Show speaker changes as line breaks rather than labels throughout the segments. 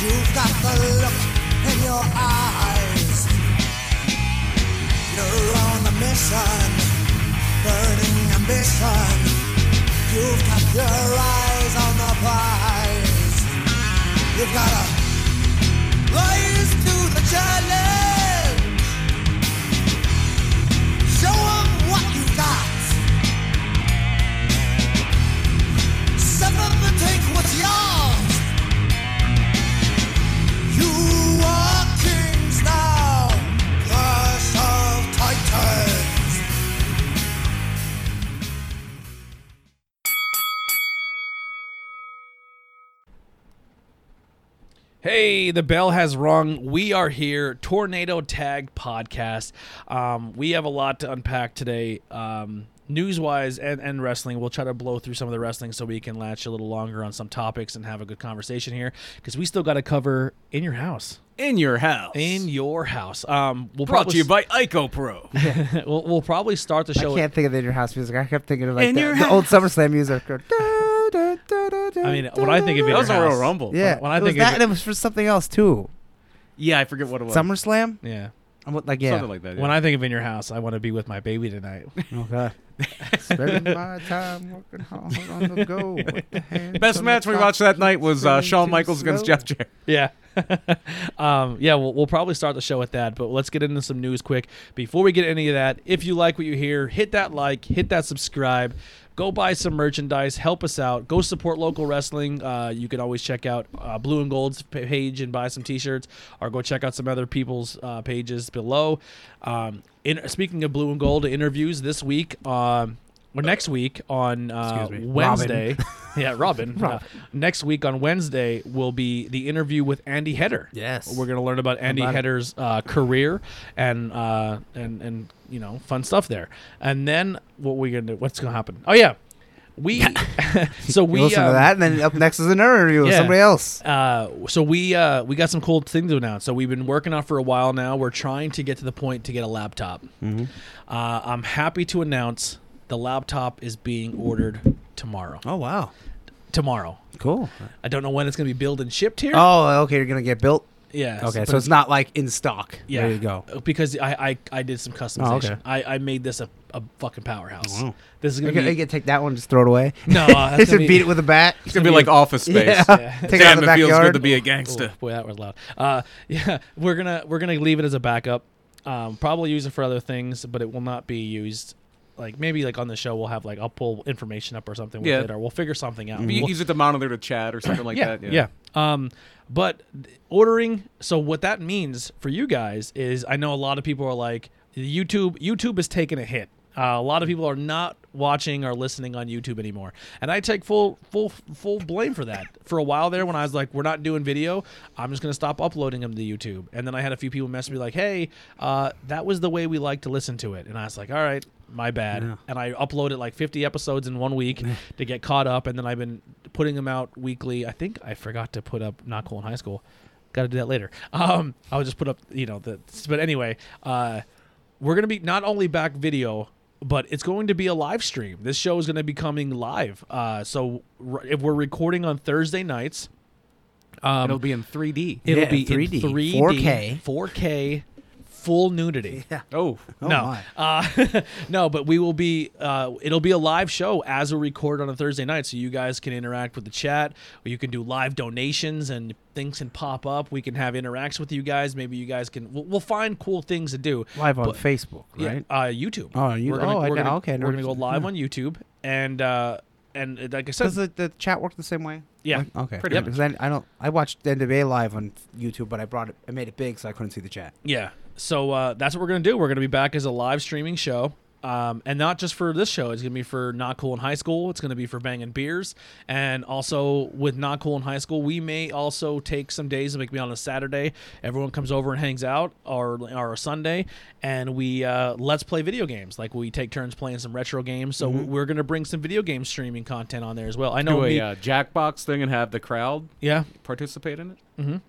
You've got the look in your eyes. You're on a mission, burning ambition. You've got your eyes on the prize. You've got to rise to the challenge. Show 'em what you got. Suffer and take what's yours. You are kings now, class of titans.
Hey, the bell has rung. We are here, Tornado Tag Podcast. Um, we have a lot to unpack today, um, news wise and, and wrestling. We'll try to blow through some of the wrestling so we can latch a little longer on some topics and have a good conversation here because we still got to cover in your house.
in your house.
In your house. Um, we'll
Brought
probably,
to you by Ico Pro.
we'll, we'll probably start the
I
show.
can't think of the in your house music. I kept thinking of like
In
the,
your
the old
house.
SummerSlam music. I
I mean, when I think of it,
that was a
house.
real rumble.
yeah,
when I
it was
think of
that,
it-
and it was for something else too.
yeah, I forget what it was.
SummerSlam.
Yeah.
I'm with- like yeah.
Something like that.
When I think of in your house, I want to be with my baby tonight.
Okay. Spending my time working hard on the go. with the hands
Best
on
match
the
we
clock
watched that night
keeps
was uh,
running
Shawn
too
Michaels against
slow.
Jeff Jarrett.
Yeah. um, yeah, we'll, we'll probably start the show with that, but let's get into some news quick. Before we get into any of that, if you like what you hear, hit that like, hit that subscribe, go buy some merchandise, help us out, go support local wrestling. Uh, you can always check out uh, Blue and Gold's p- page and buy some t shirts, or go check out some other people's uh, pages below. Um, in, speaking of Blue and Gold interviews this week, um, well, next week on uh,
Excuse me.
Wednesday, yeah, Robin. Uh, next week on Wednesday will be the interview with Andy Header.
Yes.
we're going to learn about Andy
About it.
Header's uh, career and uh, and and you know fun stuff there. And then what we're going to what's going to happen? Oh yeah, we so
You
we
listen to
um,
that, and then up next is another interview with
yeah.
somebody else.
uh, so we uh, we got some cool things to announce. So we've been working on for a while now. We're trying to get to the point to get a laptop.
Mm-hmm.
Uh, I'm happy to announce the laptop is being ordered tomorrow.
Oh wow,
Tomorrow.
cool.
I don't know when it's going to be built and shipped here.
Oh okay, you're gonna get built.
yeah.
Okay,
but
so it's not like in stock.
yeah. Uh,
There you go.
Because I I, I did some customization.
Oh, okay.
I, I made this a, a fucking powerhouse.
Wow.
This is
You
gonna
can,
be
you can take that one, just throw it away.
no. Uh,
You
that's
should
gonna be,
beat it with a bat.
It's gonna be like Office Space.
Yeah. Take it out
Damn,
of the
it feels good
backyard.
to be a
Ooh,
gangster.
Oh, boy, that was loud. Uh, yeah, we're gonna we're gonna leave it as a backup. Um, probably use it for other things, but it will not be used. Like maybe like on the show, we'll have like I'll pull information up or something with
Yeah.
it, or we'll figure something out.
You
We'll-
use it to monitor the chat or something like
yeah,
that.
yeah. Um, but th- ordering. So what that means for you guys is, I know a lot of people are like, YouTube. YouTube is taking a hit. Uh, a lot of people are not watching or listening on YouTube anymore, and I take full full full blame for that. For a while there, when I was like, "We're not doing video. I'm just gonna stop uploading them to YouTube," and then I had a few people message me like, "Hey, uh, that was the way we like to listen to it," and I was like, "All right." My bad, and I uploaded like 50 episodes in one week to get caught up, and then I've been putting them out weekly. I think I forgot to put up Not Cool in High School. Got to do that later. Um, I'll just put up, you know, the. But anyway, uh, we're gonna be not only back video, but it's going to be a live stream. This show is gonna be coming live. Uh, so r- if we're recording on Thursday nights, um,
It'll be in 3D.
it'll
Yeah,
be
3D,
in 3D,
4K.
4K, full nudity.
Oh,
no,
Oh, my.
uh, no, but we will be. Uh, it'll be a live show as we record on a Thursday night, so you guys can interact with the chat. You can do live donations, and things can pop up. We can have interactions with you guys. Maybe you guys can. We'll, we'll find cool things to do.
Live on
But-
Facebook, right?
yeah, uh, YouTube.
Oh, you-
We're gonna,
oh, I
we're
know.
gonna-
Okay, I
We're gonna go
noticed.
live
Yeah.
on YouTube, and uh, and uh, like I said,
Does the, the chat work the same way?
Yeah.
Like- okay.
Pretty
Yep. much.
Because I, I don't. I watched NWA live on YouTube, but I brought it. I made it big, so I couldn't see the chat.
Yeah. So uh, that's what we're gonna do. We're gonna be back as a live streaming show. Um, and not just for this show. It's gonna be for Not Cool in High School. It's gonna be for Bangin' Beers, and also with Not Cool in High School, we may also take some days. Like be on a Saturday, everyone comes over and hangs out, or or a Sunday, and we uh, let's play video games. Like we take turns playing some retro games. So we're gonna bring some video game streaming content on there as well. I know
do
me-
Mm-hmm. a uh, Jackbox thing and have the crowd
yeah,
participate in it.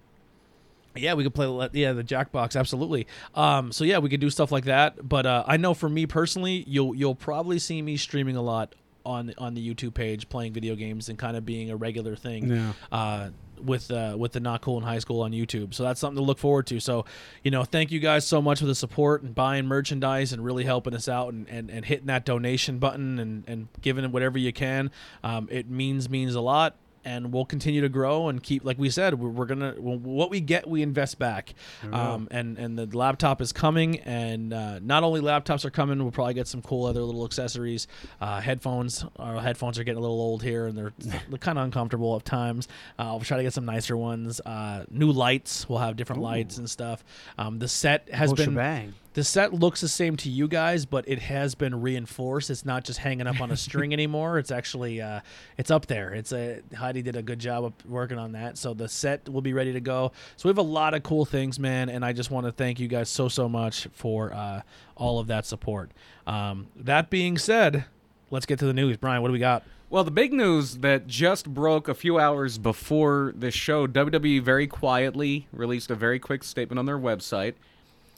Yeah, we could play le- yeah the Jackbox absolutely. Um, so yeah, we could do stuff like that. But uh, I know for me personally, you'll you'll probably see me streaming a lot on on the YouTube page, playing video games and kind of being a regular thing.
Yeah.
Uh, with uh, with the not cool in high school on YouTube. So that's something to look forward to. So, you know, thank you guys so much for the support and buying merchandise and really helping us out and, and, and hitting that donation button and and giving it whatever you can. Um, it means means a lot and we'll continue to grow and keep like we said we're, we're gonna well, what we get we invest back um, and and the laptop is coming and uh, not only laptops are coming we'll probably get some cool other little accessories uh, headphones our headphones are getting a little old here and they're they're kind of uncomfortable at times uh, i'll try to get some nicer ones uh, new lights we'll have different lights and stuff um, the set has
Whole
been
shebang.
the set looks the same to you guys, but it has been reinforced. It's not just hanging up on a string anymore. It's actually uh, it's up there. It's a Heidi did a good job of working on that. So the set will be ready to go. So we have a lot of cool things, man. And I just want to thank you guys so so much for uh, all of that support. Um, that being said, let's get to the news. Brian, what do we got?
Well, the big news that just broke a few hours before this show, WWE very quietly released a very quick statement on their website,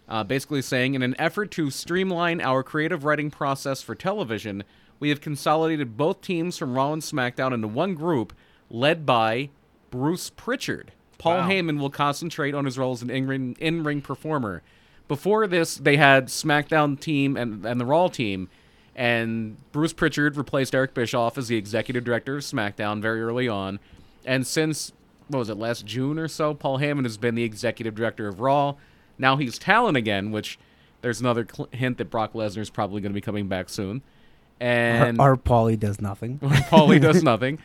uh, basically saying, in an effort to streamline our creative writing process for television, we have consolidated both teams from Raw and SmackDown into one group, led by Bruce Pritchard. Paul Heyman will concentrate on his role as an in-ring, in-ring performer. Before this, they had SmackDown team and, and the Raw team, and Bruce Pritchard replaced Eric Bischoff as the executive director of SmackDown very early on. And since what was it last June or so, Paul Heyman has been the executive director of Raw. Now he's Talon again, which there's another cl- hint that Brock Lesnar is probably going to be coming back soon. And
our, our Paulie does nothing.
Paulie does nothing.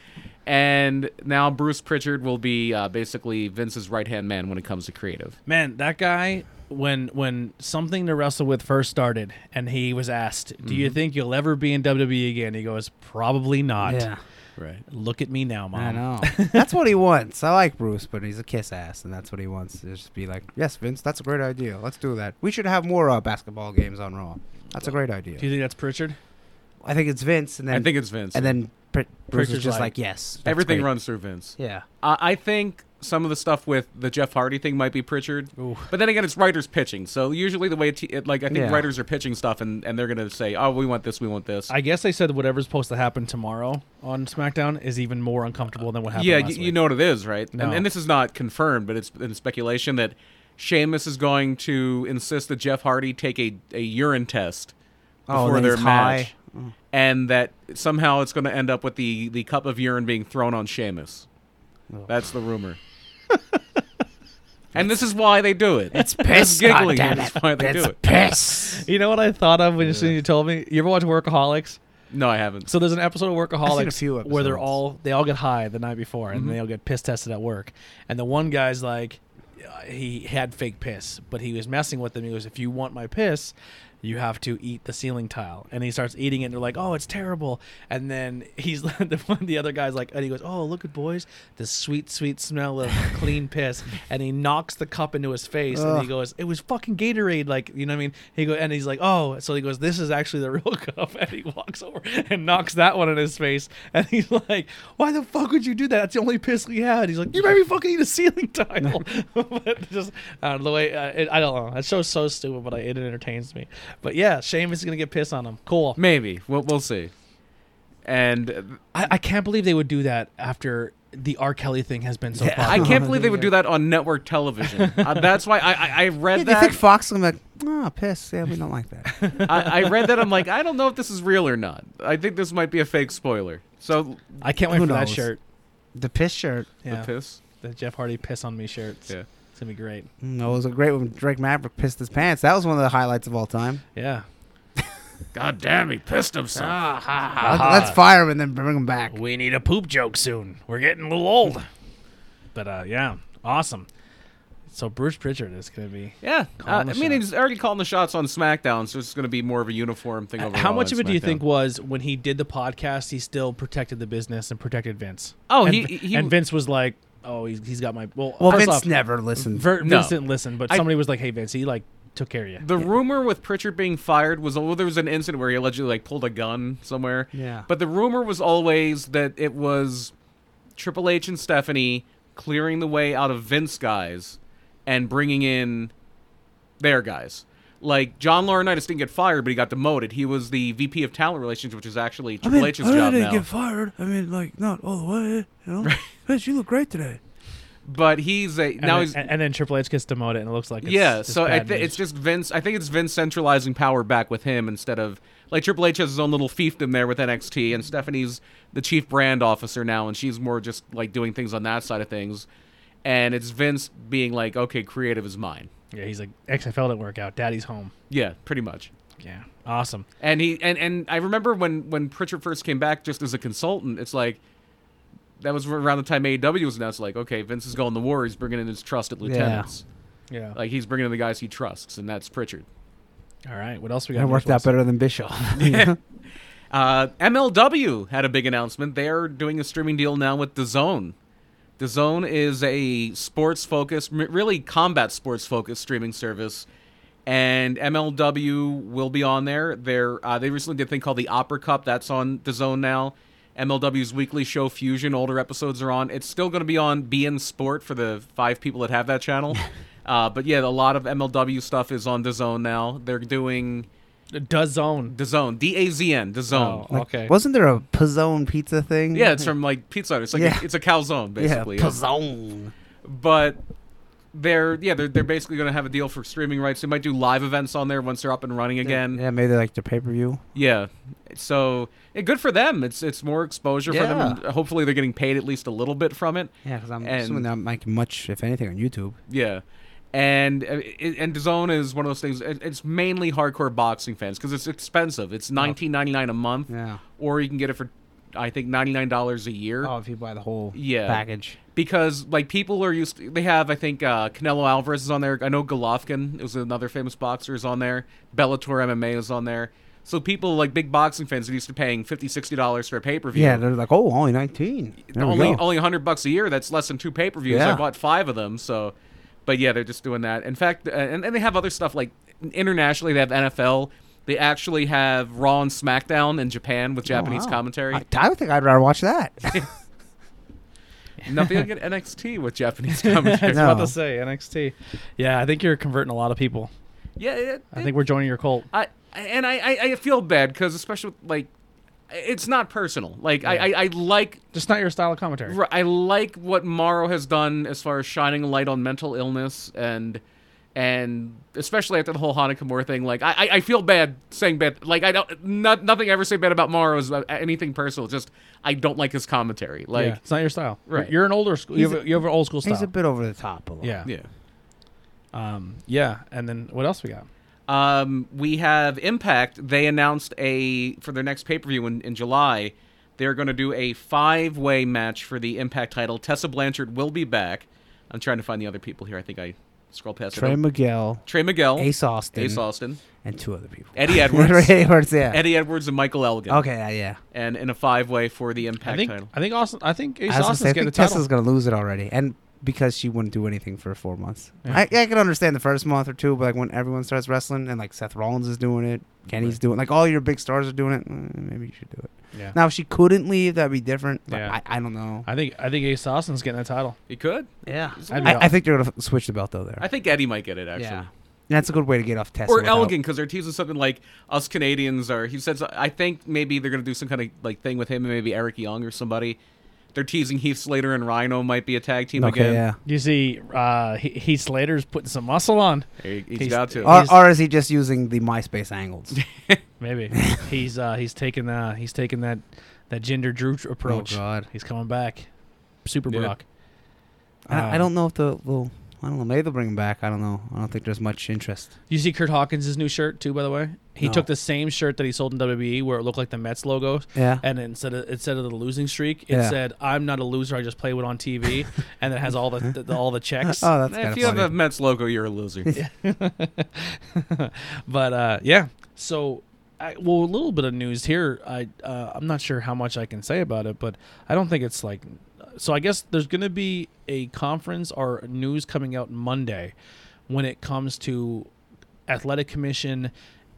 And now Bruce Pritchard will be uh, basically Vince's right hand man when it comes to creative.
Man, that guy when when something to wrestle with first started and he was asked, "Do you think you'll ever be in WWE again?" He goes, "Probably not."
yeah,
Right.
Look at me now, mom.
I know. that's what he wants. I like Bruce, but he's a kiss ass, and that's what he wants. To just be like, yes, Vince, that's a great idea. Let's do that. We should have more uh, basketball games on Raw. That's a great idea.
Do you think that's Pritchard?
I think it's Vince, and then
I think it's Vince.
and then Pr- Bruce
Pritchard's
is just
like,
like, yes, that's
everything
great."
runs through Vince.
Yeah,
I I think some of the stuff with the Jeff Hardy thing might be Pritchard, but then again, it's writers pitching. So usually the way it, it like I think
Yeah.
writers are pitching stuff and, and they're gonna say, oh, we want this, we want this.
I guess they said whatever's supposed to happen tomorrow on SmackDown is even more uncomfortable than what happened.
yeah,
last
you,
week.
you know what it is, right?
No.
And, and this is not confirmed, but it's in speculation that Sheamus is going to insist that Jeff Hardy take a, a urine test
Oh,
before
then
their
he's
match, and that somehow it's going to end up with the the cup of urine being thrown on Sheamus. That's the rumor. and this is why they do it.
it's piss.
giggling,
God damn
that's
it.
why they
It's
do it.
piss.
You know what I thought of when as soon as you told me. You ever watch Workaholics?
No, I haven't.
So there's an episode of Workaholics
I've seen a few
where they're
episodes. Mm-hmm.
all they all get high the night before and they all get piss tested at work, and the one guy's like, uh, he had fake piss, but he was messing with them. He goes, "If you want my piss, you have to eat the ceiling tile." And he starts eating it, and they're like, "Oh, it's terrible." And then he's the one, the other guy's like, and he goes, "Oh, look at boys, the sweet, sweet smell of clean piss." And he knocks the cup into his face, and he goes, "It was fucking Gatorade." Like, you know what I mean? He go, and he's like, "Oh," so he goes, "This is actually the real cup." And he walks over and knocks that one in his face, and he's like, "Why the fuck would you do that? That's the only piss we had." He's like, "You made me fucking eat a ceiling tile." but just uh, the way uh, it, I don't know, that show's so stupid, but I, it entertains me. But yeah, Sheamus is gonna get pissed on him. Cool.
Maybe we'll we'll see. And uh,
I, I can't believe they would do that after the R. Kelly thing has been so. Yeah,
I can't believe they would do that on network television. Uh, that's why I I, I read
Yeah, do you
that.
think Fox is gonna be like, oh, piss? Yeah, we don't like that.
I, I read that. I'm like, I don't know if this is real or not. I think this might be a fake spoiler. So
I can't wait
Who
for that
knows?
shirt.
the piss shirt.
Yeah,
the piss.
the Jeff Hardy piss on me shirt.
Yeah.
It's gonna be great.
Mm, it was a great when Drake Maverick pissed his pants. That was one of the highlights of all time.
Yeah.
God damn, he pissed himself.
Let's, let's fire him and then bring him back.
We need a poop joke soon. We're getting a little old. But uh, yeah, awesome. So Bruce Pritchard is going to be.
Yeah, uh, I
Calling the
mean
shots.
he's already calling the shots on SmackDown, so it's going to be more of a uniform thing. Overall
How much
on
of it do you
SmackDown.
think was when he did the podcast? He still protected the business and protected Vince.
Oh,
and,
he- he-
and Vince was like, "Oh, he's, he's got my well."
Well,
first
Vince
off,
never listened.
Ver-
No.
Vince didn't listen, but
I-
somebody was like, "Hey, Vince, he like took care of you."
The rumor with Pritchard being fired was well, there was an incident where he allegedly like pulled a gun somewhere.
Yeah.
But the rumor was always that it was Triple H and Stephanie clearing the way out of Vince guys and bringing in their guys. Like John Laurinaitis didn't get fired, but he got demoted. He was the VP of Talent Relations, which is actually Triple H's job now.
fired. I mean, like not all the way. You know, Vince, you look great today.
but he's a now
and,
he's
then, and then Triple H gets demoted, and it looks like it's,
yeah.
it's
So I
bad
th-
news.
it's just Vince. I think it's Vince centralizing power back with him instead of like Triple H has his own little fiefdom there with NXT, and Stephanie's the chief brand officer now, and she's more just like doing things on that side of things, and it's Vince being like, okay, creative is mine.
yeah. He's like XFL didn't work out. Daddy's home.
Yeah, pretty much.
Yeah, awesome.
And he and and I remember when when Pritchard first came back just as a consultant, it's like. That was around the time AEW was announced. Like, okay, Vince is going to war. He's bringing in his trusted lieutenants.
Yeah.
Like, he's bringing in the guys he trusts, and that's Pritchard.
All right. What else we got?
That worked out
Mitchell?
better than Bischoff.
Uh, MLW had a big announcement. They are doing a streaming deal now with The Zone. The Zone is a sports focused, really combat sports focused streaming service, and MLW will be on there. They're, uh, they recently did a thing called the Opera Cup. That's on The Zone now. MLW's weekly show Fusion, older episodes are on. It's still going to be on BN Sport for the five people that have that channel. uh, but yeah, a lot of MLW stuff is on The Zone now. They're doing
Does zone.
The Zone, D A Z N, The Zone.
Oh, okay.
Wasn't there a Pizzone pizza thing?
Yeah, it's from like pizza. Hut. It's like
Mm-hmm. Yeah.
it's a calzone
yeah,
basically.
Pizzone.
But they're yeah they're they're basically going to have a deal for streaming rights. They might do live events on there once they're up and running again.
Yeah, maybe like the pay per view.
Yeah. So yeah, good for them. It's it's more exposure for them.
Yeah.
and Hopefully they're getgetting paid at least a little bit from it.
Yeah, because I'm
And-
assuming they're not making much, if anything, on YouTube.
Yeah. And uh, it- and DAZN is one of those things. it- It's mainly hardcore boxing fans because it's expensive. It's nineteen ninety nine a month,
Yeah.
or you can get it for I think ninety nine dollars a year.
Oh, if you buy the whole
Er Yeah.
package.
because like people are used to, they have I think uh, Canelo Alvarez is on there. I know Golovkin is another famous boxer is on there. Bellator MMA is on there. So people like big boxing fans are used to paying 50 60 dollars for a pay-per-view.
Yeah, they're like, oh, only 19. There we
only
go.
only 100 bucks a year. That's less than two pay-per-views. I
Yeah.
bought 5 of them, so but yeah, they're just doing that. In fact, uh, and, and they have other stuff like internationally they have NFL. They actually have Raw and SmackDown in Japan with Japanese
Oh, wow.
commentary.
I, I would think I'd rather watch that.
Nothing against NXT with Japanese commentary.
No.
about to say NXT. Yeah, I think you're converting a lot of people.
Yeah, it-
I
it-
think we're joining your cult.
I and I I, I feel bad because especially with, like it's not personal. Like I, I I like
Just not your style of commentary.
I like what Morrow has done as far as shining a light on mental illness and and especially after the whole Hanukkah Moore thing. Like I I- I feel bad saying bad. Like I don't not, nothing I ever say bad about Morrow is about anything personal. Just I don't like his commentary. Like
yeah, it's not your style.
Right.
You're an older school. You
He's
have, a, you have an old school style.
He's a bit over the top a little.
yeah. Um, yeah. And then what else we got?
Um, we have Impact. They announced a for their next pay per view in, in July. They're going to do a five way match for the Impact title. Tessa Blanchard will be back. I'm trying to find the other people here. I think I scrolled past
Trey
it.
Miguel,
Trey Miguel,
Ace Austin,
Ace Austin,
and two other people.
Eddie Edwards,
Eddie Edwards, yeah.
Eddie Edwards, and Michael Elgin.
Okay, yeah, yeah.
and in a five way for the Impact
I think
title.
I think Austin. I think Ace
I was gonna
Austin's
say, I
getting the
think
title.
Tessa's going to lose it already. And because she wouldn't do anything for four months. I, I can understand the first month or two, but like when everyone starts wrestling and like Seth Rollins is doing it, Kenny's doing like all your big stars are doing it, mm, maybe you should do it.
yeah.
Now, if she couldn't leave, that'd be different. But
Yeah.
I, I don't know.
I think I think Ace Austin's getting the title.
He could.
Yeah.
I'd be
I,
all-
I think they're going to switch the belt, though, there.
I think Eddie might get it actually.
Yeah. That's a good way to get off Tessa.
or
without-
Elgin because they're teasing something like us Canadians are. He says I think maybe they're gonna do some kind of like thing with him and maybe Eric Young or somebody. They're teasing Heath Slater and Rhino might be a tag team
Okay,
again.
yeah.
You see, uh, he, Heath Slater's putting some muscle on.
He, he's,
He's-
got to.
Or,
He's-
or is he just using the MySpace angles?
Maybe he's uh, he's taking uh, he's taking that that gender Drew approach.
Oh, God.
He's coming back, Super
Yeah.
Brock.
I, I
Um,
don't know if the little. I don't know. Maybe they'll bring him back. I don't know. I don't think there's much interest.
You see Kurt Hawkins' new shirt too, by the way. He
No.
took the same shirt that he sold in WWE, where it looked like the Mets logo,
Yeah.
and instead of instead of the losing streak, it
Yeah.
said "I'm not a loser. I just play it on TV," and it has all the, the, all the checks.
Oh, that's kind
if
of
you have a
funny.
Mets logo, you're a loser.
but uh, yeah, so I, well, a little bit of news here. I uh, I'm not sure how much I can say about it, but I don't think it's like. So I guess there's going to be a conference or news coming out Monday when it comes to athletic commission,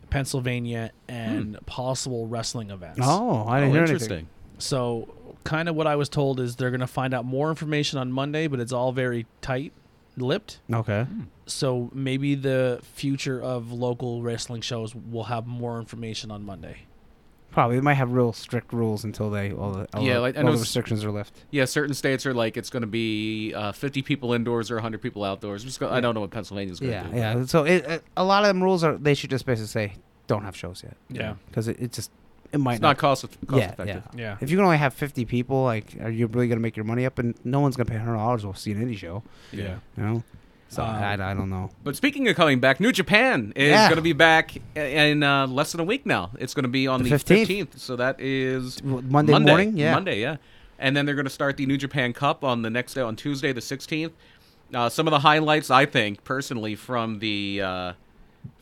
Pennsylvania, and possible wrestling events.
oh, I didn't
Oh,
hear
interesting.
So, kind of what I was told is they're going to find out more information on Monday, but it's all very tight lipped.
anything. Okay.
Hmm.
So maybe the future of local wrestling shows will have more information on Monday.
Probably they might have real strict rules until they all the all
Yeah,
the,
like, I
all
know
the
s-
restrictions are lifted.
Yeah, certain states are like it's going to be uh, 50 people indoors or 100 people outdoors. I'm just gonna, I don't know what Pennsylvania's going to
Yeah,
do.
yeah. So it, it, a lot of them rules are they should just basically say don't have shows yet.
Yeah.
because it, it just it might
It's not cost, eff- cost
yeah,
effective.
yeah,
Yeah.
If you can only have fifty people, like, are you really gonna make your money up? And no one's gonna pay hundred dollars to see an indie show.
Yeah.
You know, so
Um,
I, I don't know.
But speaking of coming back, New Japan is
Yeah.
going to be back i- in uh, less than a week now. It's going to be on
The
the,
15th.
15th. So that is
W- Monday morning, yeah.
Monday, yeah. And then they're going to start the New Japan Cup on the next day, on Tuesday, the 16th. Uh, some of the highlights, I think, personally, from the uh,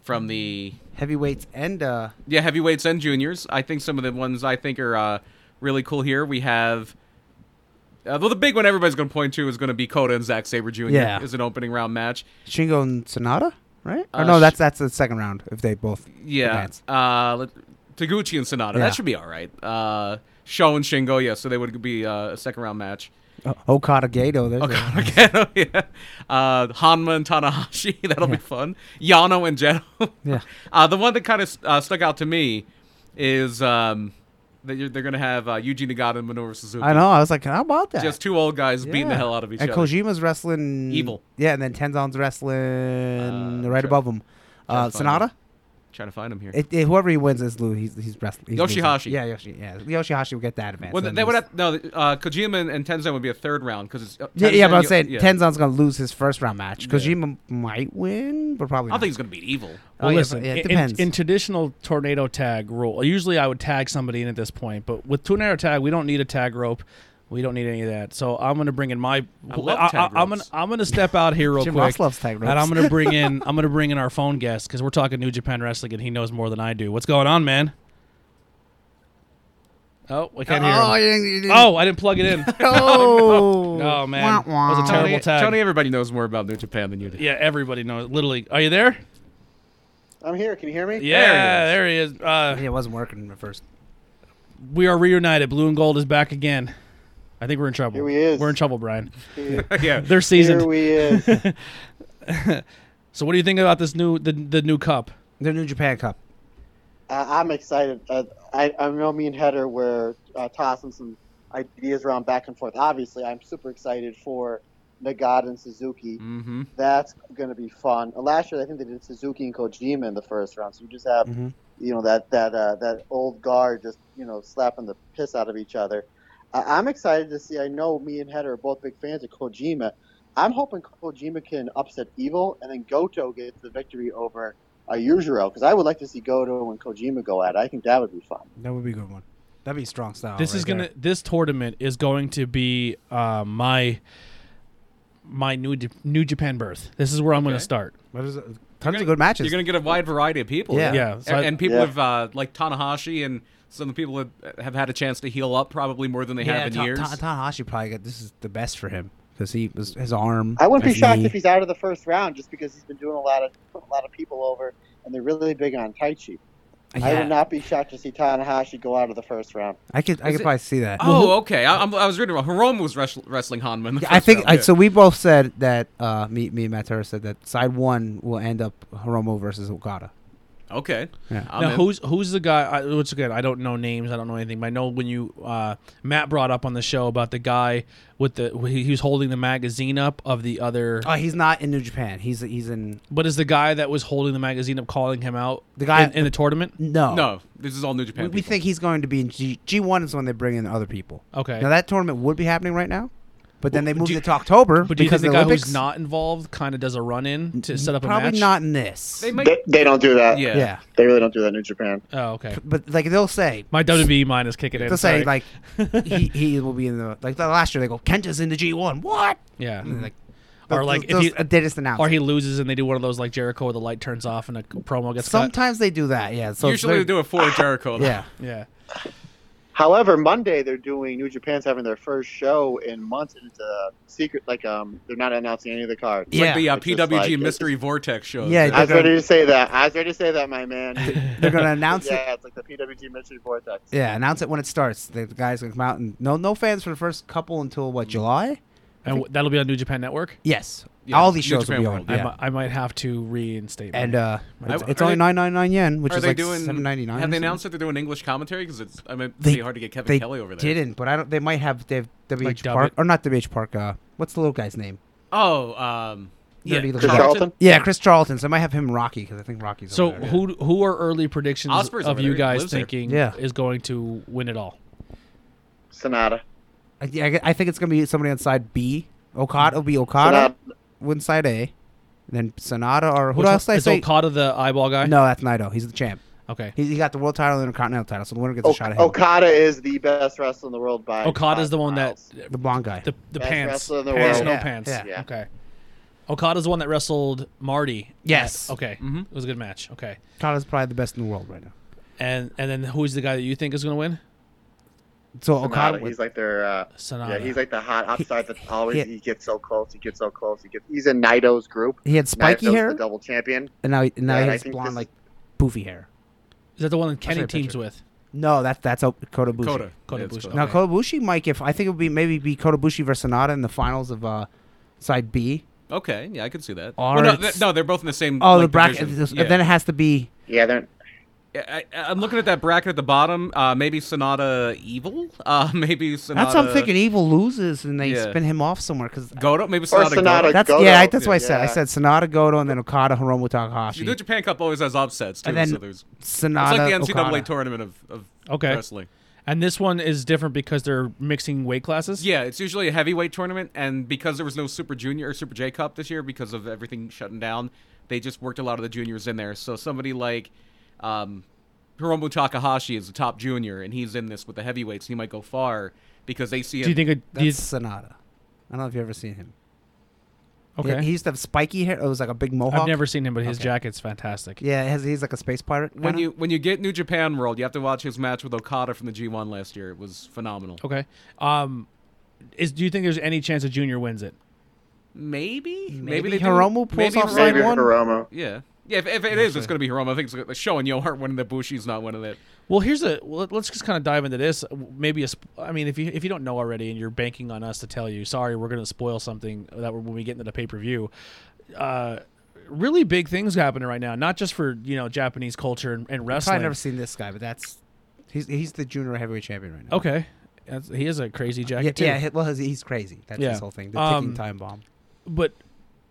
from the
Heavyweights and uh,
yeah heavyweights and juniors. I think some of the ones I think are uh, really cool here. We have uh, well, the big one everybody's going to point to is going to be Kota and Zack Saber Jr.
Yeah.
is an opening round match.
Shingo and Sonata, right?
Uh,
or no,
sh-
that's that's the second round if they both.
Yeah.
advance.
Uh, let- Taguchi and Sonata.
Yeah.
That should be all right. Uh, Show and Shingo, yeah. So they would be uh, a second round match.
O- Okada Gato. There's Okada.
Uh, Okada, yeah. Uh, Hanma and Tanahashi. That'll be fun. Yano and Jeno.
Yeah.
Uh, the one that kind of uh, stuck out to me is um, that you're, they're going to have uh, Yuji Nagata and Minoru Suzuki.
I know. I was like, how about that?
Just two old guys beating the
Yeah.
hell out of each
and
other.
Kojima's wrestling
Evil.
Yeah, and then Tenzon's wrestling
Uh,
right
try-
above him.
trying to
Uh,
find
Sonata.
Trying to find him here.
It, it- whoever he wins is Lou. He's he's wrestling. he's losing.
Yoshihashi.
Yeah, Yoshi. Yeah, Yoshihashi will get that advance.
well,
and
they would
he's-
have, no, uh, Kojima and, and Tenzan would be a third round because it's uh,
Yeah, yeah,
Tenzan,
but I'm
Yo-
saying
yeah.
Tenzon's gonna lose his first round match. Kojima might win, but probably.
I don't
Not.
think he's going to beat Evil.
Well,
Oh, yeah,
listen,
but- yeah, it
in-
depends.
In, traditional tornado tag rule, usually I would tag somebody in at this point, but with tornado tag, we don't need a tag rope. We don't need any of that. So I'm going to bring in my.
I love tag
am going
ropes.
to I'm going to step out here real
Jim
quick.
Ross loves tag ropes.
And I'm going to bring in I'm going to bring in our phone guest because we're talking New Japan Wrestling and he knows more than I do. What's going on, man? Oh, I can't
oh,
hear. Him.
you didn't- you didn't-
Oh, I didn't plug it in.
oh,
No, man.
Wah,
That was a
wah.
terrible
Tony,
tag.
Tony, everybody knows more about New Japan than you do.
yeah, everybody knows. Literally, are you there?
I'm here. Can you hear me?
Yeah, there he is. Uh,
Yeah, It wasn't working at first.
we are reunited. Blue and gold is back again. I think we're in trouble.
Here we is.
We're in trouble, Brian.
yeah.
They're
Here
seasoned.
we is.
so what do you think about this new the, the new cup?
The New Japan Cup.
uh, I'm excited. Uh, I, I know me and Heather were uh, tossing some ideas around back and forth. Obviously, I'm super excited for Nagata and Suzuki.
Mm-hmm.
That's going to be fun. Uh, Last year, I think they did Suzuki and Kojima in the first round, so you just have
Mhm.
you know that that uh, that old guard just you know slapping the piss out of each other. Uh, I'm excited to see. I know me and Heather are both big fans of Kojima. I'm hoping Kojima can upset Evil and then Goto gets the victory over uh, Yujiro because I would like to see Goto and Kojima go at it. I think that would be fun.
That would be a good one. That'd be strong style.
This
Oh, right
is gonna
there.
this tournament is going to be uh, my my new J- new Japan birth. This is where I'm going
Okay.
to start.
What is it? Tons of good matches.
You're going to get a wide variety of people.
Yeah.
Yeah, so
and,
I-
and people
Yeah.
have uh, like Tanahashi and some of the people have, have had a chance to heal up probably more than they have in
Ta-
years.
Ta- Tanahashi probably got this is the best for him because he was his arm.
I wouldn't be
his
shocked
knee.
if he's out of the first round just because he's been doing a lot of putting a lot of people over and they're really big on Tai Chi. I
Yeah.
would not be shocked to see Tanahashi go out of the first round.
I could I
Is
could
it-
probably see that.
oh, okay. I, I'm, I was reading about Hiromu was wrestl- wrestling Hanma. in the
I
first
think
round.
I, so. We both said that. Uh, me, me and Matt Turner said that side one will end up Hiromu versus Okada.
Okay.
Yeah.
I'm
now,
in.
who's who's the guy? I, what's good? I don't know names. I don't know anything. But I know when you uh, Matt brought up on the show about the guy with the he, he was holding the magazine up of the other.
Oh, he's not in New Japan. He's he's in
But is the guy that was holding the magazine up calling him out?
The guy-
in, in the tournament.
no
No, this is all New Japan.
We, we
people.
think he's going to be in G G one is when they bring in other people.
Okay.
Now that tournament would be happening right now, but then
Well,
they
do
moved
you-
it to October
But do you
because
think the
of
guy
Olympics.
who's not involved kind of does a run in to set up a
probably
match?
not in this.
They might.
They, they don't do that.
yeah.
yeah.
They really don't do that in Japan.
Oh, okay.
but like they'll say.
My WB minus kicking in.
They'll say
sorry.
like he, he will be in the like the last year they go Kenta's in the G one what
yeah,
And, mm, like
or
they'll-
like if
they'll-
he,
they just announce
or
it.
he loses and they do one of those like Jericho where the light turns off and a promo gets cut.
sometimes they do that yeah so
Usually they
they're-
do a four Jericho. though.
yeah
Yeah,
However, Monday they're doing New Japan's having their first show in months, and it's a secret. Like um, they're not announcing any of the card.
Yeah.
The uh,
It's just
PWG
like- it's-
Mystery Vortex shows.
Yeah,
I was ready to say that. I was ready to say that, my man.
they're gonna announce it
yeah, it's like the PWG Mystery Vortex.
Yeah, announce it when it starts. The the guys gonna come out and no no fans for the first couple until what July?
and w- that'll be on New Japan Network.
Yes, All these
New
shows
Japan
will be
World,
on.
I,
Yeah.
mi- I might have to reinstate. my-
And uh, it's,
I-
it's
are
only
they-
nine nine nine yen, which
Are
is
they
like
doing
seven ninety nine.
Have they announced that they're doing English commentary? Because it's I mean, it'd
They
be hard to get Kevin
They
Kelly over there.
didn't, but I don't. They might have. They have W H
dub
Park
it.
or not W H Park. Uh, what's the little guy's name?
Oh, um, yeah,
Nerdy little
Chris
guy.
Charlton.
Yeah, Chris Charlton. So I might have him Rocky because I think Rocky's.
So
over there.
who who are early predictions
Osprey's
of
over
you
there. He
guys
lives there.
thinking
Yeah.
is going to win it all?
Sonata.
I, yeah, I gu- I think it's gonna be somebody on side B. Okada will be
Sonata.
Okada. Win side A, then Sonata or who
Which
else
one-
did I
is
say?
Okada the eyeball guy?
No, that's Naito. He's the champ.
Okay.
He, he got the world title and the continental title, so the winner gets a
Ok-
shot at him.
Okada is the best wrestler in the world by.
Okada's
five
the one
miles.
that
The blonde guy.
the the
Best
pants,
wrestler in the
pants
world.
no
Yeah,
pants.
yeah.
Yeah.
Okay. Okada's the one that wrestled Marty.
Yes. Mm-hmm.
Okay.
Mhm.
It was a good match. Okay.
Okada's probably the best in the world right now.
And and then who's the guy that you think is going to win?
So Okada.
Sonata. He's like their. Uh,
Sonata.
yeah, he's like the hot upside that always
he-
he gets so close. He gets so close. He gets. He's in Naito's group.
he had spiky
Naito's
hair,
the double champion.
and now he, and now
Yeah,
he
I
has
think
blonde
this
like poofy hair.
is that the one that Kenny
your
teams
picture.
with?
No, that's that's o- Kota Ibushi.
Coda.
Kota
Yeah, it's
Ibushi.
Coda.
Now
Okay.
Kotobushi, Mike, if I think it would be maybe be Kotobushi versus Sonata in the finals of uh, side B.
Okay, yeah, I could see that.
Or
Well, no,
it's-
th- no, they're both in the same.
Oh,
like,
the bracket.
division.
and Then it has to be
Yeah, they're.
Yeah, I, I- I'm looking at that bracket at the bottom. Uh, maybe Sonata Evil. Uh, maybe Sonata.
That's what I'm thinking. Evil loses and they
Yeah.
spin him off somewhere because
Goto. Maybe
Or
Sonata.
Sonata.
that's
Goto.
yeah. I- That's what I said. I
Yeah.
said Sonata Goto and then Okada Hiromu
Goto. New
Takahashi.
Japan Cup always has upsets too.
And then
so there's.
Sonata.
It's like the NCAA
Okada.
tournament of, of
Okay.
wrestling.
And this one is different because they're mixing weight classes.
Yeah, it's usually a heavyweight tournament, and because there was no Super Junior or Super J Cup this year because of everything shutting down, they just worked a lot of the juniors in there. So somebody like um, Hiromu Takahashi is a top junior, and he's in this with the heavyweights. He might go far because they see
Do you
him.
think it, do
That's
you,
Sonata. I don't know if you've ever seen him.
okay?
Yeah, he used to have spiky hair. It was like a big mohawk.
I've never seen him, but his
Okay.
jacket's fantastic.
Yeah, it has, he's like a space pirate.
when
kinda.
you when you get New Japan World, you have to watch his match with Okada from the G1 last year. It was phenomenal.
Okay. Um, is do you think there's any chance that Junior wins it?
Maybe
Maybe
they do-
Hiromu pulls
maybe
off
Hiromu-
Side
Maybe
one?
Hiromu.
Yeah. Yeah, if, if it is, it's going to be Hiromu. I think it's showing Yo Hart winning the Bushi's not winning it.
Well, here's a well, let- let's just kind of dive into this. Maybe a sp- I mean, if you if you don't know already and you're banking on us to tell you, sorry, we're going to spoil something that we're, when we get into the pay per view. Uh, really big things happening right now, not just for you know Japanese culture and, and
I've probably
wrestling.
never seen this guy, but that's he's he's the junior heavyweight champion right now.
okay, That's, he is a crazy jacket
Yeah,
too.
yeah. he- Well, he's- he's crazy. That's
Yeah.
his whole thing. The ticking
Um,
time bomb.
but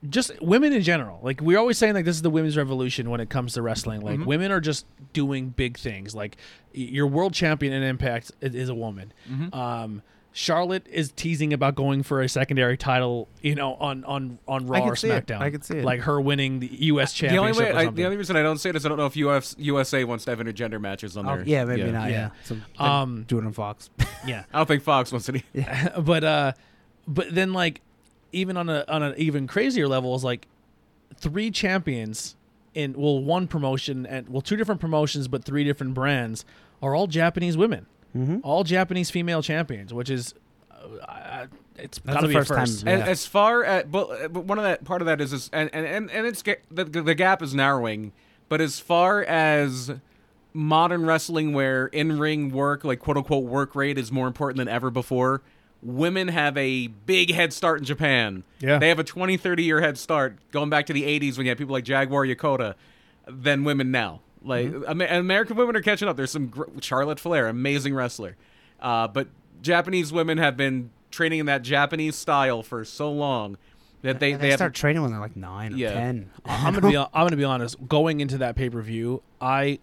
just women in general like we're always saying like this is the women's revolution when it comes to wrestling like women are just doing big things like y- your world champion in impact i- is a woman um charlotte is teasing about going for a secondary title you know on on on raw
can
or
see it.
smackdown
I can see it.
like her winning the us
The
championship
only, way,
or
I,
something.
the only reason I don't say it is I don't know if US, USA wants to have intergender matches on there.
Oh, yeah, maybe not.
yeah.
Yeah. So,
Um,
um, doing on Fox.
yeah
I don't think Fox wants any.
but uh but then like even on a on an even crazier level is like three champions in well one promotion and well two different promotions but three different brands are all Japanese women.
Mm-hmm.
All Japanese female champions, which is uh, I- it's got to
the
be a
first time.
first.
Yeah.
As, as far as but, but one of that part of that is, is and, and and and it's ga- the, the gap is narrowing, but as far as modern wrestling where in-ring work like quote unquote work rate is more important than ever before women have a big head start in japan
Yeah.
they have a 20 30 year head start going back to the 80s when you had people like jaguar yokota than women now like
Mm-hmm.
Ama- american women are catching up there's some gr- charlotte flair amazing wrestler uh, but japanese women have been training in that japanese style for so long that they,
they,
they, have
start training when they're like nine or
Yeah.
ten.
I'm gonna be uh, I'm gonna be honest. Going into that pay per view, I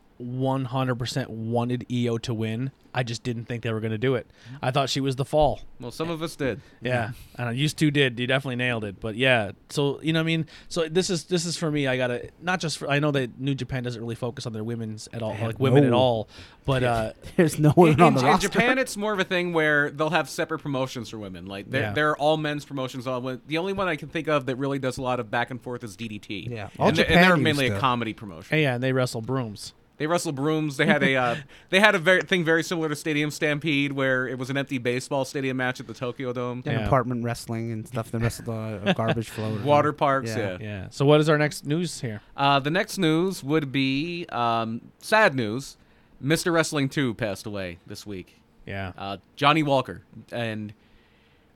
100% wanted EO to win. I just didn't think they were gonna do it.
Mm-hmm.
I thought she was the fall.
well some of us did
Yeah, I know. You two did. You definitely nailed it. But yeah, so you know, what I mean, so this is this is for me. I gotta not just. For, I know that New Japan doesn't really focus on their women's at all, like women at
no.
all. But uh,
There's no one
in,
on the
in
roster.
Japan, it's more of a thing where they'll have separate promotions for women. Like there,
Yeah.
there are all men's promotions. All women. the only one I can think of that really does a lot of back and forth is DDT.
Yeah. All
and, they- and
Japan
they're
used
mainly a
to.
comedy promotion.
hey, yeah, and they wrestle brooms.
They wrestle brooms. They had a uh, they had a very, thing very similar to Stadium Stampede, where it was an empty baseball stadium match at the Tokyo Dome.
And
Yeah.
apartment wrestling and stuff. They wrestled on a uh, garbage float. or
Water
something.
parks,
Yeah.
yeah.
Yeah. So what is our next news here?
Uh, the next news would be um, sad news. Mr. Wrestling 2 passed away this week.
Yeah.
uh, Johnny Walker, and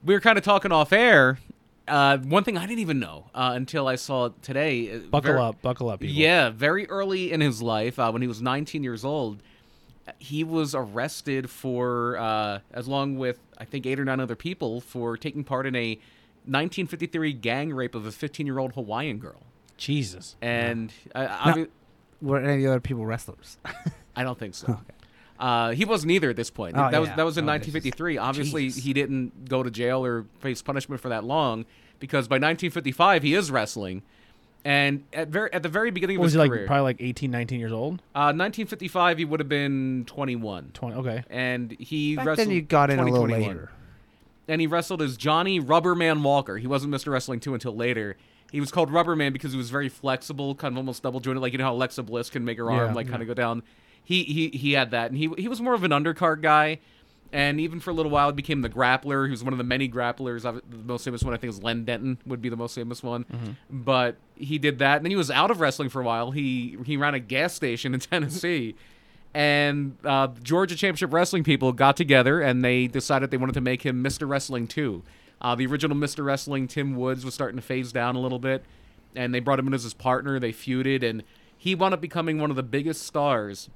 we were kind of talking off air uh, one thing I didn't even know uh, until I saw it today. uh,
Buckle
ver-
up, buckle up, people.
Yeah, very early in his life, uh, when he was 19 years old, he was arrested for, uh, as along with I think eight or nine other people, for taking part in a 1953 gang rape of a 15-year-old Hawaiian girl.
Jesus.
And uh,
Now-
obvi-
Were any of the other people wrestlers?
I don't think so. Uh, he wasn't either at this point.
Oh,
that was
yeah.
that was in
Oh, this is-
1953. Obviously,
Jesus.
he didn't go to jail or face punishment for that long, because by 1955 he is wrestling, and at very at the very beginning of
What was he
his
like?
career,
Probably like 18, 19 years old.
uh, 1955 he would have been 21,
20. Okay.
and he
Back
wrestled.
then you got in a little
2021.
later.
and he wrestled as Johnny Rubberman Walker. He wasn't Mr. Wrestling 2 until later. He was called Rubberman because he was very flexible, kind of almost double jointed, like you know how Alexa Bliss can make her arm
Yeah.
like kind of go down. He he he had that, and he he was more of an undercard guy, and even for a little while, he became the grappler. He was one of the many grapplers. Ob- The most famous one, I think, is Len Denton would be the most famous one. But he did that, and then he was out of wrestling for a while. He he ran a gas station in Tennessee. and uh, Georgia Championship Wrestling people got together and they decided they wanted to make him Mr. Wrestling 2. Uh, the original Mr. Wrestling, Tim Woods, was starting to phase down a little bit, and they brought him in as his partner. They feuded, and he wound up becoming one of the biggest stars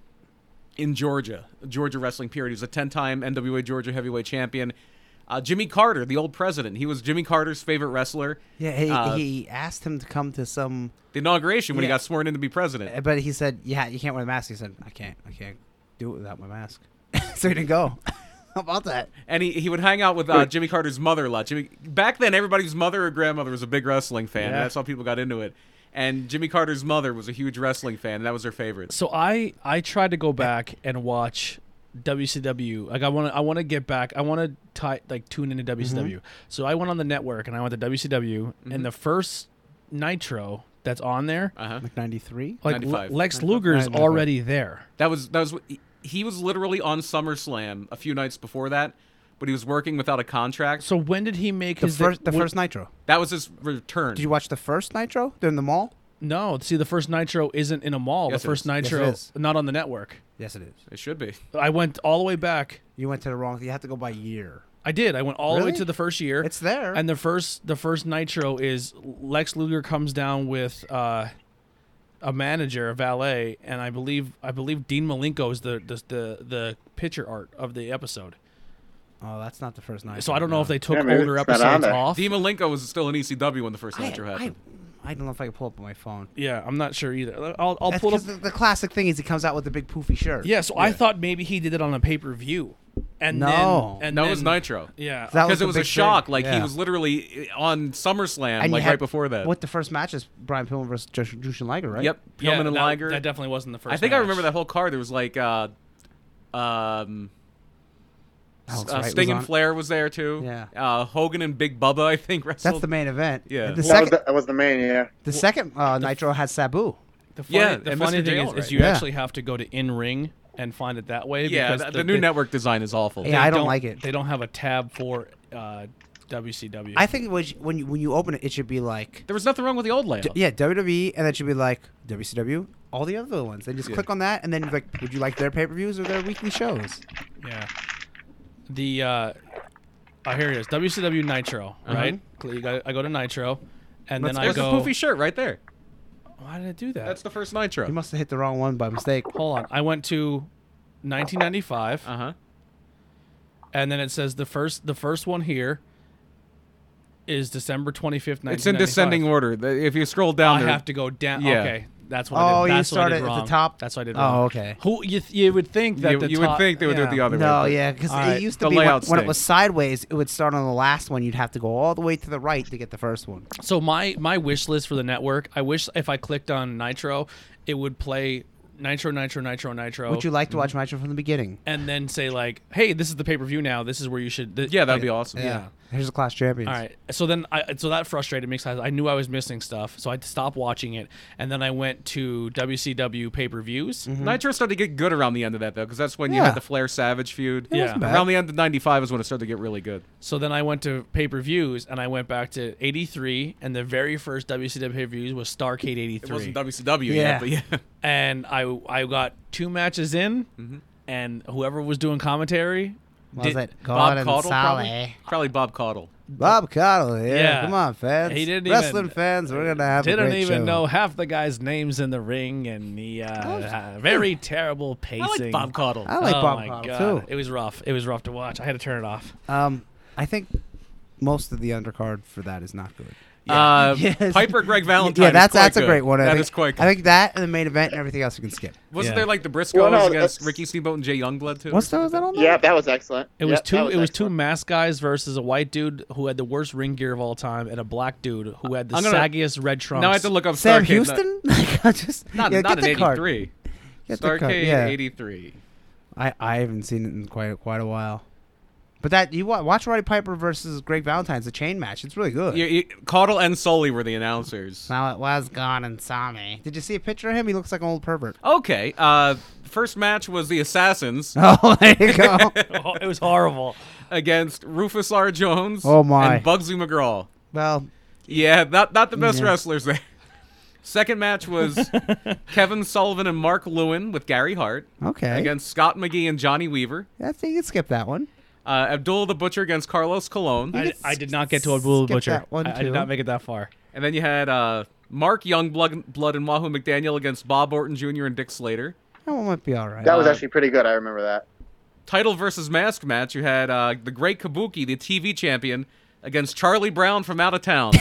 in Georgia, Georgia wrestling period. He was a 10 time NWA Georgia heavyweight champion. Uh, Jimmy Carter, the old president, he was Jimmy Carter's favorite wrestler.
Yeah, he,
Uh,
he asked him to come to some,
The inauguration when he
Yeah.
got sworn in to be president.
but he said, "Yeah, you can't wear a mask." He said, "I can't, I can't do it without my mask." so he didn't go. How about that?
and he, he would hang out with uh, Jimmy Carter's mother a lot. Jimmy back then, everybody's mother or grandmother was a big wrestling fan.
Yeah.
And that's how people got into it. And Jimmy Carter's mother was a huge wrestling fan, and that was her favorite.
So I I tried to go back and watch WCW. Like I want to I want to get back. I want to tie like tune
Mm-hmm.
into WCW. So I went on the network and I went to WCW and the first Nitro that's on there,
Mm-hmm. Uh huh.
Like '93.
like
95.
Le- Lex Luger's
95.
already there.
That was that was what- he- he was literally on SummerSlam a few nights before that, but he was working without a contract.
So when did he make
The
his
first, the
when-
first Nitro.
That was his return.
Did you watch the first Nitro? They're in the mall.
No, see the first Nitro isn't in a mall.
Yes,
the
it
first
is. Yes,
it
Nitro
is.
not on the network.
Yes, it is.
it should be.
I went all the way back.
You went to the wrong. You have to go by year.
I did. I went all the way
Really?
to the first year.
It's there.
And the first the first Nitro is Lex Luger comes down with uh, a manager, a valet, and I believe I believe Dean Malenko is the the the, the picture art of the episode.
oh, that's not the first Nitro.
So I don't know if they took
Yeah, maybe
older
it's not on
episodes
there.
off.
Dean Malenko was still in ECW when the first
Oh, I,
Nitro happened.
I, I don't know if I can pull up on my phone.
yeah, I'm not sure either. I'll, I'll
That's
pull it up.
'cause the, the classic thing is he comes out with the big poofy shirt.
yeah, so I thought maybe he did it on a pay per view, and
No.
then, and
that
then,
was Nitro.
Yeah,
That
Because
the
it was a
big thing.
shock. Like he
Yeah.
was literally eh, on SummerSlam,
And you
like
had-
right before that.
What the first match is Brian Pillman versus Jushin, Jushin Liger, right?
Yep. Pillman
yeah,
and
that,
Liger.
That definitely wasn't the first.
I think I
match.
remember that whole card. There was like, uh, um,
Alex
uh,
Wright was
Sting
on
and
Oh, it.
Flair was there too.
Yeah.
Uh, Hogan and Big Bubba, I think wrestled.
That's the main event.
Yeah. That
The
That was,
second,
the, that was the main, yeah.
the second uh, Nitro had Sabu.
The funny,
Yeah,
the
and
funny
Mr.
thing is,
Jail,
is
right?
you
Yeah.
actually have to go to in ring and find it that way.
yeah,
because
the, the new
they-
network design is awful.
they
Yeah, I don't like it.
They don't have a tab for uh, WCW.
I think it was, when you, when you open it, it should be like
There was nothing wrong with the old layout.
yeah WWE, and then it should be like WCW. All the other ones, and just click on that, and then like, would you like their pay per views or their weekly shows?
yeah. The uh, oh, here it is. WCW Nitro,
Uh-huh.
right? Cl- you go- I go to Nitro, and then I
There's a
go.
poofy shirt right there.
Why did I do that?
That's the first Nitro.
You must have hit the wrong one by mistake.
Hold on. I went to 1995,
Uh-huh.
uh huh.
and then it says the first the first one here is December 25th, 1995.
It's in descending order. The- If you scroll down,
I
there,
have to go down.
Yeah.
Okay, that's what.
Oh,
I did.
you
That's what I
started
did
at the
wrong.
top?
That's what I did.
Oh,
wrong.
okay.
Who you, th- you would think that
You-
the
you would
top-
think they would do it the
yeah.
other way.
No,
but-
yeah, because
All right,
it used
the
to be when,
layout
when it
stinks.
was sideways, it would start on the last one. You'd have to go all the way to the right to get the first one.
So my my wish list for the network. I wish if I clicked on Nitro, it would play Nitro, Nitro, Nitro, Nitro.
Would you like to
Mm-hmm.
watch Nitro from the beginning?
and then say like, hey, this is the pay per view now. This is where you should. Th-
Yeah, that'd be awesome. Mm-hmm.
Here's the class champions.
All right. So then I so that frustrated me because I knew I was missing stuff. So I had to stop watching it, and then I went to WCW pay per views.
Nitro started to get good around the end of that though, because that's when you
Yeah.
had the Flair Savage feud.
It wasn't
bad.
Around the end of '95 is when it started to get really good.
So then I went to pay per views and I went back to 83. And the very first WCW pay per views was Starcade 83.
It wasn't WCW
Yeah.
yet, but yeah. Mm-hmm.
and I, I got two matches in, and whoever was doing commentary
What was
Did-
it?
Bob
Gordon
Caudle,
Solly.
probably? Probably Bob Caudle.
Bob Caudle, yeah.
Yeah.
Come on, fans.
He didn't
Wrestling
even-
fans, we're going to have a
Didn't
great
even
show.
know half the guys' names in the ring, and the uh, uh, very terrible pacing.
I like Bob Caudle.
I like
oh
Bob
my
Caudle,
God.
too.
It was rough. It was rough to watch. I had to turn it off.
Um, I think most of the undercard for that is not good.
Uh,
Yes.
Piper Greg Valentine.
yeah,
is
that's
quite
that's a
good.
great one. I
That
think,
is quite. Good.
I think that and the main event and everything else you can skip.
Wasn't
Yeah.
there like the Briscoes
Well, no,
against
that's-
Ricky Steamboat and Jay Youngblood too?
What's that? Was that on there?
Yeah, that was excellent.
It was
Yep,
two.
that
it was two
excellent.
masked guys versus a white dude who had the worst ring gear of all time, and a black dude who had the
I'm gonna-
saggiest red trunks.
Now I have to look up
Sam
Starrcade.
Houston? Like, I just
Not,
yeah,
not
get
in
the card.
'83.
Get the card.
Starcade
Yeah,
'83.
I, I haven't seen it in quite quite a while. But that you wa- watch Roddy Piper versus Greg Valentine's a chain match. It's really good.
You, you, Caudle and Sully were the announcers.
Now it was gone and saw me. Did you see a picture of him? He looks like an old pervert.
Okay. Uh, first match was the Assassins
Oh, there you go.
Oh, it was horrible.
against Rufus R. Jones.
Oh, my.
And Bugsy McGraw.
well,
Yeah, not not the best
Yeah.
wrestlers there. Second match was Kevin Sullivan and Mark Lewin with Gary Hart
okay.
against Scott McGee and Johnny Weaver.
That's you can skip that one.
Uh, Abdul the Butcher against Carlos Colon.
I,
could
I did not get to a blue
skip
butcher.
that one,
I, I
too.
did not make it that far.
And then you had uh, Mark Youngblood Blood and Wahoo McDaniel against Bob Orton Jr. and Dick Slater.
That one might be all right.
That was
Uh,
actually pretty good. I remember that.
Title versus mask match, you had uh, the Great Kabuki, the TV champion, against Charlie Brown from out of town.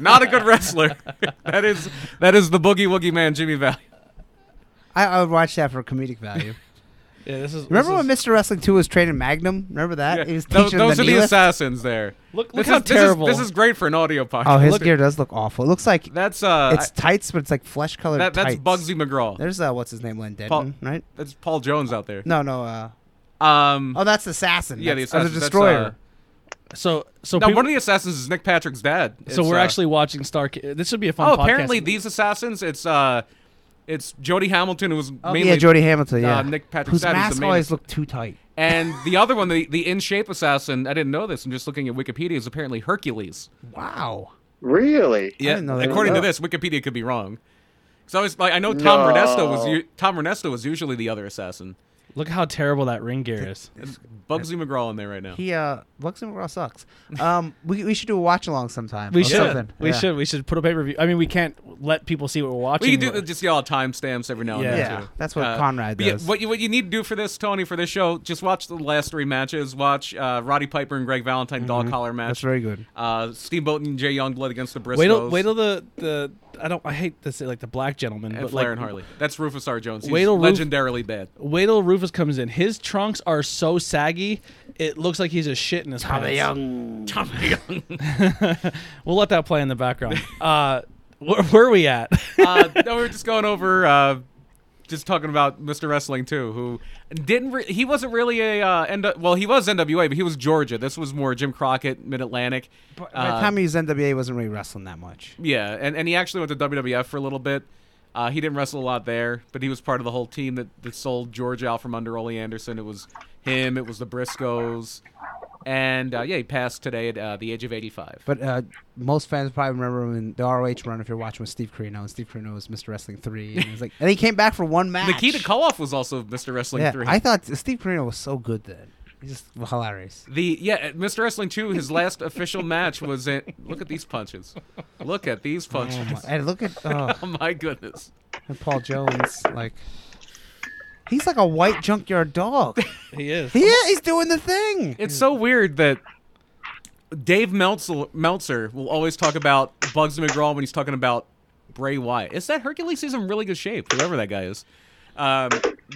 Not a good wrestler. that is that is the boogie woogie man, Jimmy Valiant.
I, I would watch that for comedic value.
Yeah, this is.
Remember
this
when
is-
Mr. Wrestling 2 was training Magnum? Remember that? He was
Tho-
teaching
those
the
are the
knee lift.
assassins there.
Look- look
This is-
how
this is-
terrible.
This is, great for an audio podcast.
Oh, his
Look-
gear does look awful. It looks like
That's uh,
it's
I-
tights, but it's like flesh colored
that, that's
tights.
Bugsy McGraw.
There's uh, what's his name, Len
Paul-
Denton, right?
That's Paul Jones out there.
No, no. Uh,
Um,
oh, that's the assassin.
yeah, the
That's- oh,
assassins.
the
that's,
destroyer.
So so
uh, now,
people-
one of the assassins is Nick Patrick's dad.
so
It's,
we're
uh,
actually watching Star. This should be a fun.
Oh,
podcast.
apparently these assassins. It's uh, it's Jody Hamilton who was
Oh,
mainly
yeah, Jody Hamilton. Yeah,
uh, Nick Patrick's
whose
dad is the
mask
main-
always looked too tight.
and the other one, the, the in shape assassin. I didn't know this. I'm just looking at Wikipedia. Is apparently Hercules.
Wow.
Oh.
Really?
I didn't know that. Oh.
according to
Yeah.
this, Wikipedia could be wrong. So I was like, I know Tom
No.
Ernesto was u- Tom Ernesto was usually the other assassin.
look how terrible that ring gear is.
Bugsy McGraw in there right now.
He uh, Lux and Raw sucks. Um, we, we should do a watch along sometime.
We
or
should.
Something.
We
yeah.
should. We should put a pay per view. I mean, we can't let people see what we're watching.
We can do
but-
the- just y'all timestamps every now and then.
Yeah,
too.
that's what
Uh,
Conrad
but yeah,
does.
what you what you need to do for this, Tony, for this show, just watch the last three matches. Watch uh, Roddy Piper and Greg Valentine dog collar
Mm-hmm. that's
match.
very good.
Uh, Steamboat and Jay Youngblood against the Briscoes.
Wait till wait till the the I don't I hate to say like the black gentleman,
and
but
Flair
like
and Harley. That's Rufus R. Jones. He's
Wait till Ruf-
legendarily bad.
Wait till Rufus comes in. His trunks are so saggy, it looks like he's a shit in his pants.
Oh
We'll let that play in the background. uh, where, where are we at?
uh, no, we were just going over, uh, just talking about Mr. Wrestling too, who didn't. Re- he wasn't really a uh, N- well, he was NWA, but he was Georgia. This was more Jim Crockett, Mid Atlantic.
By
uh,
the time he was NWA, he wasn't really wrestling that much.
Yeah, and, and he actually went to WWF for a little bit. Uh, he didn't wrestle a lot there, but he was part of the whole team that, that sold George out from under Ole Anderson. It was him, it was the Briscoes, and uh, yeah, he passed today at uh, the age of 85.
But uh, most fans probably remember him in the ROH run if you're watching with Steve Carino, and Steve Carino was Mr. Wrestling 3. And, he was like, and he came back for one match.
Nikita Koloff was also Mr. Wrestling
yeah,
3.
I thought Steve Carino was so good then. He's just hilarious.
The yeah, at Mr. Wrestling 2, his last official match was in look at these punches. Look at these punches.
Oh
Oh
my, and look at oh,
my, goodness.
and Paul Jones. Like, he's like a white junkyard dog.
he is.
He is. He's doing the thing.
It's so weird that Dave Meltzer, Meltzer will always talk about Bugsy McGraw when he's talking about Bray Wyatt. Is that Hercules? He's in really good shape, whoever that guy is. Um,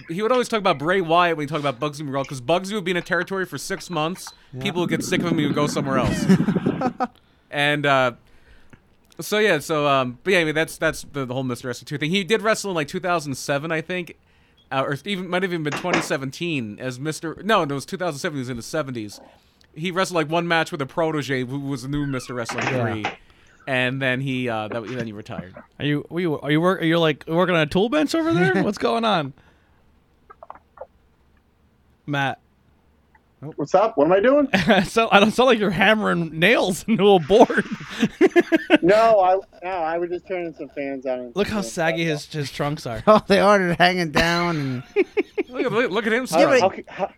he would always talk about Bray Wyatt when he talked about Bugsy McGraw because Bugsy would be in a territory for six months. People would get sick of him. He would go somewhere else. and uh, so yeah, so um, but yeah, I mean that's that's the, the whole Mr. Wrestling two thing. He did wrestle in like 2007, I think, uh, or even might have even been 2017 as Mr. No, it was 2007. He was in the 70s. He wrestled like one match with a protege who was the new Mr. Wrestling three, and then he uh, that, then he retired.
Are you are you are you work, are you like working on a tool bench over there? What's going on, Matt?
What's up? What am I doing?
so I don't sound like you're hammering nails into a board.
no, I no, I was just turning some fans on.
Look how saggy his his trunks are.
Oh, they ordered hanging down and
Look at look at him.
How,
strut.
how, how,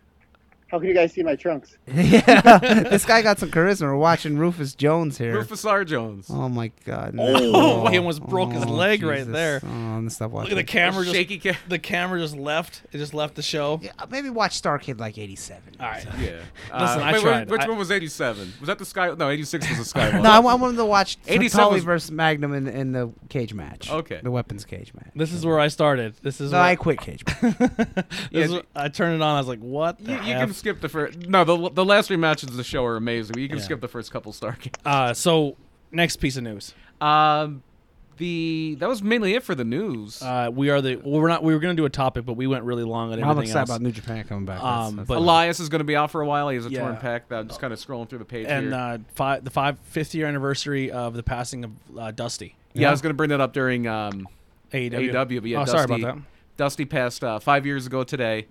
How can you guys see my trunks?
yeah, this guy got some charisma. We're watching Rufus Jones here.
Rufus R. Jones.
Oh my god!
Oh, he almost broke his leg right there.
Oh, I'm gonna stop
Look
watching.
at the camera. Just,
Shaky cam.
the camera just left. It just left the show.
Yeah, maybe watch Star Kid like '87.
All right.
Yeah. Uh,
Listen, I
wait, wait,
tried.
Which
I-
one was 87? Was that the Sky? No, 86 was the Sky one.
No, I, want them to watch
87
Tully
was-
versus Magnum in, in the cage match.
Okay.
the weapons cage match.
This is where I started. This is
No,
where
I quit cage match.
this is
Yeah.
where- I turned it on. I was like, "What the
You, you
F?
can skip the first. No, the, the last three matches of the show are amazing. You can
Yeah.
skip the first couple Stargate.
Uh, so next piece of news.
Um, the that was mainly it for the news.
Uh, we are the well, we're not we were gonna do a topic, but we went really long on everything
I'm excited
else.
about New Japan coming back.
Um, but-
Elias is going to be out for a while. He has a
Yeah.
torn pec. I'm just kind of scrolling through the page
and
here.
uh, five, the five fifth year anniversary of the passing of uh, Dusty.
yeah, I was going to bring that up during um,
AEW.
AEW, but yeah,
oh,
Dusty,
sorry about that.
Dusty passed uh, five years ago today,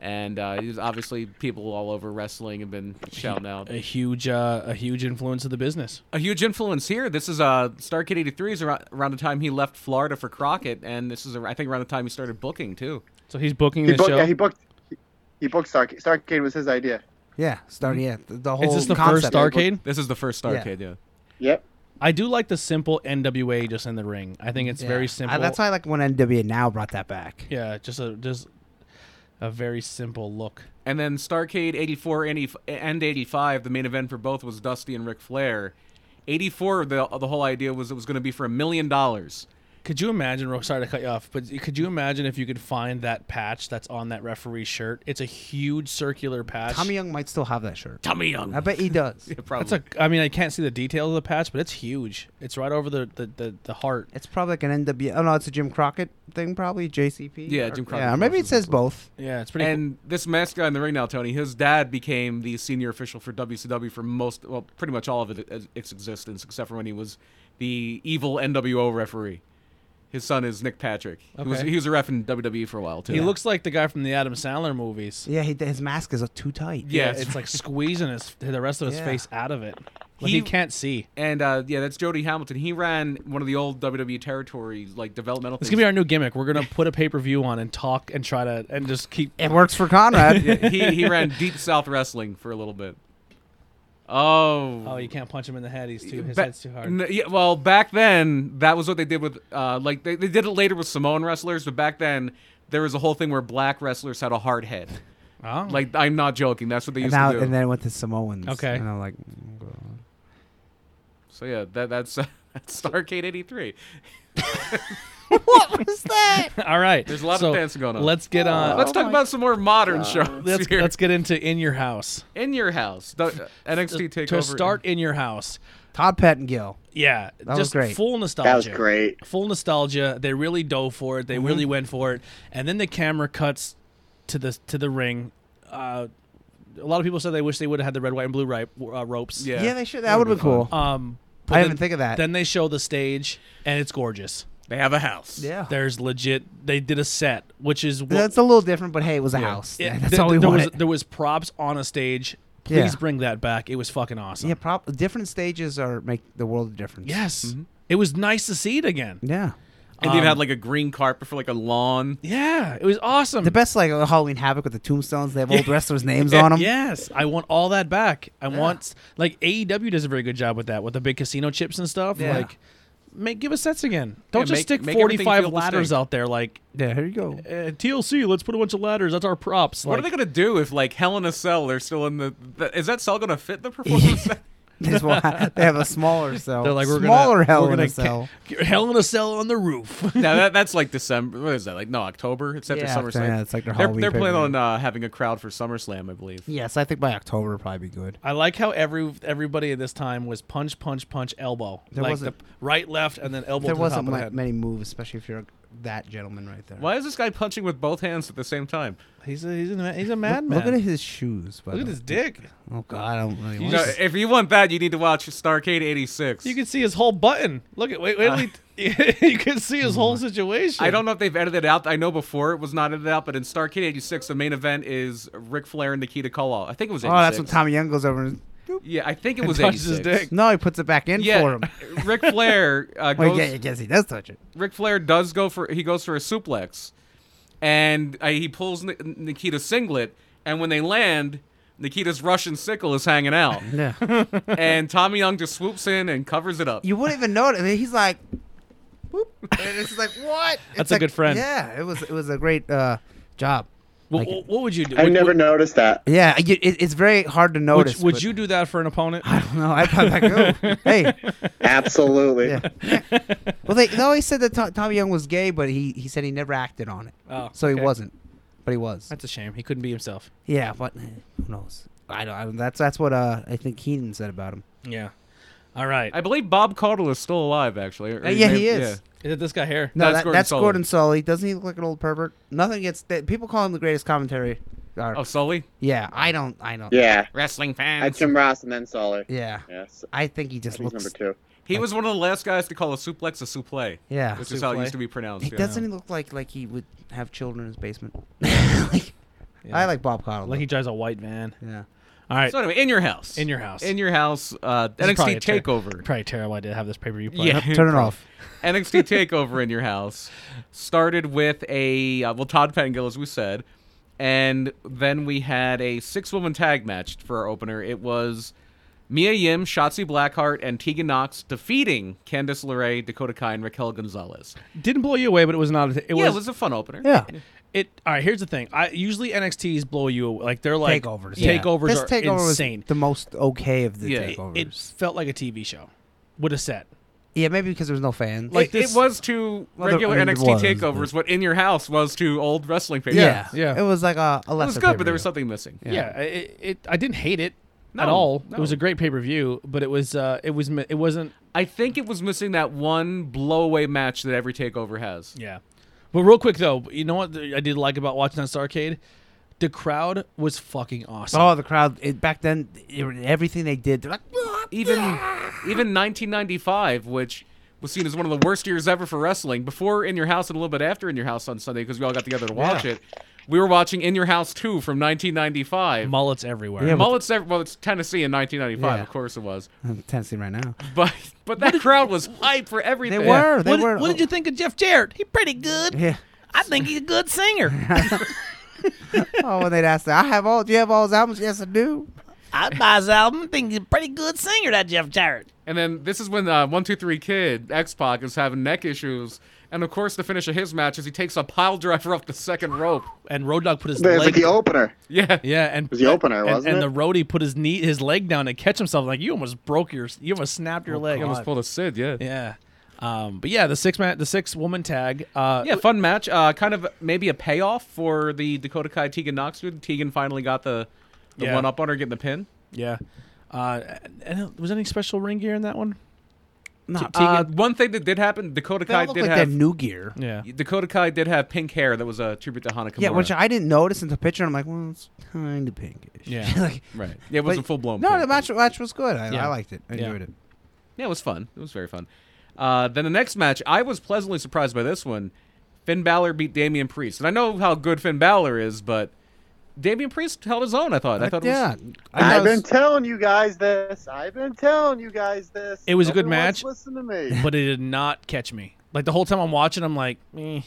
and uh, he's obviously people all over wrestling have been shouting out.
A huge, uh, a huge influence of the business.
a huge influence here. This is uh, Starkid '83 is around, around the time he left Florida for Crockett, and this is ar- I think around the time he started booking too.
So he's booking
He
the
booked.
show.
Yeah, he booked. He, he booked Starcade. Starcade was his idea.
yeah, start yeah. The, the whole
is this the
concept.
first arcade?
This is the first
Yeah.
Starkid, yeah.
Yep.
I do like the simple NWA just in the ring. I think it's
Yeah.
very
I-
simple.
that's why I like when NWA now brought that back.
Yeah, just a just a very simple look.
And then Starcade '84 and, 80 and '85, the main event for both was Dusty and Ric Flair. '84, the the whole idea was it was going to be for a million dollars.
Could you imagine? Ro- Sorry to cut you off, but could you imagine if you could find that patch that's on that referee shirt? It's a huge circular patch.
Tommy Young might still have that shirt.
Tommy Young.
I bet he does.
That's a. I mean, I can't see the detail of the patch, but it's huge. It's right over the the, the, the heart.
It's probably like an NWA. Oh no, it's a Jim Crockett thing, probably JCP.
Yeah,
or-
Jim Crockett
Yeah, or maybe
promotions
it says
and
both.
Yeah, it's pretty.
and this masked guy in the ring now, Tony, his dad became the senior official for WCW for most, well, pretty much all of it, as- its existence, except for when he was the evil NWO referee. His son is Nick Patrick. He, was,
Okay.
he was a ref in WWE for a while, too.
cool. He looks like the guy from the Adam Sandler movies.
Yeah, he, his mask is uh, too tight.
Yeah,
it's,
it's-
like squeezing his the rest of his
Yeah.
face out of it. Like he,
He-
can't see.
And uh, yeah, that's Jody Hamilton. He ran one of the old WWE territories, like developmental
It's
things.
gonna be our new gimmick. We're gonna put a pay per view on and talk and try to and just keep.
It works for Conrad.
Yeah, he, he ran Deep South Wrestling for a little bit. Oh.
Oh, you can't punch him in the head. He's too. His
Ba-
head's too hard.
N- yeah, well, back then, that was what they did with, uh, like, they, they did it later with Samoan wrestlers, but back then, there was a whole thing where black wrestlers had a hard head.
Oh.
Like, I'm not joking. That's what they
and
used
now
to do.
and then it went to Samoans.
Okay.
And I'm like, mm, go on.
so, yeah, that, that's, that's Starcade 83.
what was that?
All right.
There's a lot of
so
dancing going on.
Let's get on.
Let's
Oh
talk
my
about some more modern shows
let's,
here.
let's get into in your house.
In Your House, the, uh, NXT TakeOver.
to start in your house.
Todd Pettengill.
Yeah,
That was
just
great.
full nostalgia.
That was great.
Full nostalgia. They really dove for it. They
Mm-hmm.
really went for it. And then the camera cuts to the to the ring. Uh, a lot of people said they wish they would have had the red, white, and blue ripe, uh, ropes.
Yeah.
Yeah, they should. That would have been cool.
Um, but
I
then-
didn't think of that.
Then they show the stage, and it's gorgeous.
They have a house.
yeah.
There's legit. They did a set, which is what,
That's a little different, but hey, it was a house.
it-
That's
th-
all we
there
wanted.
Was, there was props on a stage. Please
Yeah.
bring that back. It was fucking awesome.
yeah, prop, different stages are make the world a difference.
Yes. It was nice to see it again.
Mm-hmm. Yeah.
Hmm.
And they've had, like, a green carpet for, like, a lawn.
Yeah, it was awesome.
The best like Halloween Havoc with the tombstones. They have old wrestlers' names on them.
Yes, I want all that back. I want like AEW does a very good job with that with the big casino chips and stuff.
Yeah.
Like, make give us sets again. Don't
Yeah,
just
make-
stick
make everything
forty-five
feel the
ladders
same.
out there. Like
Yeah, here you go.
uh, TLC, let's put a bunch of ladders. That's our props.
What are
Like,
they going to do if, like, Hell in a Cell, they're still in the. the is that cell going to fit the performance?
That's why they have a smaller cell.
They're like we're
smaller
gonna,
hell
we're
in
gonna
a cell.
ca- Hell in a cell on the roof.
now that, that's like December. What is that? Like no October. It's after
Yeah,
SummerSlam.
yeah, it's like their
they're
Halloween
they're planning on
pay-per-view.
uh, having a crowd for SummerSlam, I believe.
yes, I think by October it'll probably be good.
I like how every everybody at this time was punch, punch, punch, elbow.
There
like
wasn't-
the right, left, and then elbow
There
to the top of
wasn't
the
ma-
head.
many moves, especially if you're that gentleman right there.
Why is this guy punching with both hands at the same time?
He's a he's a, he's a
Look,
madman.
look at his shoes. By
Look at
the
his
way.
dick.
Oh God, I don't really.
You
want
No,
just-
if you want that, you need to watch Starcade '86.
You can see his whole button. Look at wait wait. wait you can see his whole situation.
Uh, Hmm. I don't know if they've edited it out. I know before it was not edited out, but in Starcade '86, the main event is Ric Flair and Nikita Koloff. I think it was.
oh,
86.
that's when Tommy Young goes over. and
Yeah, I think it
And
was
touches
86.
his dick.
No, he puts it back in for
Yeah,
him.
Ric Flair uh, goes.
Wait, yeah, I guess he does touch it.
Ric Flair does go for he goes for a suplex, and uh, he pulls Ni- Nikita's singlet. And when they land, Nikita's Russian sickle is hanging out,
Yeah.
and Tommy Young just swoops in and covers it up.
you wouldn't even notice. I mean, he's like, boop. And it's like, what?
That's
It's
a
like-
good friend.
Yeah, it was it was a great uh, job.
Well,
Like-
wh- what would you do?
I
would,
never
would,
noticed that.
Yeah, you, it, it's very hard to
Would,
notice.
would
but-
you do that for an opponent?
I don't know. I'd probably be like, oh, hey.
Absolutely.
Yeah. Well, they, they always said that Tom, Tommy Young was gay, but he, he said he never acted on it.
Oh,
so he
okay.
wasn't, but he was.
That's a shame. He couldn't be himself.
yeah, but eh, who knows? I don't. I don't that's that's what uh, I think Keenan said about him.
Yeah. All right.
I believe Bob Caudle is still alive, actually. or- or
Uh, yeah,
may-
he is.
Is it this guy here?
No,
That's
that-
Gordon
that's
Sully.
Gordon Sully. Doesn't he look like an old pervert? Nothing against that. People call him the greatest commentary. or-
Oh, Sully.
yeah, I don't. I don't.
Yeah.
Wrestling
I
fans.
Jim Ross and then Sully.
Yeah.
Yes.
I think he just
He's
looks.
number two.
He was one of the last guys to call a suplex a souple.
Yeah.
Which is how it
Souple.
used to be pronounced.
He
yeah.
doesn't he look like like he would have children in his basement? like,
Yeah.
I like Bob Cottle.
Like he drives a white van.
yeah.
All right.
So anyway, in your house.
In your house.
In your house. Uh,
This is probably
NXT
a ter-
Takeover.
Probably terrible idea to have this pay per view.
Yeah.
Turn it off.
NXT Takeover in your house started with a uh, well Todd Pengill as we said, and then we had a six woman tag match for our opener. It was Mia Yim, Shotzi Blackheart, and Tegan Knox defeating Candice LeRae, Dakota Kai, and Raquel Gonzalez.
Didn't blow you away, but it was not. It
yeah,
was.
it was a fun opener.
Yeah.
It all right. Here's the thing. I usually NXTs blow you away. like they're like
Takeovers. Yeah.
Takeovers
This
are
takeover
insane.
was the most okay of the
Yeah, it-
It-
takeovers.
it felt like a TV show with a set.
yeah, maybe because there was no fans.
Like
It- it
it was to
Well, there-
regular
I mean, it
NXT
was, but-
takeovers what in your house was to old wrestling pay.
yeah,
yeah.
It was like a, a
it
lesser.
was good, but there was
pay-per-view.
something missing.
Yeah.
Yeah, it, it. I didn't hate it at
No,
all. It
no.
was a great pay per view, but it was. Uh, it was. mi- It wasn't.
I think it was missing that one blowaway match that every takeover has.
Yeah. But real quick though, you know what th- I did like about watching on Starcade? The crowd was fucking awesome.
Oh, the crowd it, back then, it, everything they did, they're like, "Ah!"
even even 1995, which was seen as one of the worst years ever for wrestling. Before In Your House and a little bit after In Your House on Sunday because we all got together to watch it. We were watching In Your House 2 from 1995.
Mullets everywhere.
Yeah, but-
Mullets, ev- well, it's Tennessee in 1995,
Yeah.
of course it was.
I'm tensing right now.
But but that crowd was hype for everything.
They were, they
what,
were. Oh,
what did you think of Jeff Jarrett? He pretty good.
Yeah.
I think he's a good singer.
oh, when they'd ask, that, I have all. Do you have all his albums? Yes, I do.
I buy his album. I think he's a pretty good singer. That Jeff Jarrett.
And then this is when uh, 123 Kid, X Pac, is having neck issues. And of course, the finish of his match is he takes a pile driver up the second rope.
And Road Dog put his
But It was
leg.
like the opener.
Yeah.
yeah, and it
was the opener,
and,
wasn't
and
it?
the roadie put his knee, his leg down to catch himself. Like you almost broke your, you almost snapped your leg.
He almost pulled a Sid, yeah.
Yeah, um, but yeah, the six man, the six woman tag. Uh,
Yeah, fun match. Uh, kind of maybe a payoff for the Dakota Kai Tegan Knox dude. Tegan finally got the, the
Yeah.
one up on her, getting the pin.
yeah. Uh, and was there any special ring gear in that one?
Not
Uh, one thing that did happen, Dakota
they all
Kai
look
did
like that
have
new gear.
Yeah,
Dakota Kai did have pink hair that was a tribute to Hana Kimura.
Yeah, which I didn't notice in the picture. and I'm like, well, it's kind of pinkish.
Yeah.
like,
right. Yeah, it wasn't
but-
full blown.
No, the match, match was good. I,
Yeah.
I liked it. I
Yeah.
enjoyed it.
Yeah, it was fun. It was very fun. Uh, then the next match, I was pleasantly surprised by this one. Finn Balor beat Damian Priest, and I know how good Finn Balor is, but Damian Priest held his own. I thought. I thought.
yeah,
It was,
I thought
I've
it was-
been telling you guys this. I've been telling you guys this.
It was a good
Everyone's
match.
Listen to me.
but it did not catch me. Like the whole time I'm watching, I'm like, eh.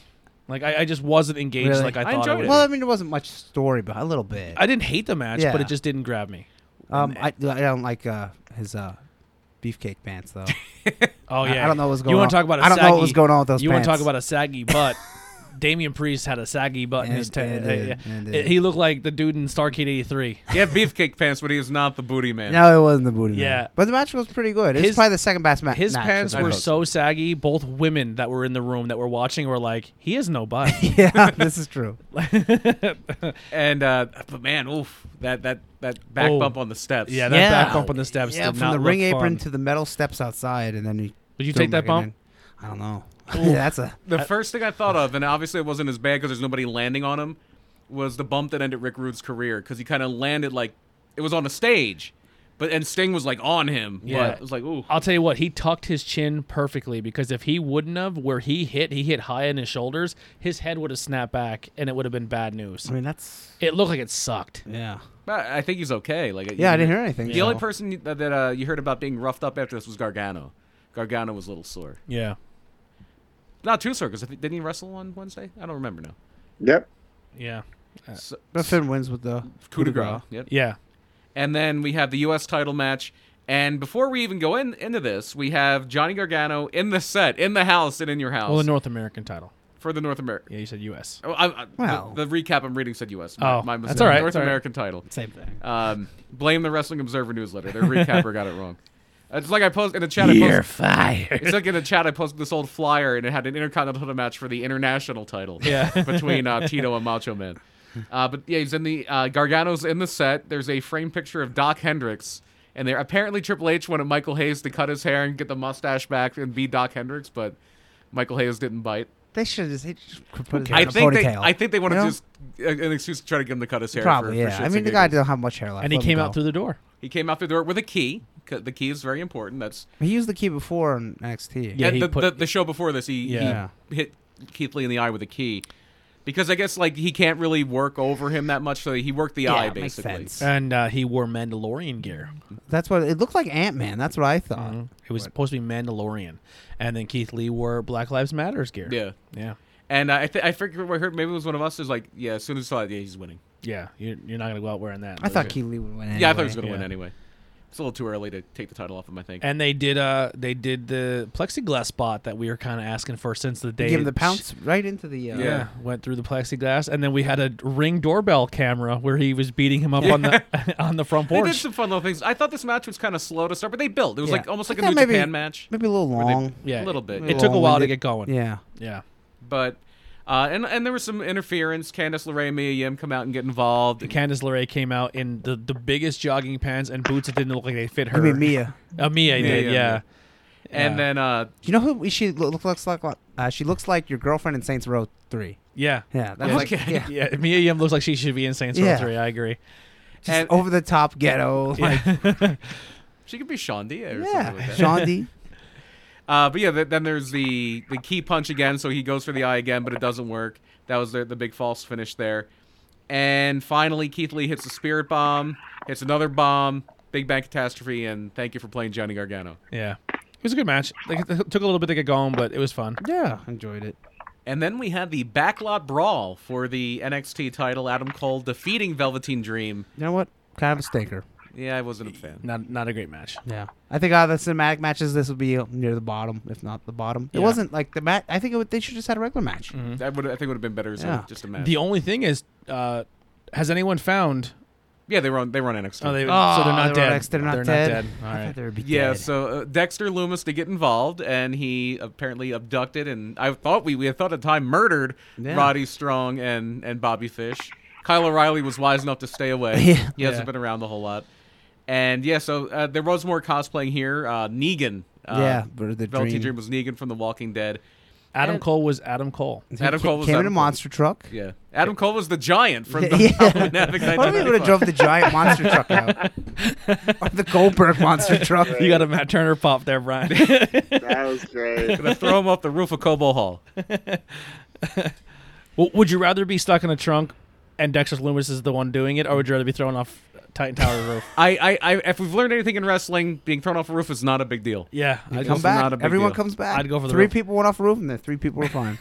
like I, I just wasn't engaged.
Really?
Like I,
I
thought. I,
enjoyed
would.
it.
Well, I mean, there wasn't much story, but a little bit.
I didn't hate the match, but
Yeah.
it just didn't grab me.
Um, I, I don't like uh, his uh, beefcake pants though.
Oh
I-
yeah,
I don't know what was going
You
on.
want to talk about? A
I don't know
saggy,
what was going on with those
You want to talk
pants.
about a saggy butt? Damian Priest had a saggy butt in
And-
his. ta-
and
uh,
did,
yeah.
and did.
It- he looked like the dude in Starcade '83.
yeah, beefcake pants, but he is not the booty man.
no, it wasn't the booty. man.
Yeah.
but the match was pretty good. It
His-
was probably the second best ma- match.
His
of
pants
the
were
night.
so saggy. Both women that were in the room that were watching were like, "He has no butt."
yeah, this is true.
And uh, but man, oof, that that that back
Oh.
bump on the steps.
Yeah, that back bump on the steps.
Yeah,
did
from
not
the
look
ring apron
fun.
to the metal steps outside, and then you.
Did you
threw
take
him
that
back
bump?
in. I don't know. yeah, that's a.
The first thing I thought of, and obviously it wasn't as bad because there's nobody landing on him, was the bump that ended Rick Rude's career because he kind of landed like it was on a stage, but and Sting was like on him.
Yeah.
but it was like ooh.
I'll tell you what, he tucked his chin perfectly because if he wouldn't have, where he hit, he hit high on his shoulders, his head would have snapped back and it would have been bad news.
I mean, that's.
It looked like it sucked.
Yeah.
But I think he's okay. Like
Yeah, I didn't hear anything.
The
so-
only person you- that, that uh, you heard about being roughed up after this was Gargano. Gargano was a little sore.
Yeah.
Not too sore because didn't he wrestle on Wednesday? I don't remember now.
Yep.
Yeah.
So,
But Finn wins with the
coup de grace. Yep.
Yeah.
And then we have the U.S. title match. And before we even go in into this, we have Johnny Gargano in the set, in the house, and in your house
Well, the North American title.
for the North America.
Yeah, you said U.S.
Oh, I, I, the-
Well.
the, recap I'm reading said U.S. My,
Oh,
my
that's
mistake.
all right,
North
that's all right.
American title.
Same thing.
Um, blame the Wrestling Observer newsletter. Their recapper got it wrong. It's like I post in the chat. I post,
fired.
it's like in the chat I posted this old flyer and it had an intercontinental match for the international title.
Yeah.
between uh, Tito and Macho Man. Uh, but yeah, he's in the uh, Gargano's in the set. There's a framed picture of Doc Hendricks, and there apparently Triple H wanted Michael Hayes to cut his hair and get the mustache back and be Doc Hendricks, but Michael Hayes didn't bite.
They should just, he just could put it
I
in a
think they,
ponytail.
I think they wanted
You know?
just a- an excuse to try to get him to cut his hair. for-
Probably,
for
yeah.
shits
I mean,
and
the guy
giggles.
doesn't have much hair left.
And he
Let him
came
go.
out through the door.
He came out through the door with a key. 'cause The key is very important. That's
He used the key before on NXT.
Yeah,
and
he
the,
put-
the, the show before this, he, he
Yeah.
hit Keith Lee in the eye with a key, because I guess like he can't really work over him that much, so he worked the eye
it makes
basically.
sense.
And uh, he wore Mandalorian gear.
That's what it looked like. Ant Man. That's what I thought.
Mm-hmm.
It was supposed to be Mandalorian. And then Keith Lee wore Black Lives Matters gear.
Yeah,
Yeah.
and uh, I th- I figure I heard maybe it was one of us is like yeah, as soon as I saw it, yeah, he's winning.
Yeah. You're, you're not going to go out wearing that.
I thought Keith Lee would win. Anyway.
Yeah, I thought he was gonna win
Yeah.
anyway. It's a little too early to take the title off him, I think.
And they did uh they did the plexiglass spot that we were kind of asking for since the day
Give him the pounce right into the. Uh,
Yeah. went through the plexiglass, and then we had a ring doorbell camera where he was beating him up on the on the front
They did
porch.
some fun little things. I thought this match was kind of slow to start, but they built. It was
Yeah.
like almost
I
like a
thought
New
maybe-
Japan match,
Maybe a little
they-
long.
Yeah,
a little bit.
It took a while to
Long-winded.
get going.
Yeah.
yeah.
but uh, and and there was some interference. Candice LeRae and Mia Yim come out and get involved.
Candice LeRae came out in the, the biggest jogging pants and boots that didn't look like they fit her.
I mean, Mia.
Uh, Mia did, yeah.
yeah, yeah. and
Yeah.
then uh,
You know who she lo- look- looks like? Uh, she looks like your girlfriend in Saints Row Three.
Yeah.
Yeah, that's like
Okay.
yeah,
Yeah, Mia Yim looks like she should be in Saints Row
Yeah.
3. I agree.
just
And-
over the top ghetto. Like,
she could be Shandi or
yeah,
something like that.
Shondi.
Uh, but yeah, th- then there's the the key punch again, so he goes for the eye again, but it doesn't work. That was the, the big false finish there. And finally, Keith Lee hits the spirit bomb, hits another bomb, big bang catastrophe, and thank you for playing Johnny Gargano.
Yeah. It was a good match. Like, it took a little bit to get going, but it was fun.
yeah, enjoyed it.
And then we had the backlot brawl for the NXT title. Adam Cole defeating Velveteen Dream.
You know what? Kind of a stinker.
Yeah, I wasn't a fan.
Not not a great match.
Yeah, I think out of the cinematic matches, this would be uh, near the bottom, if not the bottom. It
Yeah.
wasn't like the match. I think it would, they should just had a regular match.
That would I think would have been better as a-
Yeah.
just a match.
Mm-hmm. The only thing is, uh, has anyone found?
yeah, they were on they were on NXT.
Oh, they,
Oh,
so they're
they
not
were
dead.
next- they're not dead.
All
I
right.
thought they would be
Yeah,
dead.
so uh, Dexter Loomis to get involved, and he apparently abducted and I thought we we had thought at the time murdered
Yeah.
Roddy Strong and and Bobby Fish. Kyle O'Reilly was wise enough to stay away.
Yeah.
He hasn't
Yeah.
been around the whole lot. And yeah, so uh, there was more cosplaying here. Uh, Negan, uh,
yeah, but the
Velveteen
dream.
Dream was Negan from The Walking Dead.
Adam Cole was Adam Cole.
He
Adam
ca-
Cole was
came in a
Adam Cole.
monster truck.
Yeah, Adam Cole was the giant from the
Yeah.
Problematic
What if we would
1995.
have drove the giant monster truck out? or the Goldberg monster truck?
You got a Matt Turner pop there, Brian.
That was great.
Gonna throw him off the roof of Cobo Hall.
W- would you rather be stuck in a trunk and Dexter Loomis is the one doing it, or would you rather be thrown off Titan Tower roof?
I, I, I, if we've learned anything in wrestling, being thrown off a roof is not a big deal.
Yeah, I'd
Come
Also
back.
not a big
Everyone
deal.
comes back.
I'd go for the
three
roof.
people went off a roof, and the three people were fine.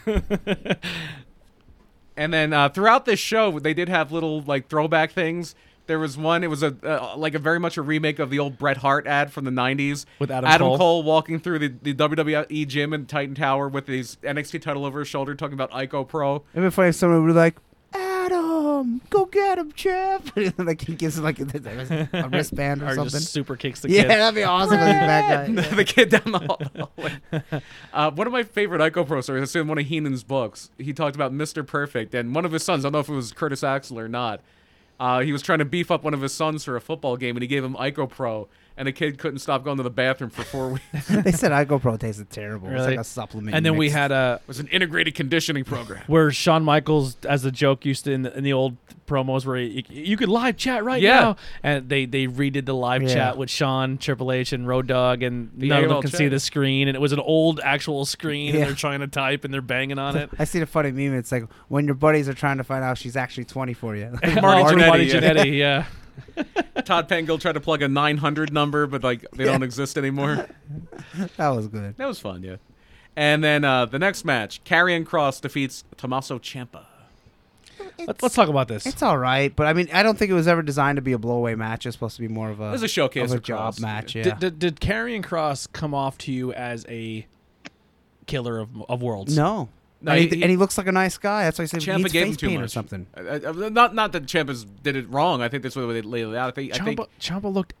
And then uh, throughout this show, they did have little like throwback things. There was one; it was a uh, like a very much a remake of the old Bret Hart ad from the '90s
With Adam
Cole.
Cole.
walking through the, the WWE gym in Titan Tower with his NXT title over his shoulder, talking about Ico Pro.
It'd be funny if someone were like, Adam, go get him, Jeff. like he gives him like a, a wristband or,
or
something.
just super kicks the
yeah,
kid.
that'd be awesome. if he's that guy.
the kid down the hall. hallway. uh, one of my favorite Ico Pro stories is in one of Heenan's books. He talked about Mr. Perfect and one of his sons. I don't know if it was Curtis Axel or not. Uh, he was trying to beef up one of his sons for a football game, and he gave him Ico Pro, and the kid couldn't stop going to the bathroom for four weeks. it
they said Ico Pro tasted terrible. It's
Really?
like a supplement.
And
you
then we
mix.
had uh, a
was an integrated conditioning program.
where Shawn Michaels, as a joke, used to in the, in the old promos where he, you could live chat right
Yeah.
now, and they they redid the live
Yeah.
chat with Shawn, Triple H, and Road Dogg, and none of
AOL
them can see
chat.
the screen, and it was an old actual screen,
Yeah.
and they're trying to type and they're banging on it.
I see the funny meme. It's like when your buddies are trying to find out she's actually 20 for you. Like,
Marty
Oh,
Jannetty,
Marty
yeah.
Jannetty, yeah.
Todd Pangle tried to plug a 900 number, but like they don't exist anymore.
that was good.
That was fun, yeah. And then uh, the next match, Karrion Cross defeats Tommaso Ciampa.
Let's, let's talk about this.
It's all right, but I mean, I don't think it was ever designed to be a blowaway match. It's supposed to be more of a
It was a showcase
of a
of
job
Cross.
match. Yeah,
Did, did, did Karrion Cross come off to you as a killer of, of worlds?
no.
No,
and, he,
he- he-
and he looks like a nice guy. That's why I say he
Champa
needs
gave him
face
too
paint
much.
or something.
I, I- not not that Champa's did it wrong. I think that's the way they laid it out. I think I think
Champa, Champa looked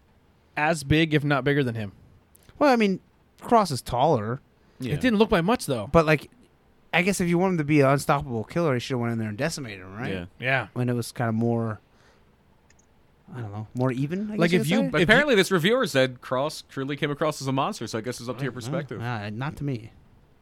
as big, if not bigger, than him.
Well, I mean, Cross is taller,
yeah.
It didn't look by much though.
but like, I guess if you want him to be an unstoppable killer, he should have went in there and decimated him, right?
Yeah.
Yeah.
When it was kind of more, I don't know, more even. I
Like,
guess
if
could
you
say?
But
If
apparently, this reviewer said Cross truly came across as a monster. So I guess it's up to your perspective.
Uh, not to me.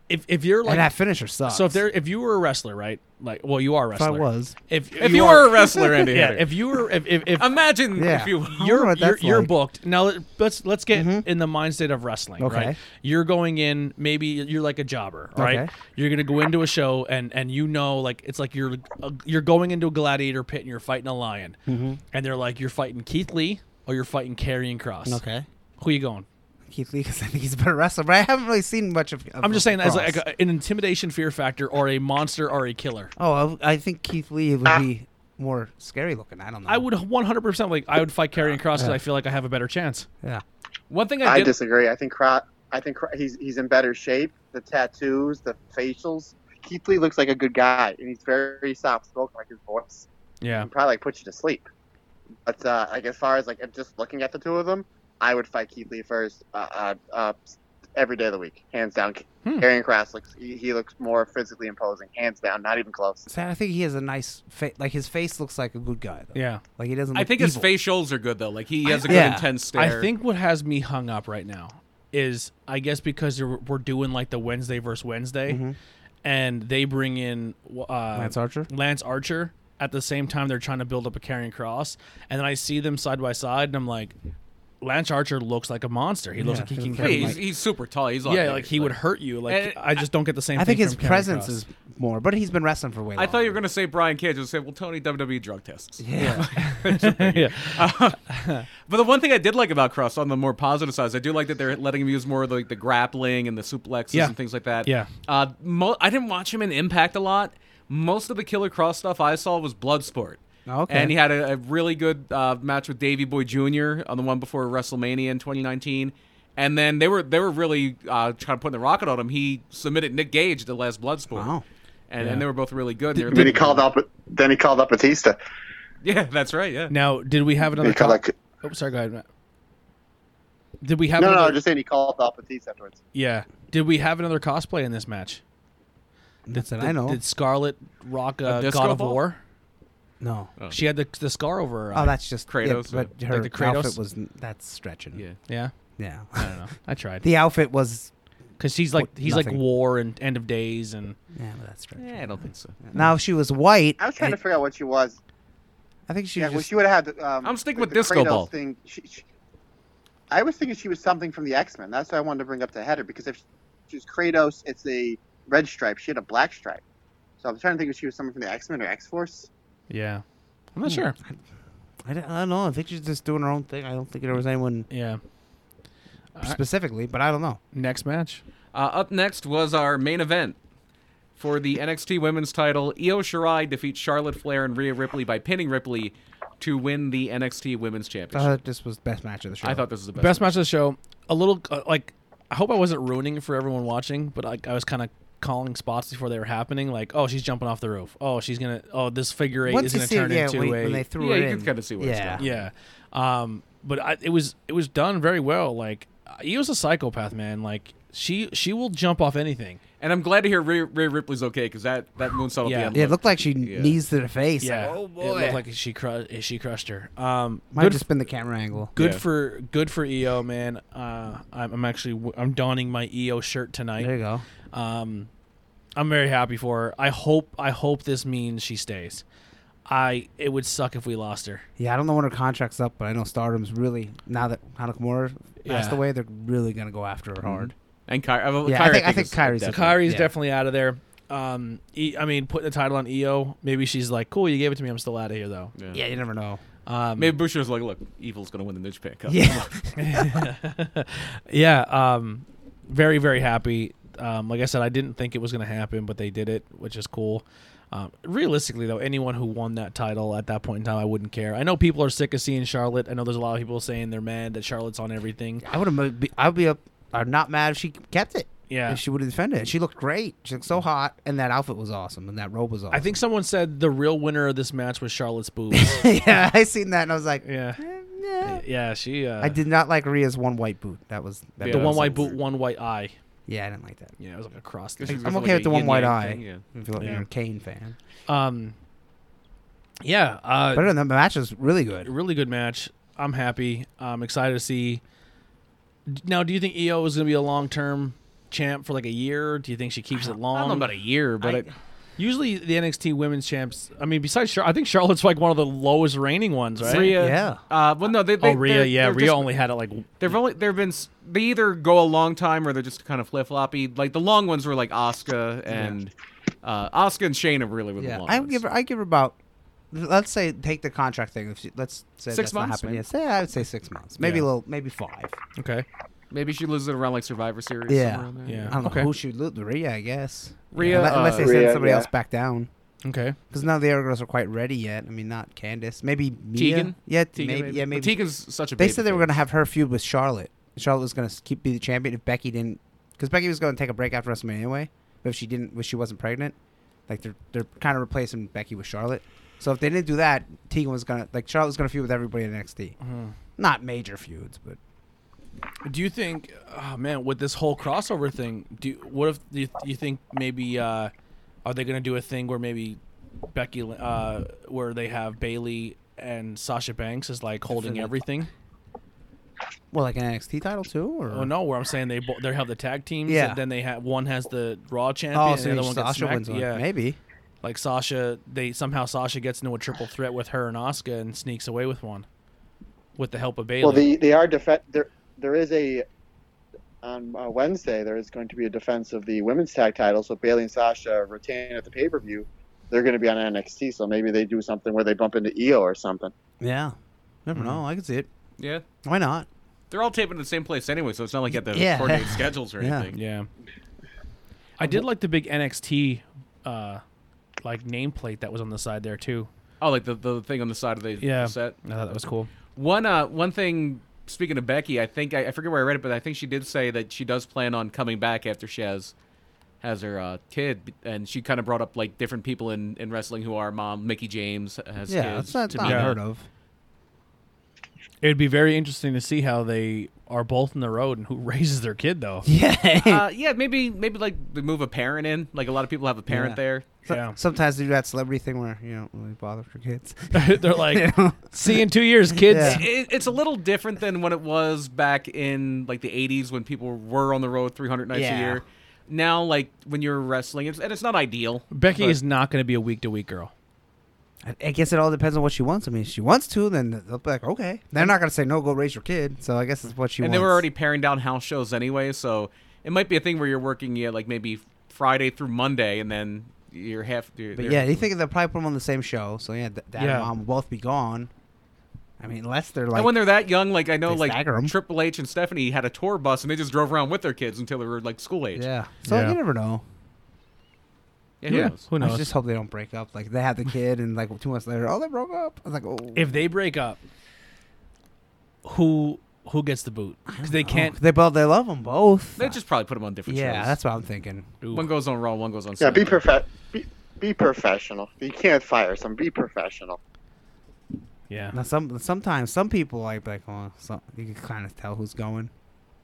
If if you're like
and that finisher sucks.
so if there if you were a wrestler, right? Like well, you are a
if I
wrestler.
was,
If,
If you, were a wrestler, Andy,
yeah.
Hatter,
If you were if if, if
imagine
Yeah.
if you
I wonder
you're
what
you're,
that's
you're
like.
booked now. let- Let's let's get
Mhm.
in the mindset of wrestling. Right,
Okay.
you're going in. Maybe you're like a jobber. Right,
Okay.
you're gonna go into a show and and you know like it's like you're uh, you're going into a gladiator pit and you're fighting a lion,
Mm-hmm.
and they're like you're fighting Keith Lee or you're fighting Karrion Cross.
okay,
who you going?
Keith Lee because I think he's a better wrestler, but I haven't really seen much of. of
I'm just saying as
Cross.
like a, an intimidation fear factor or a monster or a killer.
Oh, I I think Keith Lee would be more scary looking. I don't know.
I would 100% like I would fight Karrion Cross because
Yeah.
I feel like I have a better chance.
Yeah.
one thing I
I
did
disagree. I think Cro- I think Cro- he's he's in better shape. The tattoos, the facials. Keith Lee looks like a good guy, and he's very soft spoken, like his voice.
Yeah.
can probably like put you to sleep. But uh, like as far as like just looking at the two of them, I would fight Keith Lee first uh, uh, uh, every day of the week, hands down.
Hmm.
Karrion Cross looks he, he looks more physically imposing, hands down, not even close.
Sad. I think he has a nice face. Like his face looks like a good guy. Though.
Yeah.
Like he doesn't.
I
look
think his
evil.
facials are good though. Like he has a good
Yeah.
intense stare.
I think what has me hung up right now is I guess because you're, we're doing like the Wednesday versus Wednesday, and they bring in uh,
Mm-hmm. Lance Archer?
Lance Archer at the same time they're trying to build up a carrying cross, and then I see them side by side, and I'm like, Lance Archer looks like a monster. He looks
Yeah,
like he
he
can
looks
kill.
Hey,
like a
you.
he's, he's super tall. He's like,
yeah, like he would hurt you. Like
And
I just don't get the same.
I think
thing
his
from Karrion
presence
Kross.
is more, but he's been wrestling for way.
I thought you were
longer.
gonna say Brian Cage and say, "Well, Tony WWE drug tests."
Yeah.
yeah.
But the one thing I did like about Cross on the more positive side is I do like that they're letting him use more of the, the grappling and the suplexes
Yeah.
and things like that.
Yeah.
Uh, mo- I didn't watch him in Impact a lot. Most of the Killer Cross stuff I saw was Bloodsport.
Oh, okay.
And he had a, a really good uh, match with Davey Boy Jr. on the one before WrestleMania in 2019. And then they were they were really uh, trying to put the rocket on him. He submitted Nick Gage to the last Bloodsport.
Wow.
And,
Yeah.
and they were both really good. and they were
Then he
really-
called out. Then he called out Batista.
Yeah, that's right. Yeah.
Now, did we have another?
He called
co-
out,
oh, sorry, go ahead. Matt. Did we have
no, no,
another-
I'm just saying he called out Batista afterwards.
Yeah. Did we have another cosplay in this match?
That's it.
Did-
I know.
Did Scarlet rock
A
uh,
disco
God of
ball?
War?
no.
Oh.
She had the, the scar over her.
Oh,
eye.
that's just
Kratos,
Yeah, but
uh,
her
like the Kratos?
outfit was that's stretching.
Yeah.
yeah.
Yeah.
I don't know. I tried
the outfit was.
because he's like he's like
Nothing.
war and end of days and
Yeah, but that's stretching.
Yeah, I don't think so.
Now if she was white.
I was trying
I,
to figure out what she was.
I think she
Yeah,
was.
well,
just-
she would have had. the, Um,
I'm sticking
the-
with
the
disco
Kratos
ball.
Thing. She, she, I was thinking she was something from the X Men. That's why I wanted to bring up the header because if she's Kratos, it's a red stripe. She had a black stripe. So I'm trying to think if she was someone from the X Men or X Force.
yeah. I'm not sure.
I, don't, I don't know. I think she's just doing her own thing. I don't think there was anyone
Yeah. right.
specifically, but I don't know.
Next match.
Uh, up next was our main event for the NXT Women's Title. Io Shirai defeats Charlotte Flair and Rhea Ripley by pinning Ripley to win the NXT Women's
I
Championship.
thought this was best match of the show.
I thought this was the best.
Best match of the show. A little uh, like I hope I wasn't ruining for everyone watching, but like I was kind of calling spots before they were happening. Like, oh, she's jumping off the roof. Oh, she's gonna. Oh, this figure eight
Once
is
you
gonna
see
turn
it, yeah,
into
when,
a.
when they threw
Yeah,
it
you
in,
can kinda see where it's
yeah.
going.
Yeah. Um, but I, it was it was done very well. Like Io's a psychopath, man. Like she she will jump off anything.
And I'm glad to hear Rhea, Rhea Ripley's okay because that, that moonsault
Yeah.
at the end.
Yeah, it looked like she knees to the face.
Yeah.
Like, oh boy.
It looked like she crushed she crushed her. Um,
Might
good
have just been the camera angle.
good
Yeah.
for good for EO, man. Uh, I'm, I'm actually w- I'm donning my EO shirt
There you
tonight.
go.
Um, I'm very happy for her. I hope I hope this means she stays. I it would suck if we lost her.
Yeah, I don't know when her contract's up, but I know Stardom's really now that Hanakamura passed
Yeah. Mm-hmm.
away, they're really gonna go after her hard.
And Ky- uh, well,
Yeah, I
Kyrie,
think- I think
is
Kyrie's
definitely-
okay.
Kyrie's
Yeah.
definitely out of there. Um, e, I mean, putting the title on EO, maybe she's like, "Cool, you gave it to me. I'm still out of here, though."
Yeah.
Yeah, you never know.
Um,
Maybe Boucher's like, look, Evil's going to win the New Japan Cup.
Yeah,
yeah. Um, very very happy. Um, like I said, I didn't think it was going to happen, but they did it, which is cool. Um, realistically, though, anyone who won that title at that point in time, I wouldn't care. I know people are sick of seeing Charlotte. I know there's a lot of people saying they're mad that Charlotte's on everything.
I would have. Be, I would be up. I'm not mad if she kept it.
Yeah.
If she would have defended it. She looked great. She looked so hot, and that outfit was awesome, and that robe was awesome.
I think someone said the real winner of this match was Charlotte's boobs.
yeah, I seen that, and I was like,
yeah,
eh, nah.
yeah, she. Uh,
I did not like Rhea's one white boot. That was that
the
was
one white boot,
weird.
one white eye.
Yeah, I didn't like that.
Yeah, it was like a cross.
Because
thing.
she's
I'm
like
okay
a
with the one white
yin-yang
eye.
thing, yeah.
If you're, like,
Yeah.
you're a Kane fan,
Um, yeah, uh,
but other than that, the match was really good.
really good match. I'm happy. I'm excited to see. Now, do you think EO is going to be a long term champ for like a year? Do you think she keeps it long?
I don't know about a year, but
I-
it-
Usually, the NXT women's champs. I mean, besides, Char- I think Charlotte's like one of the lowest reigning ones, right?
Rhea.
Yeah.
Uh, well, no, they. they
oh, Rhea,
they're-
yeah,
they're
Rhea
just-
only had it like.
They've only there have been s- they either go a long time or they're just kind of flip floppy. Like the long ones were like Oscar and uh, Oscar and Shane are really really
Yeah,
long.
I
ones.
give her. I give her about. Let's say take the contract thing. If she, let's say
Six
that's not
months,
happening.
maybe?
Yeah, say I would say six months, maybe
Yeah.
a little, maybe five.
Okay.
Maybe she loses it around like Survivor Series.
Yeah.
somewhere around there.
I
Yeah.
don't
Okay.
know who should loot Rhea. I guess
Rhea,
unless, unless they
uh,
send
Rhea,
somebody
yeah.
else back down.
Okay.
Because none of the other girls are quite ready yet. I mean, not Candace. Maybe Mia.
Tegan?
Yeah,
Tegan
maybe. Yeah, maybe.
But Tegan's such a.
they
baby
said they were
face.
going to have her feud with Charlotte. Charlotte was going to keep be the champion if Becky didn't, because Becky was going to take a break after WrestleMania anyway. But if she didn't, if she wasn't pregnant, like they're they're kind of replacing Becky with Charlotte. So if they didn't do that, Tegan was going to like Charlotte was going to feud with everybody in NXT.
Mm-hmm.
Not major feuds, but
Do you think, oh man, with this whole crossover thing, do what if do you, you think maybe uh, are they going to do a thing where maybe Becky, uh, where they have Bailey and Sasha Banks is like holding everything?
well, like an NXT title too, or
Oh no, where I'm saying they bo- they have the tag teams,
Yeah.
and then they have one has the Raw champion,
Oh,
and the
so
other
each
one gets
Sasha
smacked.
wins one.
Yeah,
Maybe.
like Sasha, they somehow Sasha gets into a triple threat with her and Asuka and sneaks away with one, with the help of Bailey.
Well, the, they are def- there. There is a on uh, Wednesday. There is going to be a defense of the women's tag title. So Bailey and Sasha retain at the pay per view. They're going to be on NXT. So maybe they do something where they bump into EO or something.
Yeah. Never
Mm-hmm.
know. I could see it.
Yeah.
Why not?
They're all taping in the same place anyway, so it's not like you have to
Yeah.
coordinate schedules or
Yeah.
anything.
Yeah. Uh, I did like the big NXT uh like nameplate that was on the side there too.
Oh, like the, the thing on the side of the
Yeah.
set.
I thought that was cool.
One uh one thing speaking of Becky, I think I, I forget where I read it, but I think she did say that she does plan on coming back after she has has her uh, kid, and she kind of brought up like different people in, in wrestling who are mom. Mickey James has
Yeah,
kids.
that's not, not
Tamina.
unheard of.
It'd be very interesting to see how they are both in the road and who raises their kid though.
Yeah.
Uh, yeah, maybe maybe like they move a parent in. Like a lot of people have a parent
Yeah.
there.
So-
Yeah.
Sometimes they do that celebrity thing where you don't really bother with your kids.
They're like,
You know?
see you in two years, kids.
Yeah.
It, it's a little different than when it was back in like the 80s when people were on the road 300 nights
Yeah.
a year. Now, like when you're wrestling, it's, and it's not ideal.
Becky
but-
is not gonna be a week to week girl.
I- I guess it all depends on what she wants. I mean, if she wants to, then they'll be like, okay. They're not gonna say no. Go raise your kid. So I guess it's what she
and
wants.
they were already paring down house shows anyway, so it might be a thing where you're working yeah, like maybe Friday through Monday, and then you're half. You're,
But
they're-
yeah, you think they'll probably put them on the same show. So yeah, th- dad
Yeah.
and mom will both be gone. I mean, unless they're like,
and when they're that young, like I know,
They
like
stagger 'em.
Triple H and Stephanie had a tour bus, and they just drove around with their kids until they were like school age.
yeah. So
Yeah.
you never know.
yeah, who knows?
Who
I
knows?
just hope they don't break up. Like they had the kid, and like two months later, oh, they broke up. I was like, oh,
if they break up, who who gets the boot? Because they can't.
Oh, they both they love them both.
They just probably put them on different shows.
yeah, that's what I'm thinking.
one goes on Raw, one goes on.
Yeah, be
SmackDown.
perfect. Be, be professional. You can't fire some. Be professional.
Yeah.
Now some sometimes some people like like oh some, you can kind of tell who's going.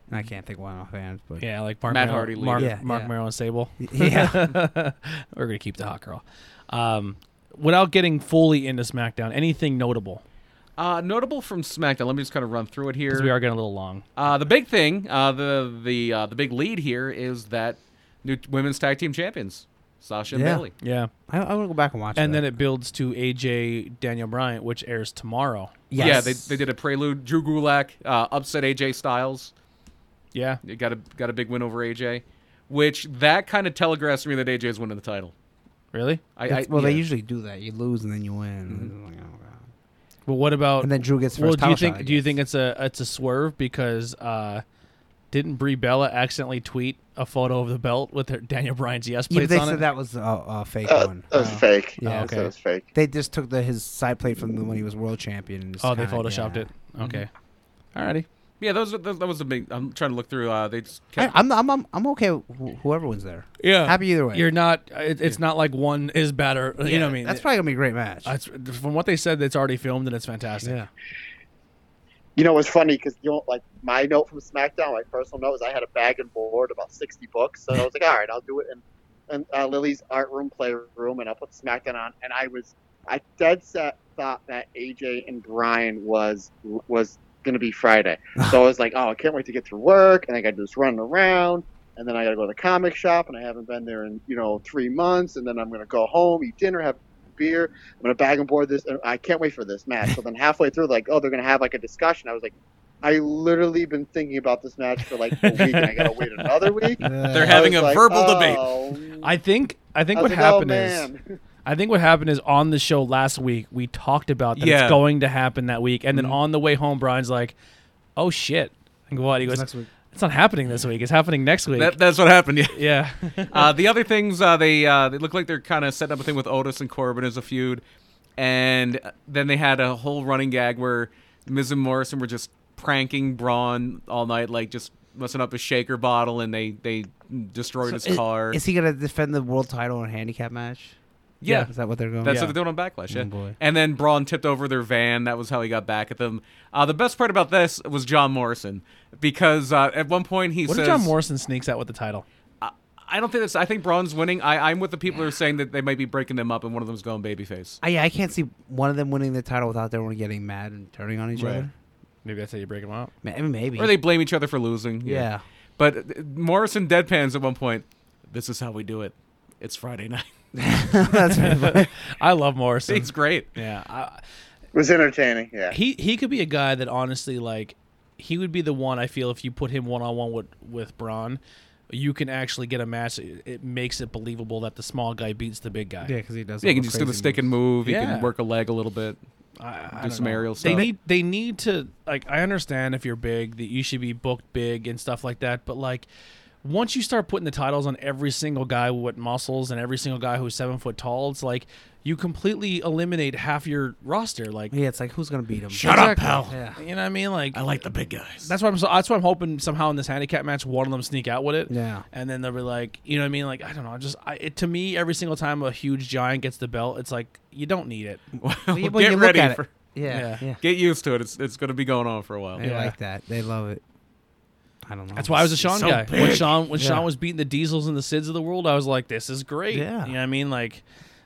And I can't think of one offhand, but
Yeah, like Mark
Matt
Merrill-
Hardy leader.
Mark,
Yeah,
Mark
yeah.
Merrill and Sable.
Yeah.
we're gonna keep the hot girl. Um, without getting fully into SmackDown, anything notable?
Uh, notable from SmackDown. Let me just kind of run through it here.
Because we are getting a little long.
Uh, the big thing, uh, the the uh, the big lead here is that new women's tag team champions, Sasha and
Yeah.
Bailey.
Yeah,
I, I want to go back and watch.
and
that.
then it builds to AJ Daniel Bryant, which airs tomorrow.
yes.
Yeah, they, they did a prelude. Drew Gulak uh, upset AJ Styles.
Yeah,
It got a got a big win over AJ, which that kind of telegraphs to me that AJ is winning the title.
really.
I, I
That's- well, they
yeah. Mm-hmm.
usually do that. You lose and then you win. Like, oh, God.
But what about?
And then Drew gets first
well, do you
title
think
shot, I
do you
guess.
think it's a it's a swerve because uh, Didn't Brie Bella accidentally tweet a photo of the belt with her Daniel Bryan's yes
Yeah, but
plates
they
on
said
it?
that was a, a fake
Uh,
one.
that was
Oh.
fake.
Yeah,
Yeah,
okay.
that was fake.
They just took the his side plate from the, when he was world champion. And just
oh, they
kinda-
photoshopped
yeah. Mm-hmm.
it. Okay. Alrighty.
Yeah, those, those that was a big. I'm trying to look through. Uh, they just
I,
kept,
I'm, I'm I'm I'm okay. With wh- whoever wins there,
Oh.
Yeah.
happy either way.
You're not. It, it's not like one is better. you know what I mean?
That's probably gonna be a great match.
That's- from what they said, it's already filmed and it's fantastic.
yeah,
You know, it's funny because you know, like my note from SmackDown, my personal note is I had a bag and board about sixty books, so I was like, all right, I'll do it in, in uh, Lily's art room, playroom, and I'll put SmackDown on. And I was, I dead set thought that AJ and Brian was was going to be Friday, so I was like, oh, I can't wait to get through work, and I got to just run around, and then I got to go to the comic shop, and I haven't been there in you know three months, and then I'm going to go home, eat dinner, have beer. I'm gonna bag and board this. And I can't wait for this match. So then halfway through, like, oh, they're gonna have like a discussion. I was like, I literally been thinking about this match for like a week, and I gotta wait another week.
they're having a verbal
oh,
debate.
debate.
I think. I think
was
what
like, oh,
happened is.
man.
I think what happened is on the show last week we talked about that
Yeah.
it's going to happen that week, and then on the way home, Brian's like, "Oh shit!" And what he goes,
next week.
"It's not happening this week. It's happening next week."
That, that's what happened. Yeah.
yeah,
Uh, the other things uh, they uh, they look like they're kind of setting up a thing with Otis and Corbin as a feud, and then they had a whole running gag where Miz and Morrison were just pranking Braun all night, like just messing up his shaker bottle, and they they destroyed his
Is-
car.
Is he gonna defend the world title in a handicap match?
yeah,
Is that what they're going?
That's
yeah.
what they're doing on Backlash. Yeah.
Oh, boy.
And then Braun tipped over their van. That was how he got back at them. Uh, the best part about this was John Morrison because uh, at one point he
what
says,
if John Morrison sneaks out with the title?
I, I don't think that's. I think Braun's winning. I, I'm with the people who are saying that they might be breaking them up, and one of them's going babyface.
I, yeah, I can't see one of them winning the title without everyone getting mad and turning on each
Right.
other.
Maybe that's how you break him out.
Ma- I mean, Maybe.
Or they blame each other for losing.
Yeah.
But uh, Morrison deadpans at one point. This is how we do it. It's Friday night.
That's pretty funny.
I love Morrison.
It's great.
yeah, I,
It was entertaining. Yeah.
he he could be a guy that honestly like he would be the one I feel if you put him one on one with with Braun, you can actually get a match. It, it makes it believable that the small guy beats the big guy.
yeah, because he does.
Yeah,
all
you can just do the
crazy
stick and move.
moves.
You
Yeah.
can work a leg a little bit.
I,
Do
don't
some aerial
They
stuff.
need they need to like I understand if you're big that you should be booked big and stuff like that, but like once you start putting the titles on every single guy with muscles and every single guy who's seven foot tall, it's like you completely eliminate half your roster. Like
Yeah, it's like who's gonna beat him?
up,
pal. Yeah.
You know what I mean? Like
like the big guys.
that's why I'm so, that's why I'm hoping somehow in this handicap match one of them sneak out with it.
Yeah.
And then they'll be like, you know what I mean? Like I don't know. Just I, it, to me, every single time a huge giant gets the belt, it's like you don't need it.
Well,
Yeah, but
get
you look
ready
at it.
for.
Yeah,
Yeah.
yeah.
Get used to it. It's it's going to be going on for a while.
They
Yeah.
like that. They love it. I don't know.
That's why I was a Sean
so
guy. When
big.
Sean when
Yeah.
Sean was beating the Diesels and the Sids of the world, I was like, this is great.
Yeah.
You know what I mean? Like,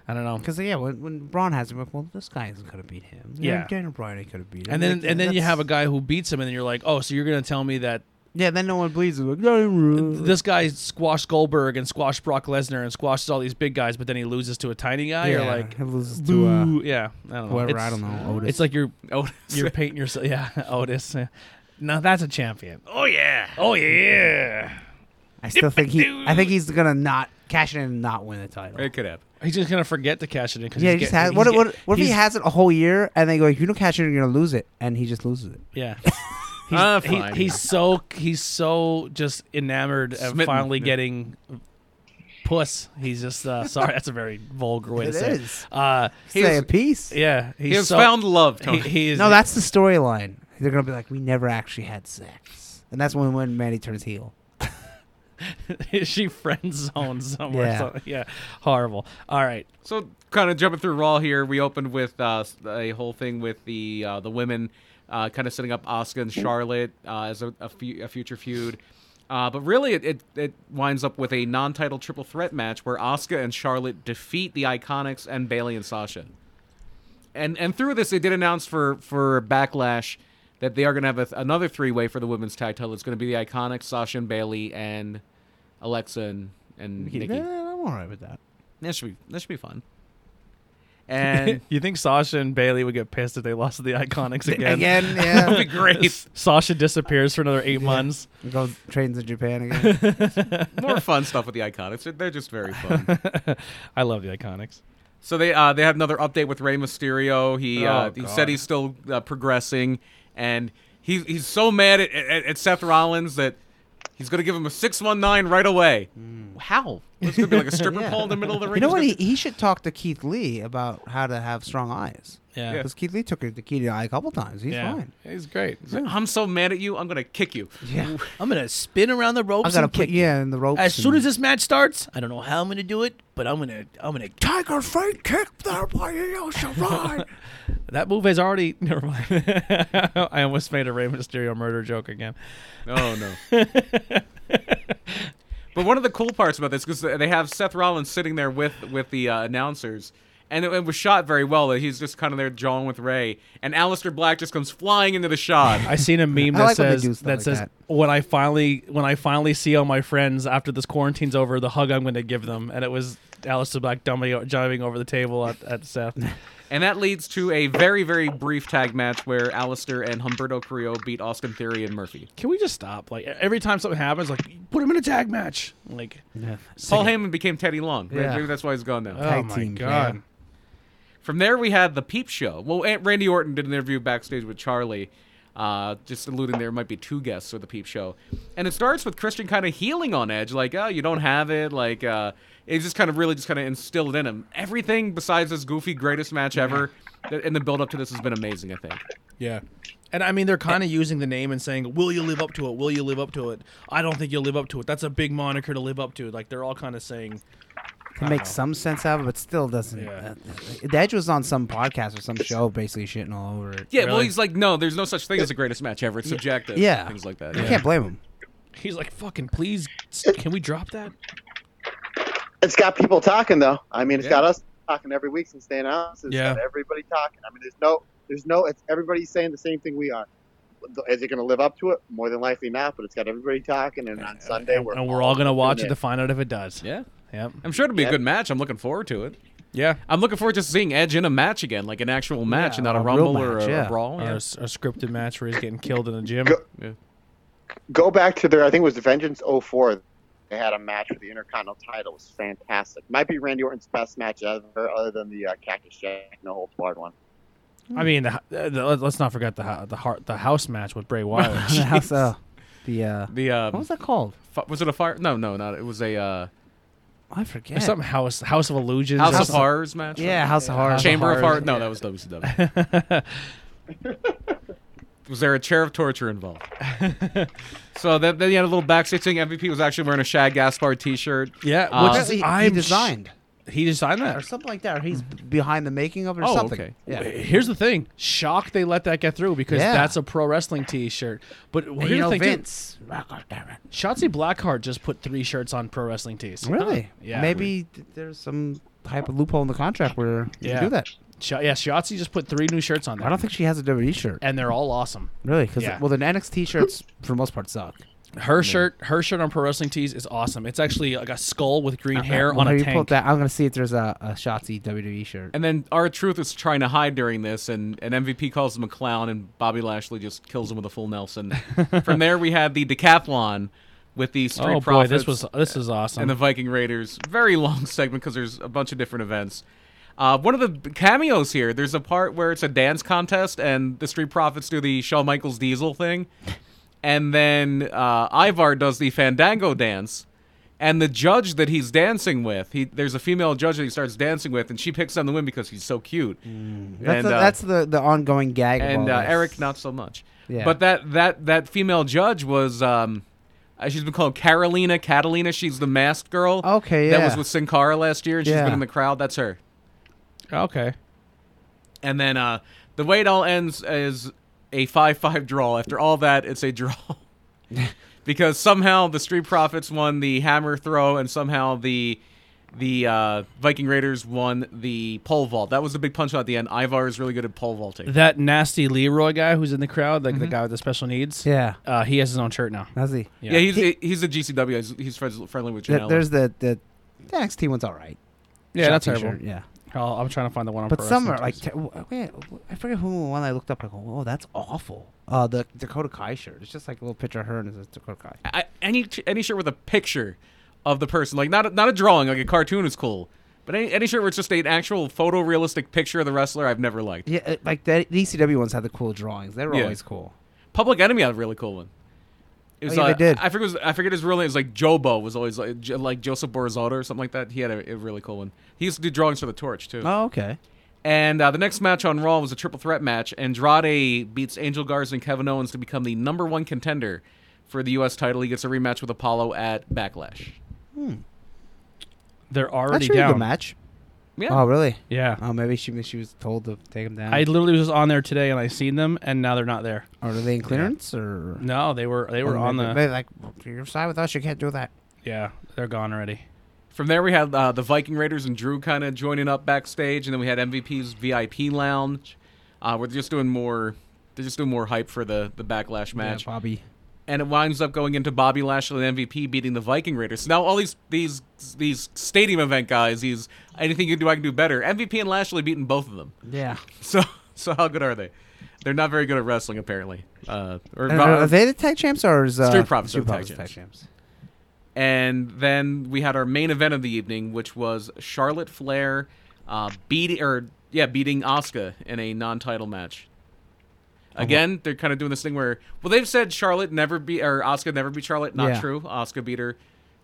I don't know.
Because yeah, when, when Braun has him, like, well, this guy isn't gonna beat him.
Yeah.
Daniel Bryan could have beat him.
And then
Like,
and then you
that's-
have a guy who beats him, and then you're like, oh, so you're gonna tell me that
yeah. Then no one believes him. Like, "Daniel Bryan."
this guy squashed Goldberg and squashed Brock Lesnar and squashes all these big guys, but then he loses to a tiny guy? You're
Yeah,
like,
he loses to uh,
boo. yeah, I don't know.
whoever
It's-
I don't know. Otis.
It's like you're
Oh,
you're painting yourself. Yeah, Otis. yeah. Now that's a champion. Oh yeah. Oh yeah.
I still think he. I think he's gonna not cash in and not win the title.
it could happen.
He's just gonna forget to cash it in. 'cause
yeah,
he's
he just
get-
has.
he's
What,
get-
what, what if he
he's-
has it a whole year and they go, if you don't cash in, you're gonna lose it, and he just loses it.
Yeah. He's,
Ah,
he-
fine.
he's so he's so just enamored of
Smitten.
finally
Yeah.
getting puss. He's just uh, sorry. That's a very vulgar way to
It
say.
is.
Uh,
Say
was-
a piece.
yeah, he's
He has
so,
found love,
He,
Tony.
he is
No, that's the storyline. They're gonna be like, we never actually had sex, and that's when when Manny turns heel.
she friend zone somewhere. Yeah.
Yeah.
yeah, horrible. All right,
So, kind of jumping through Raw here, we opened with uh, a whole thing with the uh, the women, uh, kind of setting up Oscar and Charlotte uh, as a, a, fu- a future feud. Uh, but really, it, it, it winds up with a non-title triple threat match where Oscar and Charlotte defeat the Iconics and Bailey and Sasha. And and through this, they did announce for for Backlash that they are going to have a, another three way for the women's tag title. It's going to be the Iconics, Sasha and Bailey, and Alexa and, and Nikki.
Yeah, I'm alright with that.
That should be that should be fun. And
you think Sasha and Bailey would get pissed if they lost to the Iconics again?
Again, yeah.
that'd be great.
Sasha disappears for another eight months.
Go trains in Japan again.
More fun stuff with the Iconics. They're- They're just very fun.
I love the Iconics.
so they uh, they have another update with Rey Mysterio. He uh,
Oh,
he
God.
said he's still uh, progressing, and he's he's so mad at, at, at Seth Rollins that He's gonna give him a six one nine right away. How? There's gonna be like a stripper
Mm. Yeah.
pole in the middle of the ring.
You know
He's
what?
gonna-
He, he should talk to Keith Lee about how to have strong eyes.
Yeah.
Because Keith Lee took it to Keith Lee a couple times. He's
Yeah.
fine.
He's great. He's like, I'm so mad at you. I'm gonna kick you.
Yeah.
I'm gonna spin around the ropes.
I gotta
and
put
kick you.
yeah in the ropes.
As soon
and-
as this match starts, I don't know how I'm gonna do it, but I'm gonna I'm gonna Tiger Fate kick that way you ride. that move has already never mind. I almost made a Rey Mysterio murder joke again.
Oh no. but one of the cool parts about this because they have Seth Rollins sitting there with with the uh, announcers. And it, it was shot very well. That he's just kind of there jawing with Ray, and Alistair Black just comes flying into the shot.
I seen a meme
I
that
like when they
says
do stuff
that
like
says
that.
when I finally when I finally see all my friends after this quarantine's over, the hug I'm going to give them, and it was Alistair Black dumbing, jumping over the table at, at Seth.
And that leads to a very, very brief tag match where Alistair and Humberto Carrillo beat Austin Theory and Murphy.
Can we just stop? Like e-, every time something happens, like put him in a tag match. Like
Paul Heyman became Teddy Long. Maybe-
Yeah.
Maybe that's why he's gone now.
oh
Tag
my
team,
god,
man.
From there, we had the Peep Show. Well, Aunt Randy Orton did an interview backstage with Charlie, uh, just alluding there might be two guests for the Peep Show. And it starts with Christian kind of healing on Edge, like, oh, you don't have it. Like, uh, it's just kind of really just kind of instilled in him. Everything besides this goofy greatest match ever th- and the build up to this has been amazing, I think.
yeah. And I mean, they're kind of using the name and saying, "Will you live up to it? Will you live up to it?" I don't think you'll live up to it. That's a big moniker to live up to. Like they're all kind of saying,
It makes some sense out of it, but still doesn't.
Yeah.
uh, the Edge was on some podcast or some show, basically shitting all over it.
Yeah, well,
Really?
he's like, no, there's no such thing as the greatest match ever. It's subjective.
Yeah.
Things like that.
I
yeah.
can't blame him.
"He's like, fucking please, can we drop that?"
It's got people talking though. I mean, it's
Yeah.
got us talking every week since they announced. It's
Yeah.
got everybody talking. I mean, there's no, there's no. It's everybody's saying the same thing we are. Is it going to live up to it? More than likely not. But it's got everybody talking, and on Sunday we're
and we're all gonna
tuned
watch it
in.
to find out if it does.
Yeah.
Yep.
I'm sure it'll be a
Yeah.
good match. I'm looking forward to it.
Yeah.
I'm looking forward to seeing Edge in a match again, like an actual match and not a,
a real
rumble or
match,
a,
yeah.
brawl.
Or a,
Yeah.
s- a scripted match where he's getting killed in a gym.
Go-
Yeah.
Go back to their. I think it was Vengeance 04. They had a match for the Intercontinental title. It was fantastic. Might be Randy Orton's best match ever, other than the uh, Cactus Jack No Holds Barred one.
I mean, the, the, the- let's not forget the ho- the heart the house match with Bray Wyatt.
The house, uh, the uh,
The uh,
what
was,
was that called?
was it a fire? No, no, not it was a uh,
I forget.
There's something house House of Illusions.
House,
House
of
of-
Horrors match.
Yeah, House of Horrors.
Chamber of
Horrors,
Horrors. No, that was WCW. was there a chair of torture involved? so then, then you had a little backstage thing. MVP was actually wearing a Shag Gaspard T-shirt.
Yeah,
Uh,
which
Apparently he-
I'm
he
sh-
designed
he designed
or
that.
something like that, or he's b- behind the making of it or
Oh,
something.
okay.
Yeah.
Here's the thing: shocked they let that get through because
Yeah.
that's a pro wrestling T-shirt. But well,
And
here's
you know
the thing:
Vince. Rock on, damn it.
too, Shotzi Blackheart just put three shirts on pro wrestling tees.
Really?
Yeah.
Maybe th- there's some type of loophole in the contract where you
Yeah.
can do that.
Sh- yeah, Shotzi just put three new shirts on there,
I don't think she has a WWE shirt.
and they're all awesome.
Really? Because
Yeah.
well, the NXT shirts for the most part suck.
Her shirt, her shirt on pro wrestling tees is awesome. It's actually like a skull with green hair
Uh, Well,
on
here
a
you pulled
tank.
that. I'm gonna see if there's a, a Shotzi WWE shirt.
And then our truth is trying to hide during this, and, and MVP calls him a clown, and Bobby Lashley just kills him with a full Nelson. From there, we had the decathlon with the Street
Oh boy,
Profits
this was this is awesome.
and the Viking Raiders. Very long segment because there's a bunch of different events. Uh, one of the cameos here, there's a part where it's a dance contest, and the Street Profits do the Shawn Michaels Diesel thing, and then uh, Ivar does the Fandango dance. And the judge that he's dancing with, he there's a female judge that he starts dancing with, and she picks on the win because he's so cute.
Mm. That's,
and,
the,
uh,
that's the, the ongoing gag. of
and
all
uh,
this.
Eric not so much.
Yeah.
But that that that female judge was um, uh, she's been called Carolina Catalina. She's the masked girl.
Okay,
That
yeah.
was with Sin Cara last year, and she's
Yeah.
been in the crowd. That's her.
okay.
And then uh, the way it all ends is a five-five draw. After all that, it's a draw. Because somehow the Street Profits won the hammer throw, and somehow the the uh, Viking Raiders won the pole vault. That was the big punch at the end. Ivar is really good at pole vaulting.
That nasty Leroy guy who's in the crowd, like the guy with the special needs.
Mm-hmm. Yeah.
Uh, he has his own shirt now.
How's he?
Yeah, he's he's a GCW. He's, he's friends- friendly with
Th-
Janela.
there's the, the the NXT one's all right.
Yeah, that's
Shotzi
terrible.
shirt, Yeah.
I'll, I'm trying to find the one on
But
Pro
some
Wrestling
are like,
Tees.
te- w- wait, w- I forget who one I looked up. I go, oh, that's awful. Uh, the Dakota Kai shirt. It's just like a little picture of her and it says Dakota Kai.
I, any any shirt with a picture of the person, like not a, not a drawing, like a cartoon is cool. But any, any shirt where it's just an actual photorealistic picture of the wrestler, I've never liked.
Yeah, E uh, like the, the ECW ones had the cool drawings. They were
Yeah.
always cool.
Public Enemy had a really cool one. It was,
Oh,
uh,
yeah, they did.
I forget. Was, I forget his real name. It was like Jobo. Was always like, J- like Joseph Borzato or something like that. He had a, a really cool one. He used to do drawings for the Torch too.
Oh, okay.
And uh, the next match on Raw was a triple threat match. Andrade beats Angel Garza and Kevin Owens to become the number one contender for the U.S. title. He gets a rematch with Apollo at Backlash.
They're
That
already
should be a
down.
good match.
Yeah.
Oh, really?
Yeah.
Oh, maybe she she was told to take him down.
I literally was on there today and I seen them and now they're not there.
or are they in clearance or?
No, they were they were
Or
on
maybe-
the
maybe like you're side with us. You can't do that.
Yeah, they're gone already.
From there, we had uh, the Viking Raiders and Drew kind of joining up backstage, and then we had MVP's VIP lounge. Uh, we're just doing more. They're just doing more hype for the the backlash match,
Bobby.
and it winds up going into Bobby Lashley and MVP beating the Viking Raiders. So now all these these these stadium event guys, these anything you can do, I can do better. MVP and Lashley beating both of them.
Yeah.
So so how good are they? They're not very good at wrestling apparently. Uh, or
And are, are they the tag champs or is uh,
Street Profits are the tag
the champs?
And then we had our main event of the evening, which was Charlotte Flair uh, beating or yeah, beating Asuka in a non-title match.
Oh,
Again, they're kind of doing this thing where well, they've said Charlotte never beat or Asuka never beat Charlotte. Not
Yeah.
true. Asuka beat her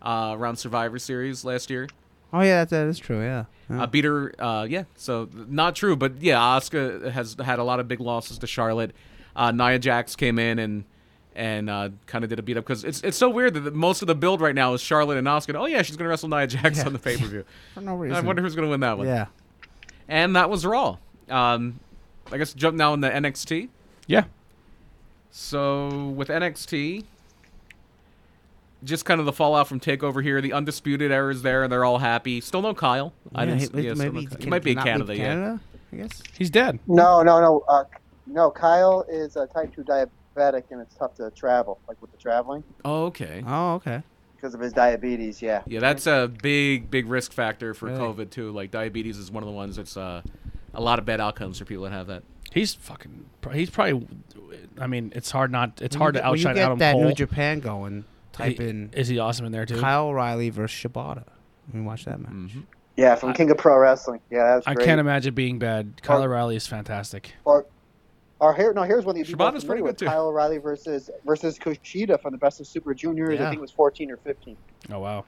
uh, around Survivor Series last year.
Oh yeah, that, that is true. Yeah. Yeah.
Uh, beat her, uh, yeah. So th- not true, but yeah, Asuka has had a lot of big losses to Charlotte. Uh, Nia Jax came in and and uh, kind of did a beat up because it's it's so weird that the, most of the build right now is Charlotte and Asuka. Oh yeah, she's gonna wrestle Nia Jax on the pay per view.
For no reason.
I wonder who's gonna win that one.
Yeah.
And that was Raw. Um, I guess jump now into NXT.
Yeah.
So with NXT, just kind of the fallout from Takeover here. The Undisputed Era is there, and they're all happy. Still no Kyle. I
yeah,
didn't.
he-
yeah, still no
maybe
Kyle.
he
He might be a
cannot
Canada.
leave
Yeah.
Canada, I guess.
He's dead.
No, no, no. Uh, no, Kyle is a type 2 diabetic and it's tough to travel, like with the traveling
Oh, okay.
Oh, okay.
because of his diabetes. Yeah.
Yeah, that's a big, big risk factor for
Really?
COVID too. Like diabetes is one of the ones that's uh, a lot of bad outcomes for people that have that.
He's fucking pro- he's probably I mean, it's hard not it's
When
hard
you
to
get- when
outshine
you get
Adam
that
Cole.
New Japan going. Type
He-
in
Is he awesome in there too?
Kyle O'Reilly versus Shibata. Let me watch that match.
Mhm.
Yeah, from King of Pro Wrestling. Yeah, that was
I
great.
can't imagine being bad. Kyle
Or-
O'Reilly is fantastic.
Or, or here, no, here's one that you'd be more
Shibata's pretty
familiar
good,
with.
too.
Kyle O'Reilly versus versus Kushida from the Best of Super Juniors.
Yeah.
I think it was 14 or 15.
Oh wow.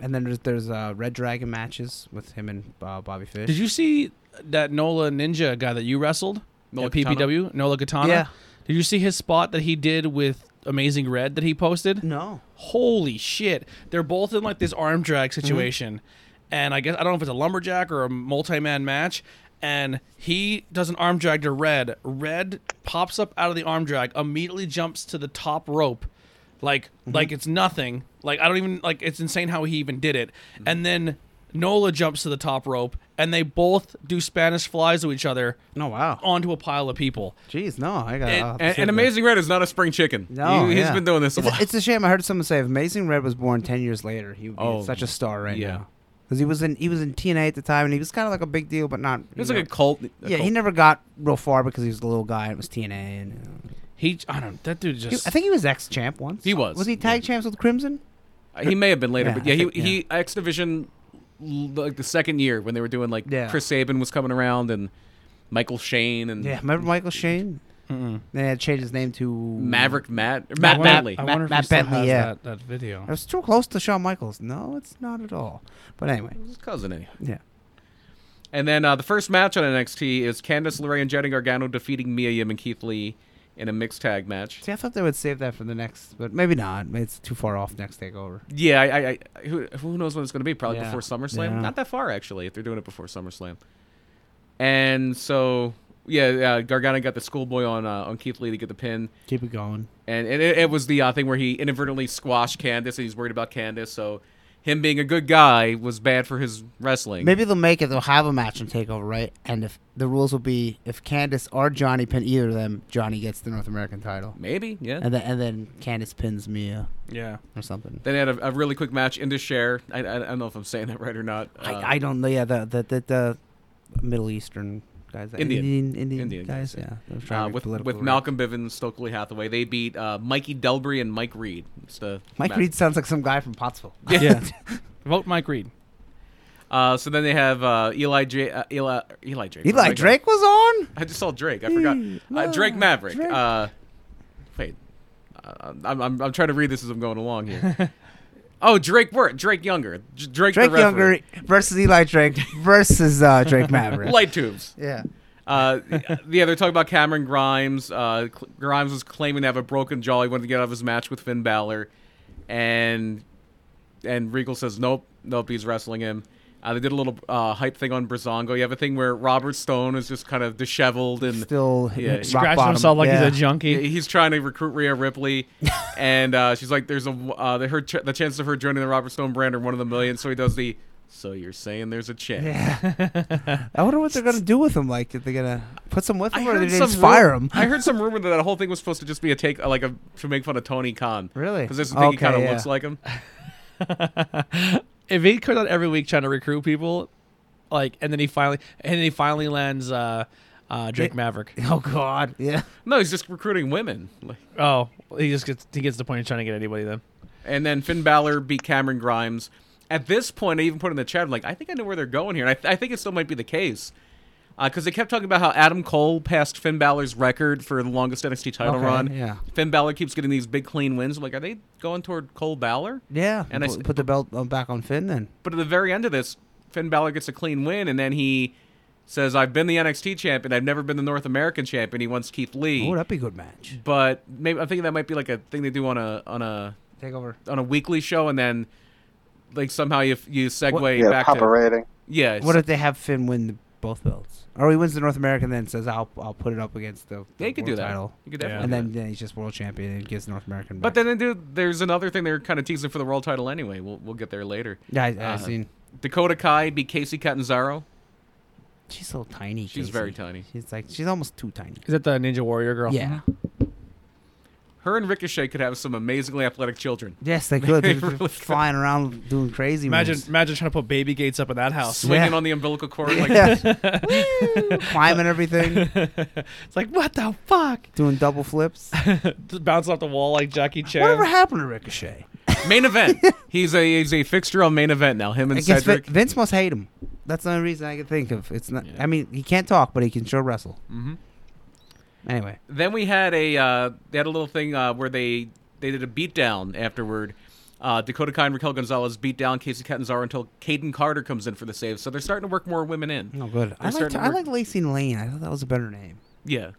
And then there's, there's uh, Red Dragon matches with him and uh, Bobby Fish.
Did you see that Nola Ninja guy that you wrestled?
Nola
at PPW, Nola Katana.
Yeah.
Did you see his spot that he did with Amazing Red that he posted?
No.
Holy shit! They're both in like this arm drag situation, and I guess I don't know if it's a lumberjack or a multi-man match. And he does an arm drag to Red. Red pops up out of the arm drag, immediately jumps to the top rope, like like it's nothing. Like I don't even like it's insane how he even did it. And then Nola jumps to the top rope, and they both do Spanish flies to each other
No, wow.
onto a pile of people.
Jeez, no. I got
And-
I'll have to
Oh. And,
see
and
that.
Amazing Red is not a spring chicken.
No,
he,
has
has been doing this a
it's
while.
It's a shame. I heard someone say if Amazing Red was born ten years later, he would be
Oh,
such a star right
yeah.
now. Because he was in he was in TNA at the time, and he was kind of like a big deal, but not.
It's
you
like a
know-
cult. a
yeah. He
cult.
never got real far because he was a little guy and it was TNA. And, you know.
He, I don't. That dude
He-
just.
I think he was ex champ once.
He was,
Was he tag champs with Crimson?
Uh, He may have been later,
Yeah,
but
I
yeah, he,
think-
he X Division l- like the second year when they were doing like
Yeah.
Chris Sabin was coming around and Michael Shane and
Yeah. Remember Michael Shane?
Mm-mm.
Then he had changed his name to
Maverick Matt or
I
Matt
wonder-
Bentley.
I
Matt-
wonder if he
Matt
still
Bentley,
has
yeah.
that, that video.
It was too close to Shawn Michaels. No, it's not at all. But anyway,
His cousin, anyway.
yeah.
And then uh, the first match on NXT is Candice LeRae and Jenny Gargano defeating Mia Yim and Keith Lee in a mixed tag match.
See, I thought they would save that for the next, but maybe not. It's too far off next takeover.
Yeah, I, I, I who, who knows when it's going to be? Probably
Yeah.
before SummerSlam.
Yeah.
Not that far actually, if they're doing it before SummerSlam. And so, yeah, uh, Gargano got the schoolboy on uh, on Keith Lee to get the pin,
Keep it going.
and, and it, it was the uh, thing where he inadvertently squashed Candice, and he's worried about Candice, so him being a good guy was bad for his wrestling.
Maybe they'll make it. They'll have a match and takeover, right? And if the rules will be, if Candice or Johnny pin either of them, Johnny gets the North American title,
maybe, yeah.
and then and then Candice pins Mia
Yeah.
or something.
then they had a, a really quick match into Cher. I, I, I don't know if I'm saying that right or not. Uh,
I, I don't know. Yeah, the the the, the Middle Eastern guys,
Indian.
Indian, Indian
Indian
guys.
guys,
yeah, They're trying to
Uh,
be
with
political,
with
right?
Malcolm Bivens, Stokely Hathaway, they beat uh, Mikey Delbury and Mike Reed. It's the
Mike
match.
Reed sounds like some guy from Pottsville.
Yeah. Vote Mike Reed.
Uh, so then they have uh, Eli J. Uh, Eli Eli Drake. Oh my
Eli
God.
Drake was on.
I just saw Drake. I forgot.
Hey,
Uh, Drake
wow,
Maverick.
Drake.
Uh, wait, uh, I'm, I'm, I'm trying to read this as I'm going along here. oh, Drake Wirt, Drake Younger, J- Drake, the
Drake Younger
referee.
versus Eli Drake versus uh, Drake Maverick.
light tubes.
yeah.
Uh, yeah, they're talking about Cameron Grimes. Uh, Cl- Grimes was claiming to have a broken jaw. He wanted to get out of his match with Finn Balor, and and Regal says nope, nope. He's wrestling him. Uh, they did a little uh, hype thing on Brazongo. You have a thing where Robert Stone is just kind of disheveled and
Still
Yeah,
rock
Scratching
bottom.
himself like
Yeah.
he's a junkie.
Yeah, He's trying to recruit Rhea Ripley, and uh, she's like, "There's a uh, the- her ch- the chances of her joining the Robert Stone brand are one in a million. So he does the. So you're saying there's a chance?
I wonder what they're gonna do with him. Like, are they gonna put some with
I
him, or are they
heard
gonna
some
just fire
ru-
him?
I heard some rumor that that whole thing was supposed to just be a take, like a to make fun of Tony Khan.
Really?
Because this thing he
Okay,
kind of
yeah.
looks like him.
if he comes out every week trying to recruit people, like, and then he finally, and then he finally lands uh, uh, Drake Maverick.
Oh God, yeah.
No, he's just recruiting women. Like-
Oh, he just gets he gets the point of trying to get anybody. Then
And then Finn Balor beat Cameron Grimes. At this point, I even put in the chat, I'm like, I think I know where they're going here. And I, th- I think it still might be the case. Because they kept talking about how Adam Cole passed Finn Balor's record for the longest NXT title
Okay,
run.
yeah.
Finn Balor keeps getting these big clean wins. I'm like, are they going toward Cole Balor?
Yeah,
And
and
I s-
I put the belt uh, back on Finn. Then
But at the very end of this, Finn Balor gets a clean win, and then he says, I've been the NXT champion. I've never been the North American champion. He wants Keith Lee.
oh, that'd be a good match.
but maybe I'm thinking that might be like a thing they do on a on a
Take over.
on a weekly show, and then like somehow you you segue
Yeah,
back
pop
to
a rating.
yeah.
What if they have Finn win the, both belts, or he wins the North American, then says, "I'll I'll put it up against the, the
they could
world
do that.
title,"
You could
Yeah.
definitely
and
do
then,
that.
then he's just world champion and gets the North American.
But
back.
then they do, there's another thing they're kind of teasing for the world title anyway. We'll we'll get there later.
yeah, I, I
uh,
seen
Dakota Kai beat Casey Catanzaro.
she's so tiny.
She's
Casey.
very tiny.
She's like she's almost too tiny.
is that the Ninja Warrior girl?
Yeah.
Her and Ricochet could have some amazingly athletic children.
Yes, they could.
They
They're just
really could.
flying around doing crazy.
Imagine
moves.
imagine trying to put baby gates up in that house.
Swinging
Yeah.
on the umbilical cord like
Yeah. Woo! climbing everything,
it's like what the fuck?
doing double flips.
Just bouncing off the wall like Jackie Chan.
Whatever happened to Ricochet?
main event. He's a he's a fixture on main event now. Him
I
and
guess Vin-
Cedric.
Vince must hate him. That's the only reason I can think of. It's not. I mean, he can't talk, but he can sure wrestle. Mm-hmm. Anyway,
Then we had a uh, they had a little thing uh, where they they did a beatdown afterward. Uh, Dakota Kai and Raquel Gonzalez beat down Casey Catanzaro until Caden Carter comes in for the save. So they're starting to work more women in.
no good. I
starting
like
to
I
work-
like Lacey Lane. I thought that was a better name.
Yeah.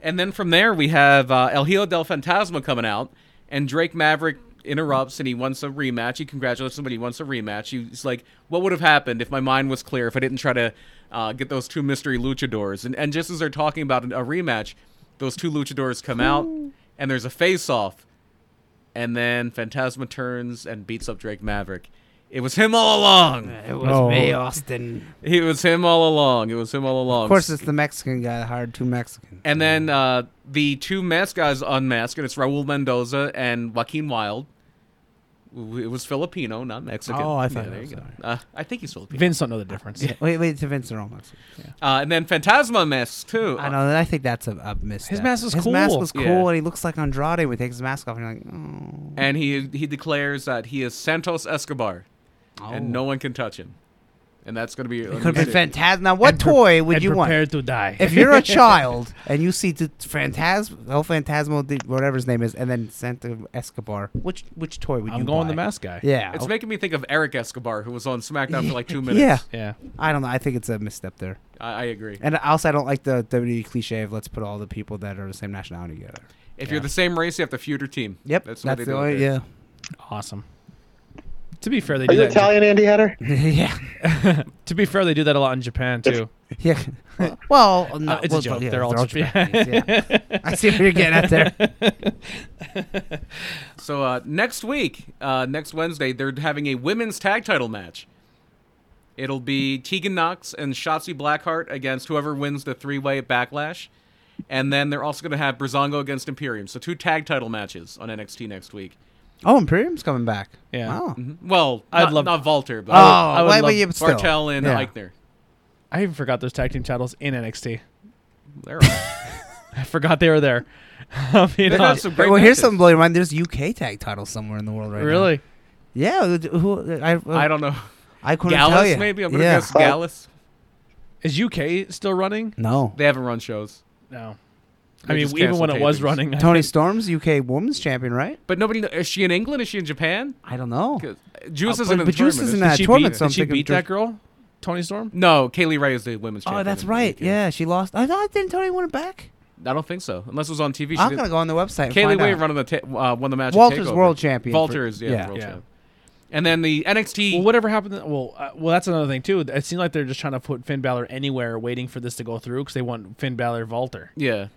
And then from there we have uh, El Hijo del Fantasma coming out, and Drake Maverick interrupts and he wants a rematch. He congratulates somebody. He wants a rematch. He's like, "What would have happened if my mind was clear? If I didn't try to uh, get those two mystery luchadors?" And and just as they're talking about a rematch, those two luchadors come out, and there's a face-off, and then Fantasma turns and beats up Drake Maverick. It was him all along.
It was
Oh.
May Austin.
It was him all along. It was him all along.
Of course, it's the Mexican guy that hired two Mexicans.
Eh.
And then uh, the two masked guys unmask, and it's Raul Mendoza and Joaquin Wild. W- It was Filipino, not Mexican.
Oh, I thought that
there you
was-
go. Uh, I think he's Filipino.
Vince don't know the difference.
wait, wait, to Vince, they're all Mexican.
Uh, and then Phantasma masks too.
I know. I think that's a, a misstep.
Uh, His mask was
His mask
cool.
was cool,
Yeah.
and he looks like Andrade when he takes his mask off. And you're like, oh.
And he he declares that he is Santos Escobar, and no one can touch him. And that's going to be.
Oh. It could have been Phantasm. Now, what toy would
and
you want?
prepared to die.
if you're a child and you see the Phantasm, El Phantasmo, the- whatever his name is, and then Santa Escobar, which which toy would you
I'm going
buy?
the mask guy.
Yeah.
It's making me think of Eric Escobar, who was on SmackDown for like two minutes.
Oh. yeah.
Yeah.
I don't know. I think it's a misstep there.
I, I agree.
And also, I don't like the WWE cliche of let's put all the people that are the same nationality together.
If you're the same race, you have to feud your team.
Yep.
that's,
That's,
what they
the
do
only,
with it.
yeah.
Awesome. To be fair, they
Are
do
you
that. in Ja-
Italian, Andy Hatter?
yeah.
to be fair, they do that a lot in Japan too.
Yeah. Well, no,
it's a
well,
joke.
yeah,
They're all Japan-
Japanese, yeah. I see what you're getting at there.
So uh, next week, uh, next Wednesday, they're having a women's tag title match. It'll be Tegan Knox and Shotzi Blackheart against whoever wins the three way at Backlash. And then they're also going to have Brazongo against Imperium. So two tag title matches on NXT next week.
Oh, Imperium's coming back.
Yeah.
Wow.
Well,
I'd
not,
love-
not Volter, but
Oh,
I would
wait,
love
wait, yeah, but still.
Bartel and
yeah.
Eichner.
I even forgot those tag team titles in NXT.
They're all-
I forgot they were there. I'm being
They've had
honest.
Mm-hmm. some great
Well, here's
matches.
something blowing your mind. There's UK tag titles somewhere in the world right now.
Really?
Yeah, who- who I, uh,
I don't know.
I couldn't tell
Gallus,
you.
maybe? I'm going to
yeah.
guess Gallus.
Is UK still running?
No,
They haven't run shows.
No. I mean,
just
even when
canceled
it was
tapings.
running, I
Tony Storm's UK Women's Champion, right?
But nobody. kn- Is she in England? Is she in Japan?
I don't know.
'Cause Juice
Uh,
isn't
but-
in the
but Juice
tournament,
isn't
is
at
she?
tournament,
beat-
so I'm
did she
thinking
beat
Drew-
that girl, Tony Storm.
No, Kaylee Ray is the women's champion.
Oh, that's
in
right.
the UK.
Yeah, she lost. I thought didn't Tony win it back?
I don't think so. Unless it was on TV. She
I'm
didn't-
gonna go on the website. and
Kaylee
find
Ray
out.
running the ta- uh, won the match. at
Walter's
TakeOver.
world champion for-
Walter's, yeah,
yeah.
world
Yeah.
champ. And then the NXT.
Well, whatever happened? To, well, uh, well, that's another thing too. It seemed like they're just trying to put Finn Balor anywhere, waiting for this to go through because they want Finn Balor Valter.
Yeah.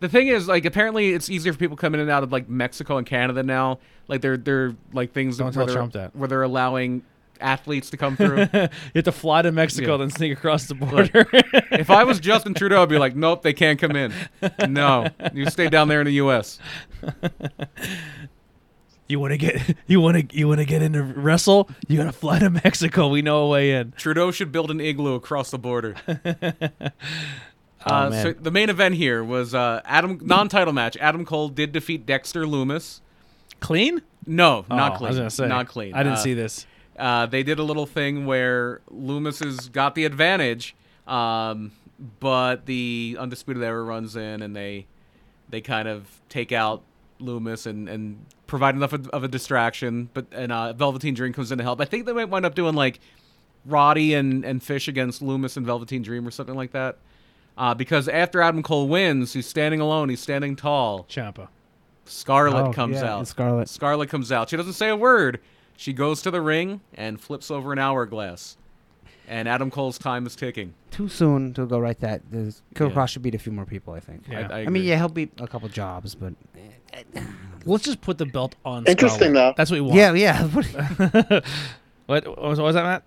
The thing is, like, apparently it's easier for people coming in and out of like Mexico and Canada now. Like, they're they're like things
Don't
where
tell
they're
Trump that.
where they're allowing athletes to come through.
you have to fly to Mexico,
Yeah.
then sneak across the border.
if I was Justin Trudeau, I'd be like, nope, they can't come in. No, you stay down there in the U.S.
you want to get you want to you want to get into wrestle? You got to fly to Mexico. We know a way in.
Trudeau should build an igloo across the border.
Oh,
uh,
man.
so the main event here was uh, Adam non-title match. Adam Cole did defeat Dexter Loomis.
Clean?
No,
Oh,
not clean.
I was gonna say
not clean.
I didn't
Uh,
see this.
uh, they did a little thing where Loomis has got the advantage, um, but the Undisputed Era runs in and they they kind of take out Loomis and, and provide enough of, of a distraction. But and uh, Velveteen Dream comes in to help. I think they might wind up doing like Roddy and, and Fish against Loomis and Velveteen Dream or something like that. Uh, because after Adam Cole wins, he's standing alone. He's standing tall.
Champa.
Scarlet
Oh,
comes
yeah,
out.
and Scarlet.
Scarlet comes out. She doesn't say a word. She goes to the ring and flips over an hourglass. And Adam Cole's time is ticking.
Too soon to go right that. There's- Killer
Yeah.
Cross should beat a few more people, I think.
Yeah.
I, I
I mean,
agree.
yeah, he'll beat a couple jobs, but
Let's just put the belt on. Scarlett.
Interesting, though.
That's what we want.
yeah, yeah. What-
what, what was what was that, Matt?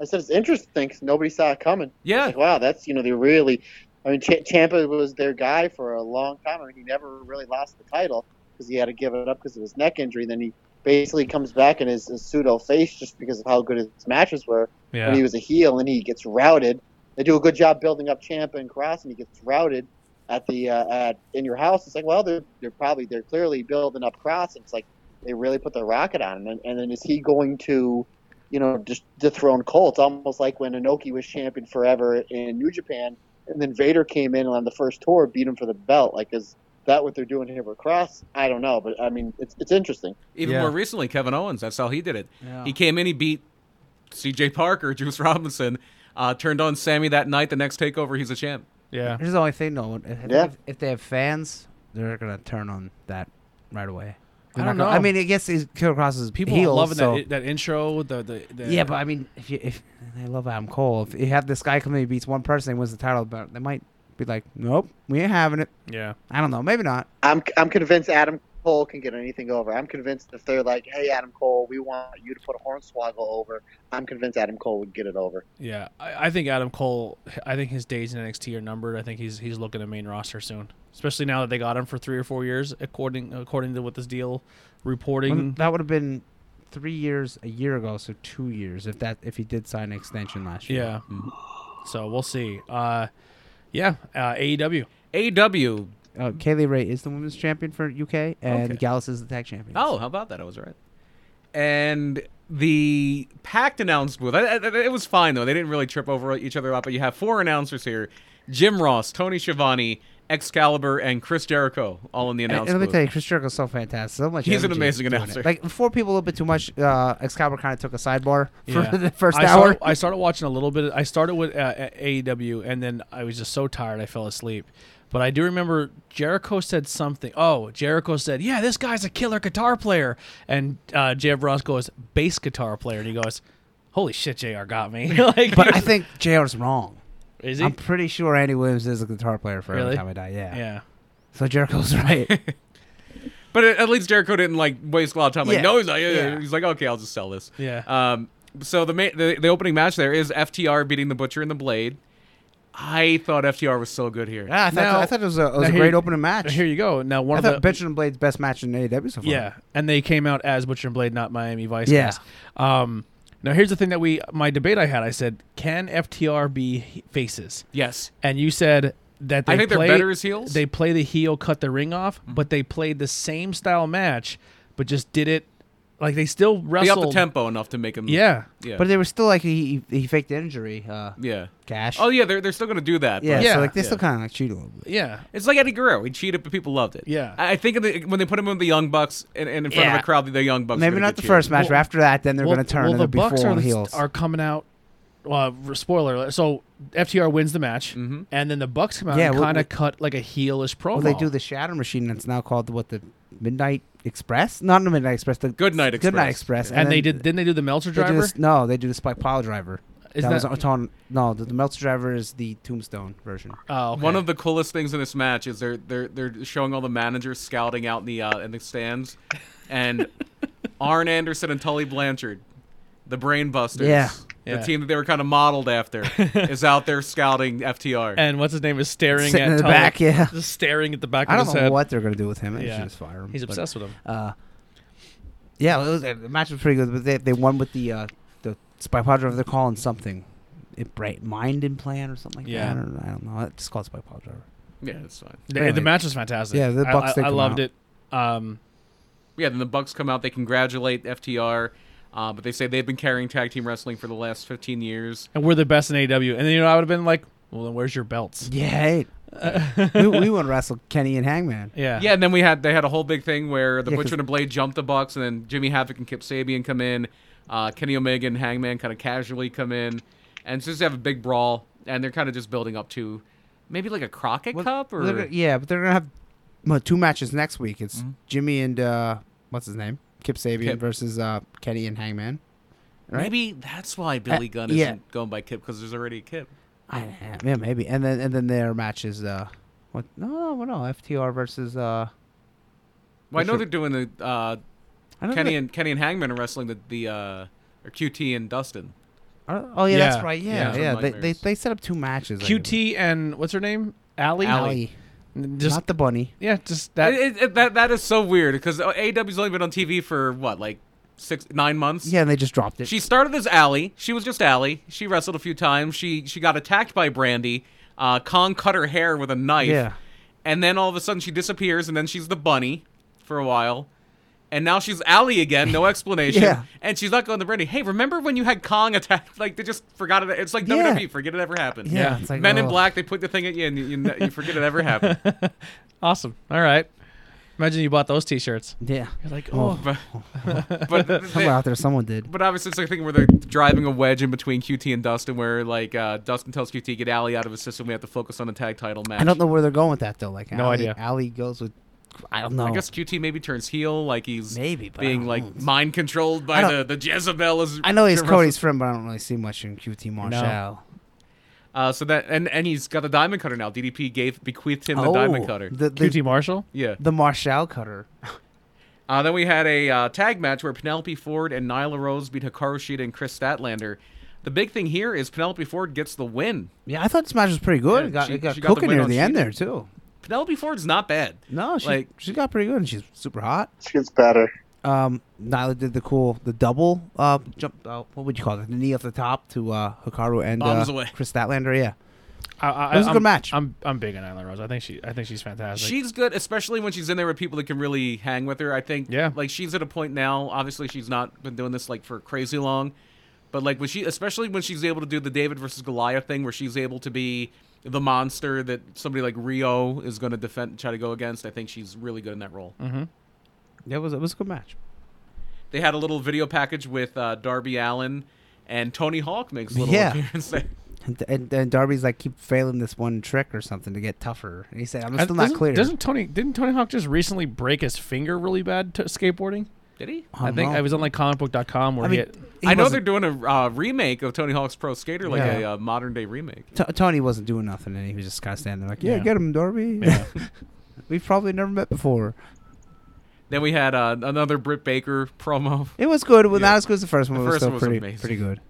I said it's interesting because nobody saw it coming.
Yeah.
It's like, wow, that's you know they really. I mean, Ch- Champa was their guy for a long time. I mean, he never really lost the title because he had to give it up because of his neck injury. Then he basically comes back in his, his pseudo face just because of how good his matches were when he was a heel, and he gets routed. They do a good job building up Champa and Cross, and he gets routed at the uh, at in your house. It's like, well, they're they're probably they're clearly building up Cross. It's like they really put the rocket on him, and, and then is he going to? you know, just dethrone Cole. It's almost like when Inoki was champion forever in New Japan, and then Vader came in and on the first tour, beat him for the belt. Like, is that what they're doing here with Cross? I don't know, but I mean, it's it's interesting.
Even
Yeah.
more recently, Kevin Owens. That's how he did it. He came in, he beat C.J. Parker, Juice Robinson, uh, turned on Sammy that night. The next takeover, he's a champ.
Yeah.
Here's the only thing, though. If, if-
Yeah.
if they have fans, they're gonna turn on that right away. They're
I don't
not gonna-
know.
I mean, I guess he's- Killer Cross is
People
heel,
are loving
so-
that that intro. with The, the, the
Yeah, but I mean, if you if I love Adam Cole, if you have this guy come in, he beats one person, he wins the title, but they might be like, nope, we ain't having it.
yeah.
I don't know, maybe not.
Mm-hmm.
I'm I'm convinced Adam Cole can get anything over. I'm convinced if they're like, hey, Adam Cole, we want you to put a Hornswoggle over. I'm convinced Adam Cole would get it over.
Yeah, I, I think Adam Cole. I think his days in NXT are numbered. I think he's he's looking at main roster soon, especially now that they got him for three or four years, according according to what this deal
Wouldn't-
reporting.
That would have been three years a year ago, so two years if that if he did sign an extension last year.
Yeah, so we'll see. Uh, yeah, uh, AEW.
AW.
Uh, Kaylee Ray is the women's champion for UK, and
Okay.
Gallus is the tag champion.
Oh, how about that? I was right. And the packed announced booth. I, I, it was fine though. They didn't really trip over each other a lot. But you have four announcers here: Jim Ross, Tony Schiavone, Excalibur, and Chris Jericho, all in the
And,
announce
and let me
booth.
tell you, Chris Jericho's so fantastic. So much
He's an
energy
amazing
doing it.
announcer.
Like four people, a little bit too much. Uh, Excalibur kind of took a sidebar for
Yeah.
the first
I
hour.
Started, I started watching a little bit. I started with uh, a- AEW, and then I was just so tired I fell asleep. But I do remember Jericho said something. Oh, Jericho said, "Yeah, this guy's a killer guitar player," and uh, Jeff Ross goes, "Bass guitar player," and he goes, "Holy shit, Jr. got me!" like,
but I think JR's wrong.
is he?
I'm pretty sure Andy Williams is a guitar player for
Really?
Every Time I Die. Yeah.
yeah.
So Jericho's right.
But at at least Jericho didn't like waste a lot of time. Like,
Yeah.
no, he's like, yeah, yeah.
Yeah.
he's like, okay, I'll just sell this.
Yeah.
Um. So the, ma- the the opening match there is FTR beating the Butcher and the Blade. I thought FTR was so good here. Ah,
yeah, I thought,
Now-
I thought it was a, it
now
was a
here-
great opening match.
Here you go. Now one
I
of
thought
the
Butcher and Blade's best match in AEW so far.
Yeah, and they came out as Butcher and Blade, not Miami Vice.
Yeah.
guys. Um, now here's the thing that we my debate I had. I said, can FTR be he- faces?
Yes.
And you said that they
I think they're
play,
better as heels. Mm-hmm.
They play the heel, cut the ring off, but they played the same style match, but just did it Like they still
They
wrestled.
up the tempo enough to make him.
Yeah.
yeah,
But they were still like he he he faked the injury. Uh,
yeah.
Cash.
Oh yeah, they're they're still gonna do that. but-
yeah,
yeah,
So like they
yeah.
still kind of like cheat a little bit.
Yeah.
It's like Eddie Guerrero. He cheated, but people loved it.
Yeah.
I I think in the, when they put him in the Young Bucks and, and in front of
Yeah.
a crowd, the Young Bucks. are
Maybe
gonna
not
get
the
cheered.
first match, but
Well-
after that, then they're
well,
going to turn
well,
and they'll
the
be
Bucks
full
are,
on
the-
heels.
are coming out. Uh, r- spoiler. alert. So FTR wins the match,
Mhm.
and then the Bucks come out
Yeah,
and
well,
kind
well-
of cut like a heelish promo.
Well, they do the Shatter Machine that's now called what the Midnight Express? Not the Midnight Express. The
Good Night
Good Night
Express.
Express.
and, they did. Didn't they do the Meltzer
they do
driver?
this- no, they do the Spike Pile Driver.
Is
that, was
that-
was on. No, the, the Meltzer Driver is the Tombstone version.
Oh, okay.
One of the coolest things in this match is they're they're they're showing all the managers scouting out in the uh, in the stands, and Arn Anderson and Tully Blanchard, the Brain Busters,
Yeah.
the
Yeah.
team that they were kind of modeled after, is out there scouting FTR.
and what's his name is staring
Sitting
at
in the
Tully.
back, yeah.
just staring at the back
I
of
don't
his
know
head.
what they're going to do with him. They
Yeah.
should just fire him.
He's
but,
obsessed with him.
Uh, yeah, it was, uh, the match was pretty good, but they, they won with the uh, the Spike Pile Driver. They're calling something. It, bright mind implant or something like
Yeah.
that. I don't, I don't know. It's just called Spike Pile Driver.
yeah, that's fine.
The,
Anyway.
the match was fantastic.
Yeah, the
I-
Bucks
I,
did
I
come
loved
out.
it. Um,
Yeah, then the Bucks come out. They congratulate FTR, uh, but they say they've been carrying tag team wrestling for the last 15 years.
and we're the best in AEW. And then you know I would have been like, well, then where's your belts?
Yeah, hey. we, we want to wrestle Kenny and Hangman.
Yeah.
Yeah, and then we had they had a whole big thing where the
Yeah, 'cause-
Butcher and the Blade jumped the Bucks, and then Jimmy Havoc and Kip Sabian come in, uh, Kenny Omega and Hangman kind of casually come in, and so just have a big brawl, and they're kind of just building up to maybe like a Crockett
Well,
Cup or
they're gonna- yeah, but they're gonna have well, two matches next week. It's
Mm-hmm.
Jimmy and uh, what's his name, Kip Sabian
Kip.
versus uh, Kenny and Hangman. Right?
maybe that's why Billy
Uh,
Gunn
yeah.
isn't going by Kip because there's already a Kip.
I, yeah, maybe. And then and then their match is uh, what? No, no, no. FTR versus uh,
Well, I know
Sure.
they're doing the uh,
I don't
Kenny
know-
and Kenny and Hangman are wrestling the the uh, or QT and Dustin.
I don't- oh yeah,
Yeah.
that's right.
Yeah,
Yeah,
from
yeah. They, they
Nightmares.
they set up two matches. I guess.
QT and what's her name? Allie.
Alley,
Just
not the bunny.
yeah, just that.
It- it- it- that that is so weird because AW's only been on TV for what like six nine months.
Yeah, and they just dropped it.
She started as Allie. She was just Allie. She wrestled a few times. She she got attacked by Brandy. Uh, Kong cut her hair with a knife.
Yeah.
And then all of a sudden she disappears, and then she's the bunny for a while. And now she's Allie again, no explanation.
Yeah.
And she's not going to Brandy. Hey, remember when you had Kong attack? Like, they just forgot it. It's like
Yeah.
WWE, forget it ever happened.
yeah,
Yeah.
It's like,
Men in
oh.
Black, they put the thing at you and you, you, you forget it ever happened.
awesome. All right. Imagine you bought those T-shirts.
Yeah,
You're like, oh,
But, but they-
somewhere out there, someone did.
But obviously, it's like a thing where they're driving a wedge in between QT and Dustin, where like uh, Dustin tells QT get Allie out of his system. We have to focus on the tag title match.
I don't know where they're going with that though. Like,
No
Alley-
idea.
Alley goes with, I don't know.
I guess QT maybe turns heel, like he's
Maybe, but I
being
don't
like
know.
mind controlled
I
by the
don't-
the Jezebel. Is
I know he's
Russell-
Cody's friend, but I don't really see much in QT Marshall.
Uh, so that and and he's got the diamond cutter now. DDP gave bequeathed him the
Oh,
diamond cutter.
The, the,
QT Marshall.
yeah.
the Marshall cutter.
Uh, then we had a uh, tag match where Penelope Ford and Nyla Rose beat Hikaru Shida and Chris Statlander. The big thing here is Penelope Ford gets the win.
Yeah, I thought this match was pretty good.
Yeah,
it got,
she-
it got
she got the
cooking
win
near
on
the end
Sheeta.
there too.
Penelope Ford's not bad.
No, she
Like-
she got pretty good and she's super hot.
She gets better.
Um, Nyla did the cool the double uh jump. Uh, what would you call it? The knee off the top to uh Hikaru and uh,
Bombs away.
Chris Statlander. Yeah,
I, I,
It was a
I'm-
good match.
I'm I'm big on Island Rose. I think she I think she's fantastic.
She's good, especially when she's in there with people that can really hang with her. I think,
Yeah.
like she's at a point now. Obviously, she's not been doing this like for crazy long, but like when she, especially when she's able to do the David versus Goliath thing, where she's able to be the monster that somebody like Rio is going to defend, try to go against. I think she's really good in that role.
Mm-hmm. yeah, it was it was a good match.
They had a little video package with uh, Darby Allen and Tony Hawk makes a little
Yeah.
appearance. There.
And, and, and Darby's like keep failing this one trick or something to get tougher, and he said, "I'm
I-
still not
doesn't-
clear."
Doesn't Tony didn't Tony Hawk just recently break his finger really bad to skateboarding?
Did he?
I
I
don't
think
know.
I was on like comicbook.com where
I
he
mean,
had-
he
I know
wasn't-
they're doing a uh, remake of Tony Hawk's Pro Skater, like
Yeah.
a uh, modern day remake.
T- Tony wasn't doing nothing, and he was just kind of standing there like, "Yeah,
Yeah.
get him, Darby." We've probably never met before.
Then we had uh, another Britt Baker promo.
It was good. It was
Yeah.
not as good as the first one.
The
but it
first
was still
one was
pretty,
amazing.
pretty good.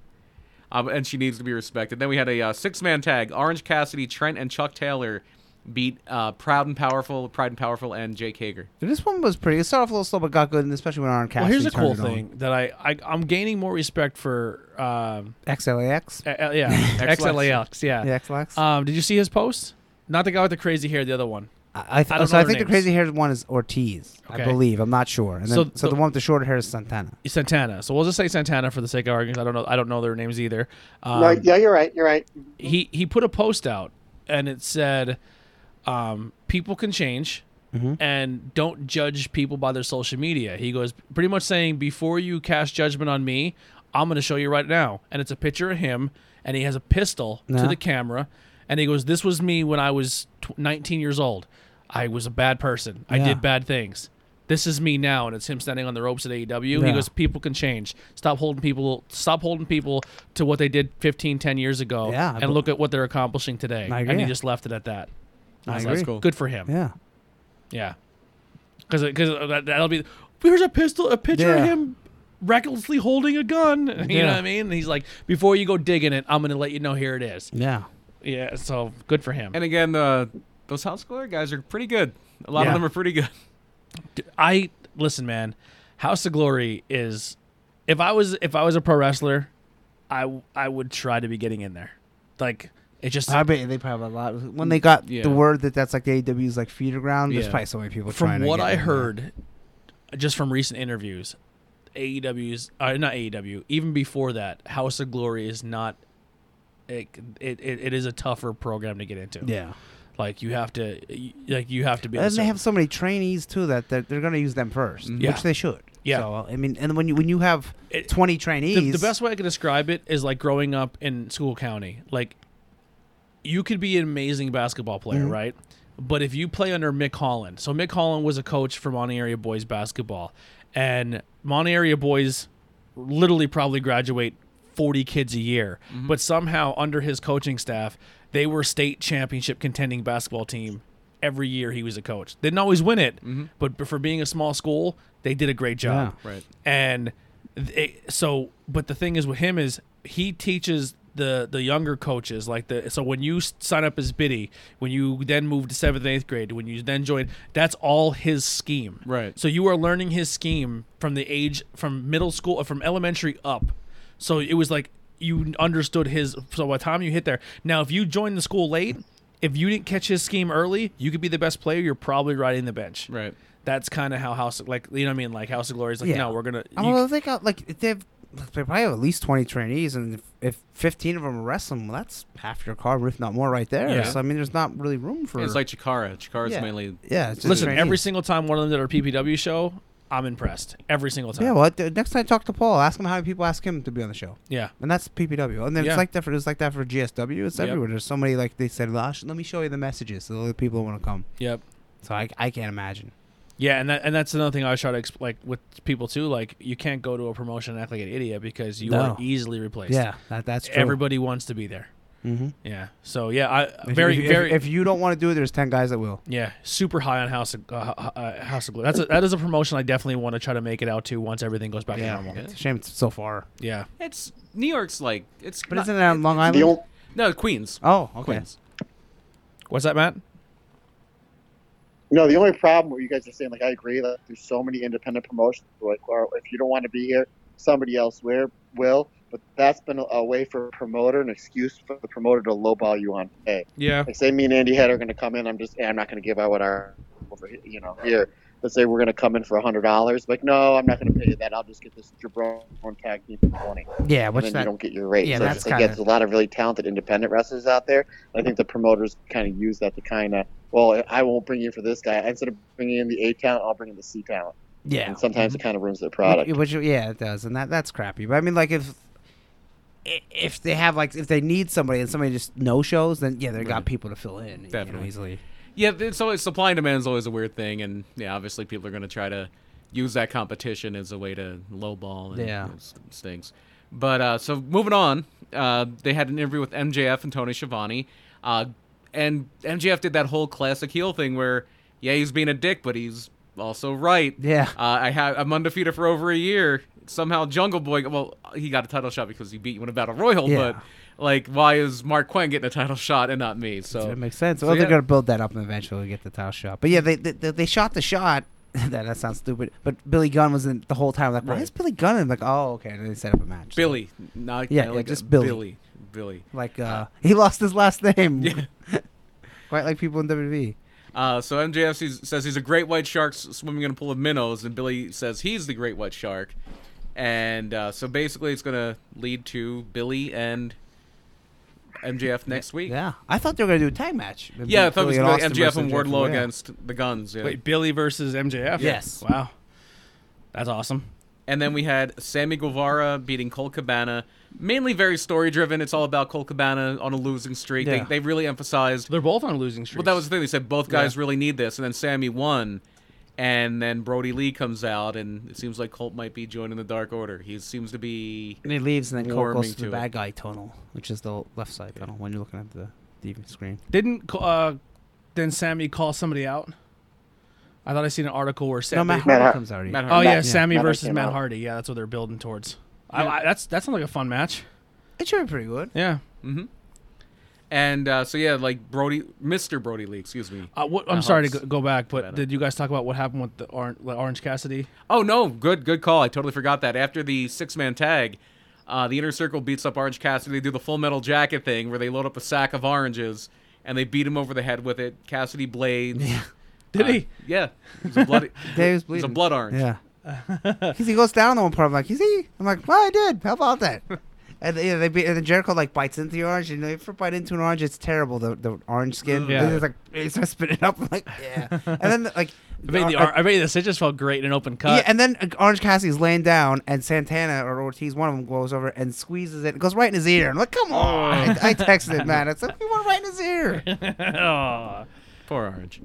um, and she needs to be respected. Then we had a uh, six-man tag: Orange Cassidy, Trent, and Chuck Taylor beat uh, Proud and Powerful, Pride and Powerful, and Jake Hager.
This one was pretty. It started off a little slow, but got good, and especially when Iron
well,
Cassidy
here's a cool
turned it
thing that I, I I'm gaining more respect for um
on. XLAX.
uh, uh, yeah Uh, XLAX yeah.
Yeah, XLAX.
Um, did you see his post? Not the guy with the crazy hair, the other one.
I, I,
I don't
th- so
know
I
their
think
names.
the crazy haired one is Ortiz,
Okay.
I believe. I'm not sure. And then,
So-
so,
so-
the one with the short hair is Santana.
Santana. So we'll just say Santana for the sake of argument. I don't know. I don't know their names either. Um,
no, yeah, you're right. You're right.
he he put a post out and it said um, people can change
Mm-hmm.
and don't judge people by their social media he goes pretty much saying before you cast judgment on me i'm going to show you right now and it's a picture of him and he has a pistol
Yeah.
to the camera and he goes this was me when i was tw- 19 years old i was a bad person i
Yeah.
did bad things this is me now and it's him standing on the ropes at AEW he
Yeah.
goes people can change stop holding people stop holding people to what they did 15 10 years ago
Yeah, I
Oh, and
bel-
look at what they're accomplishing today.
I
And he
agree.
just left it at that.
I
was
agree.
Good for him.
Yeah.
Yeah. Because that, that'll be there's a pistol, a picture of
Yeah.
him recklessly holding a gun. You know
Yeah.
what I mean? And he's like, before you go digging it, I'm gonna let you know here it is.
Yeah.
Yeah. So good for him.
And again, the those house cooler guys are pretty good. A lot
Yeah.
of them are pretty good.
I listen, man. House of Glory is. If I was if I was a pro wrestler, I I would try to be getting in there. Like it just
I bet they probably have a lot. When they got
Yeah.
the word that that's like the AEW's like feeder ground, there's
Yeah.
probably so many people
from
trying to
what
get
I
in there.
heard, just from recent interviews, AEW's uh, not AEW. Even before that, House of Glory is not. It, it it it is a tougher program to get into.
Yeah.
like you have to, y- like you have to be.
And they have so many trainees too that they're, they're going to use them first,
Yeah.
which they should.
Mm-hmm. Yeah.
So I mean, and when you when you have
It-
20
the,
trainees,
the best way I could describe it is like growing up in school county. Like you could be an amazing basketball player,
Mm-hmm.
right? But if you play under Mick Holland, so Mick Holland was a coach for Monty Area Boys basketball, and Monty Area Boys literally probably graduate 40 kids a year,
Mm-hmm.
but somehow under his coaching staff, they were state championship contending basketball team every year he was a coach. Didn't always win it, but for being a small school, they did a great job
Mm-hmm. Yeah. Right.
and th- it, so but the thing is with him is he teaches the the younger coaches like the so when you s- sign up as biddy when you then move to seventh and eighth grade when you then join that's all his scheme
Right.
so you are learning his scheme from the age from middle school or from elementary up so it was like you understood his so by the time you hit there now if you join the school late if you didn't catch his scheme early you could be the best player you're probably riding the bench
Right.
that's kind of how House of- like you know what I mean like House of Glory is like
Yeah.
no we're gonna
I
you-
well, they got like if they have they probably have at least 20 trainees, and if, if 15 of them are wrestling, well, that's half your car, if not more, right there.
Yeah.
So I mean, there's not really room for.
It's like Chikara. Chikara's
yeah,
mainly
yeah. It's just
listen
trainees.
every single time one of them did our PPW show I'm impressed every single time
Yeah, well, th- next time talk to Paul. Ask him how many people ask him to be on the show,
yeah
and that's PPW. And then
Yeah.
it's like that for it's like that for GSW. It's
Yep.
everywhere. There's so many like they said. "Lash, Let me show you the messages. So the people want to come.
yep
So I, I can't imagine.
yeah and that and that's another thing I always try to exp- like with people too like you can't go to a promotion and act like an idiot because you are
No.
easily replaced
Yeah, that, that's true.
everybody wants to be there
Mhm.
yeah so yeah I
If-
very
if, if-
very
If, you don't want to do it, there's ten guys that will.
yeah super high on House of, uh, uh, House of Glory that's a, that is a promotion I definitely want to try to make it out to once everything goes back to normal
it's a shame it's so far.
yeah
It's New York's like it's
But
not-
isn't it on Long Island?
The old,
no Queens.
oh, okay.
Queens.
what's that Matt
no, the only problem what you guys are saying, like I agree, like there's so many independent promotions. Like, or if you don't want to be here, somebody else where will. But that's been a, a way for a promoter, an excuse for the promoter to lowball you on pay.
yeah
Like say me and Andy Head are going to come in. I'm just, hey, I'm not going to give out what our, over he- you know, here. Let's say we're going to come in for a hundred dollars. Like, no, I'm not going to pay you that. I'll just get this jabron tag team for twenty.
Yeah,
And
which
then
that
you don't get your rate.
yeah,
so
that's
it's- again,
kinda-
there's a lot of really talented independent wrestlers out there. I think the promoters kind of use that to kind of, well, I won't bring you for this guy. Instead of bringing in the A talent, I'll bring in the C talent.
yeah.
And sometimes
Mm-hmm.
it kind of ruins their product.
Which, which- yeah, it does, and that that's crappy. But I mean, like if i- if they have like if they need somebody and somebody just no shows, then yeah, they got people to fill in you know,
Definitely.
easily.
Yeah, it's always supply and demand is always a weird thing, and yeah, obviously people are going to try to use that competition as a way to lowball and
Yeah.
those things. But uh, so moving on, uh, they had an interview with MJF and Tony Schiavone, uh, and MJF did that whole classic heel thing where yeah, he's being a dick, but he's also right.
Yeah.
uh, I have I'm undefeated for over a year. Somehow Jungle Boy, well, he got a title shot because he beat you in a battle royal,
Yeah.
but. Like, why is Mark Quinn getting a title shot and not me? So
So it makes sense.
so
well,
yeah.
they're gonna build that up and eventually get the title shot. But yeah, they they, they, they shot the shot. that that sounds stupid. But Billy Gunn was in the whole time. Like,
Right.
why is Billy Gunn? in? like, oh, okay. And then they set up a match. So,
Billy, not
Yeah,
not
yeah,
like
just
a-
Billy.
Billy, Billy.
like uh, he lost his last name.
Yeah.
Quite like people in E. WWE.
Uh, so MJF sees- says he's a great white shark s- swimming in a pool of minnows, and Billy says he's the great white shark. And uh, so basically, it's going to lead to Billy and MJF next week.
Yeah, I thought they were gonna do a tag match.
Yeah, I thought it was
Billy
gonna be
Austin
MJF
versus
and Wardlow
yeah.
against the Guns. Yeah.
Wait, Billy versus MJF?
Yes.
Wow. That's awesome.
And then we had Sammy Guevara beating Cole Cabana. Mainly very story driven. It's all about Cole Cabana on a losing streak. They,
Yeah.
they really emphasized.
They're both on losing streaks.
Well, that was the thing. They said both guys really need this. And then Sammy won. And then Brody Lee comes out, and it seems like Colt might be joining the Dark Order. He seems to be.
And he leaves, and then Cole
Warming
goes to
to
the
it.
bad guy tunnel, which is the left side tunnel when you're looking at the TV screen.
Didn't uh, then Sammy call somebody out? I thought I seen an article where Sammy.
No, Matt
Matt
Hardy
Har-
comes out.
Matt
here.
oh yeah,
Matt-
Sammy
Matt
versus
came
Matt
out.
Hardy. Yeah, that's what they're building towards. I, I, that's that sounds like a fun match.
It should be pretty good.
Yeah.
And uh, so, yeah, like Brody. Mr. Brody Lee, excuse me.
Uh, what,
Uh,
I'm sorry to
Hawks.
go, go back, but
Better.
did you guys talk about what happened with the Orange, Orange Cassidy?
Oh no, good good call. I totally forgot that. After the six man tag, uh, the inner circle beats up Orange Cassidy. They do the full metal jacket thing where they load up a sack of oranges and they beat him over the head with it. Cassidy blades.
Did
Uh,
he?
Yeah. It was a bloody, it
Dave was
was a
bleeding.
blood orange.
Yeah. 'Cause he goes down the one part. I'm like, is he? I'm like, well, I did. How about that? And yeah, they be, and then Jericho like bites into the orange, and if you bite into an orange, it's terrible. The the orange skin,
Yeah.
It's like it starts spitting up. I'm like, yeah. And then like,
I mean, the,
uh,
Ar- I mean, the Citrus felt great in an open cut.
yeah, and then uh, Orange Cassidy's laying down, and Santana or Ortiz, one of them, goes over and squeezes it. It goes right in his ear. I'm like, come on!
Oh.
I, I texted man. I said, we went right in his ear.
Aw.
Poor orange.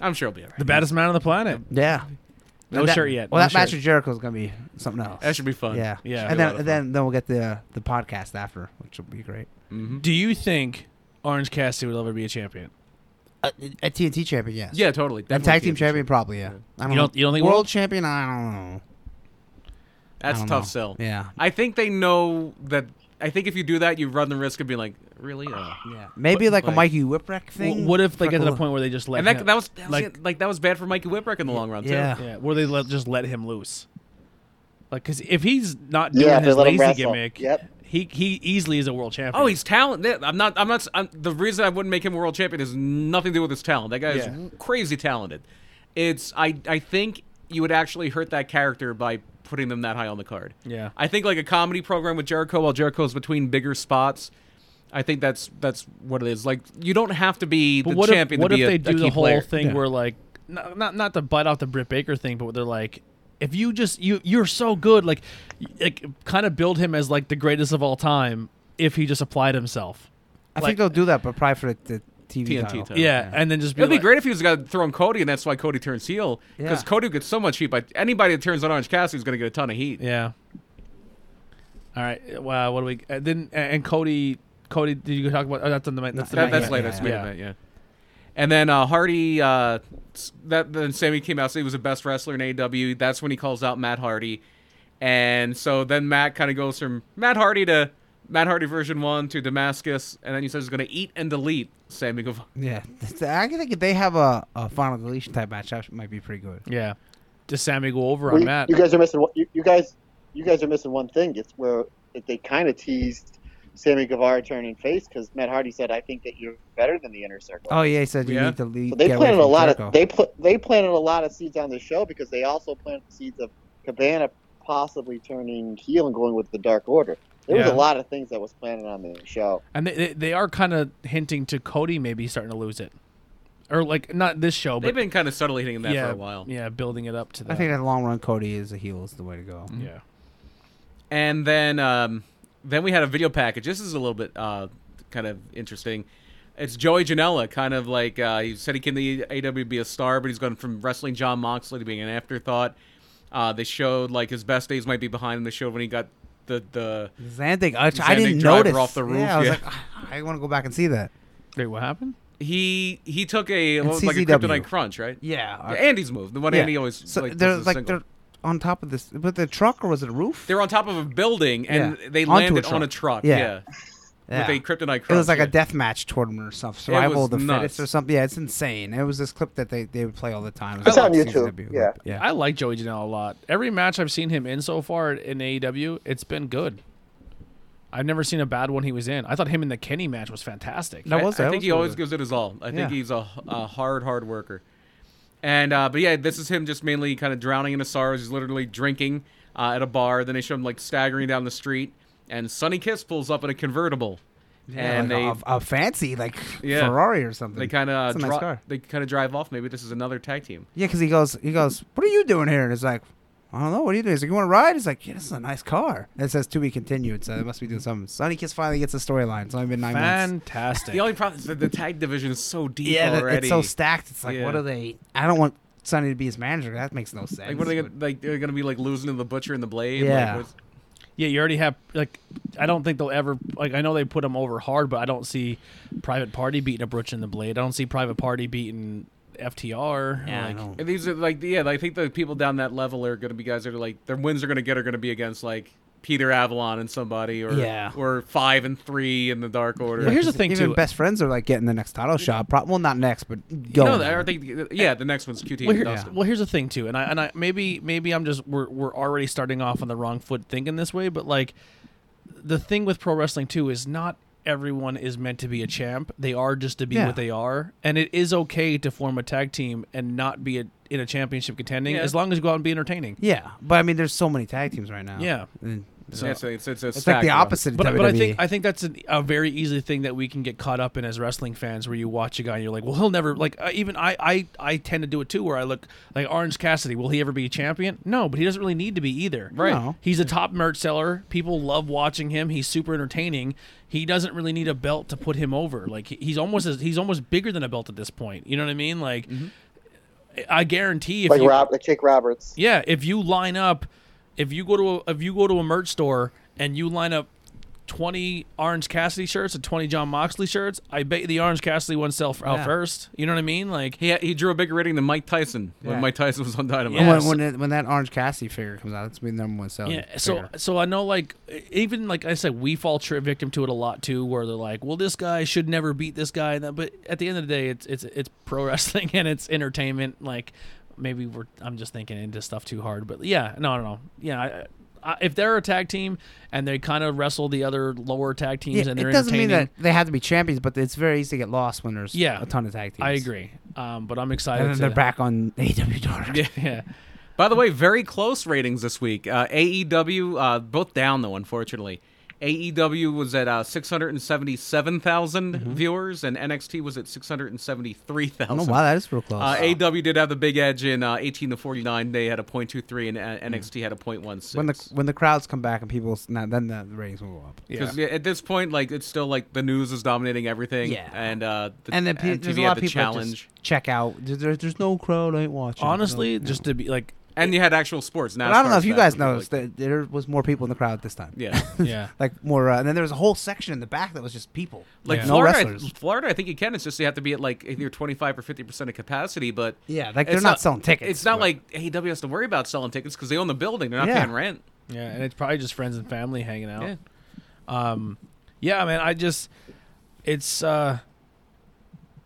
I'm sure it'll be alright.
the baddest man on the planet.
Yeah.
No
And that,
shirt yet.
Well,
no
that match
shirt.
with Jericho is gonna be something else.
That should be fun.
Yeah,
Yeah.
And
Be a
then
lot of
then then we'll get the uh, the podcast after, which will be great.
Do you think Orange Cassidy will ever be a champion?
Uh, a TNT champion, yes.
Yeah, totally.
And
Definitely
tag team
TNT.
champion, probably, yeah. I
You don't-
know.
you don't think
world
world-
champion? I don't know.
That's
I
a
don't
tough
know.
sell.
Yeah.
I think they know that I think if you do that you run the risk of being like, Really? Uh,
Yeah. Maybe
But,
like,
like-
a Mikey Whipwreck thing.
Wh- what if they
Fuck
get to
a-
the point where they just let
and that,
him,
that was that was-
like
like that was bad for Mikey Whipwreck in the long run too.
Yeah.
yeah, where they let, just let him loose? Like, because if he's not doing
Yeah, if they
his
let him
lazy
wrestle.
gimmick,
Yep.
he he easily is a world champion.
Oh, he's talented. I'm not. I'm not. I'm, the reason I wouldn't make him a world champion is nothing to do with his talent. That guy
Yeah.
is crazy talented. It's. I. I think you would actually hurt that character by putting them that high on the card.
Yeah.
I think like a comedy program with Jericho while Jericho's between bigger spots. I think that's that's what it is. Like you don't have to be
But
the
what if
champion
what
to
if
be a,
they
a
do
key
the whole
player.
thing where like not, not not to bite off the Britt Baker thing, but where they're like, if you just you you're so good, like y- like kind of build him as like the greatest of all time if he just applied himself.
I
like-
think they'll do that, but probably for the, the TV
TNT
title.
title.
Yeah, and then just be
Oh, It'd be
like-
great if he was the guy throwing Cody, and that's why Cody turns heel. Because
Yeah.
Cody gets so much heat, but anybody that turns on Orange Cassidy is going to get a ton of heat.
Yeah. All right. Well, what do we uh, then? And Cody, Cody, did you talk about? Oh, that's on the main. That's, the
That-
main
that's
event.
later.
yeah,
That's
yeah.
main event, yeah. And then uh, Hardy, uh, s- that then Sammy came out, so he was the best wrestler in AW. That's when he calls out Matt Hardy, and so then Matt kind of goes from Matt Hardy to Matt Hardy version one to Damascus, and then he says he's going to eat and delete Sammy Guevara.
Yeah. I think if they have a, a final deletion type match, that might be pretty good.
Yeah. Does Sammy go over
We-
on Matt?
You guys are missing. one- You, you guys, you guys are missing one thing. It's where they kind of teased Sammy Guevara turning face because Matt Hardy said, "I think that you're better than the inner circle."
Oh, yeah. He said you
Yeah.
need to leave.
so they
get away
planted a
from
lot
Jericho.
of they pl- they planted a lot of seeds on the show because they also planted seeds of Cabana possibly turning heel and going with the Dark Order. There was
Yeah.
a lot of things that was planted on the show.
and they, they, they are kind of hinting to Cody maybe starting to lose it, or like not this show,
They've
but
been kind of subtly hitting that
yeah,
for a while.
yeah, building it up to that.
I think in the long run, Cody is a heel is the way to go.
yeah.
And then um, then we had a video package. This is a little bit uh, kind of interesting. It's Joey Janela, kind of like uh, he said he came to AW to be a star, but he's gone from wrestling John Moxley to being an afterthought. Uh, they showed like his best days might be behind him. They showed when he got the the
Zandig, I, I
Zandig
didn't
driver
notice.
off the roof,
Yeah, I was
yeah.
like, "Ah, I want to go back and see that.
Wait, what happened?
he he took a
And
what was like a
CZW.
kryptonite crunch, right?
Yeah,
Yeah, Andy's move, the one Andy always
So
like,
they're
does as a
like
single.
they're on top of this, but the truck or was it a roof?
They were on top of a building and
Yeah.
they
Onto a
landed on a
truck.
truck.
Yeah.
Yeah.
yeah.
With a kryptonite crunch.
it was like
yeah.
a death match tournament or something, survival of the
nuts.
fittest or something. Yeah, it's insane. It was this clip that they, they would play all the time. It
It's
was
on
like
YouTube,
CZW.
yeah.
yeah.
I like E Joey Janela a lot. Every match I've seen him in so far in AEW, it's been good. I've never seen a bad one he was in. I thought him in the Kenny match was fantastic.
That
I-
was-
I,
that
think
was
he
really
always
good.
gives it his all. I think
Yeah.
he's a, a hard, hard worker. And uh, but yeah, this is him just mainly kind of drowning in his sorrows. He's literally drinking uh, at a bar. Then they show him like staggering down the street, and Sunny Kiss pulls up in a convertible, and
like
they
a, a fancy like
Yeah.
Ferrari or something.
they kind of
It's a nice car.
they kind of drive off. Maybe this is another tag team.
Yeah, because he goes, he goes, what are you doing here? And it's like, I don't know, what are you doing? He's like, you want to ride? He's like, yeah, this is a nice car. And it says to be continued, so they must be doing something. Sonny Kiss finally gets a storyline. It's only been nine months.
Fantastic.
The only problem is that the tag division is so deep
Yeah, that-
already.
it's so stacked. It's like,
Yeah.
what are they? I don't want Sonny to be his manager. That makes no sense.
like what are they gonna, like? They're gonna be like losing to the butcher and the blade. Like,
Yeah.
what's-
yeah, you already have like I don't think they'll ever like I know they put him over hard, but I don't see Private Party beating a Butch in the Blade. I don't see Private Party beating FTR.
Yeah, I
like,
don't-
And these are like, yeah, I think the people down that level are going to be guys that are like, their wins are going to get are going to be against like Peter Avalon and somebody, or
Yeah.
or five and three in the Dark Order.
Well, here's the
Because
thing,
Even
too.
best friends are like getting the next title shot. Pro- well, not next, but
you
going.
know, I don't think, yeah, the next one's QT
Well,
and
here-
Dustin.
well, here's the thing too, and I and I maybe maybe I'm just we're we're already starting off on the wrong foot thinking this way, but like the thing with pro wrestling too is not everyone is meant to be a champ. They are just to be
Yeah.
what they are, and it is okay to form a tag team and not be a, in a championship contending
Yeah.
as long as you go out and be entertaining.
yeah, but I mean, there's so many tag teams right now.
Yeah.
And
So yeah, so it's, it's, a
it's
stack,
like the
bro.
opposite.
But,
of E. WWE.
but I think I think that's a, a very easy thing that we can get caught up in as wrestling fans, where you watch a guy and you're like, well, he'll never like. Uh, even I, I I tend to do it too, where I look like Orange Cassidy. Will he ever be a champion? No, but he doesn't really need to be either.
Right.
No.
He's a top merch seller. People love watching him. He's super entertaining. He doesn't really need a belt to put him over. Like he- he's almost as, he's almost bigger than a belt at this point. You know what I mean? Like I guarantee if
Like
you,
Rob, like Jake Roberts.
yeah, if you line up, if you go to a, if you go to a merch store and you line up twenty Orange Cassidy shirts and twenty John Moxley shirts, I bet the Orange Cassidy one sell f- out
Yeah.
first. You know what I mean? Like,
He, he drew a bigger rating than Mike Tyson when
Yeah.
Mike Tyson was on Dynamite.
And
Yeah.
when,
so-
when, it, when that Orange Cassidy figure comes out, it's gonna be the number one selling.
yeah. So
figure.
so I know like even like I said, we fall tri- victim to it a lot too, where they're like, well, this guy should never beat this guy, and that, but at the end of the day, it's it's it's pro wrestling and it's entertainment. Like maybe we're I'm just thinking into stuff too hard, but yeah, no, no, no, yeah. I, I, if they're a tag team and they kind of wrestle the other lower tag teams
Yeah,
and
it
they're
doesn't mean
entertaining,
that they have to be champions, but it's very easy to get lost when there's
Yeah.
a ton of tag teams.
I agree. Um, but I'm excited.
And then
to-
they're back on AEW Dark. Yeah.
Yeah.
By the way, very close ratings this week. Uh, AEW, uh, both down though, unfortunately. AEW was at uh, 677,000 viewers, and NXT was at 673,000.
Oh wow, that is real close.
Uh, AW did have the big edge in uh, 18 to 49. They had a .23, and uh, NXT had a .16.
when the when the crowds come back and people, now then the ratings will go up.
Because at this point, like it's still like the news is dominating everything.
Yeah.
and uh, the,
And then pe-
and
there's
TV
a lot
had
of
the
people that
challenge,
just check out. There, there- there's no crowd. I ain't watching.
Honestly,
No.
just to be like,
and you had actual sports. Now
But I don't know if you guys noticed that there was more people in the crowd this time.
yeah,
yeah.
Like more, uh, and then there was a whole section in the back that was just people.
like
Yeah.
no
Florida,
wrestlers.
Florida, I think you can. It's just you have to be at like either 25 or 50 percent of capacity. But
Yeah, like
it's
they're not, selling tickets.
It's not
but-
like AEW has to worry about selling tickets because they own the building. They're not
Yeah.
paying rent.
Yeah, and it's probably just friends and family hanging out.
Yeah.
Um, yeah, man. I just, it's uh,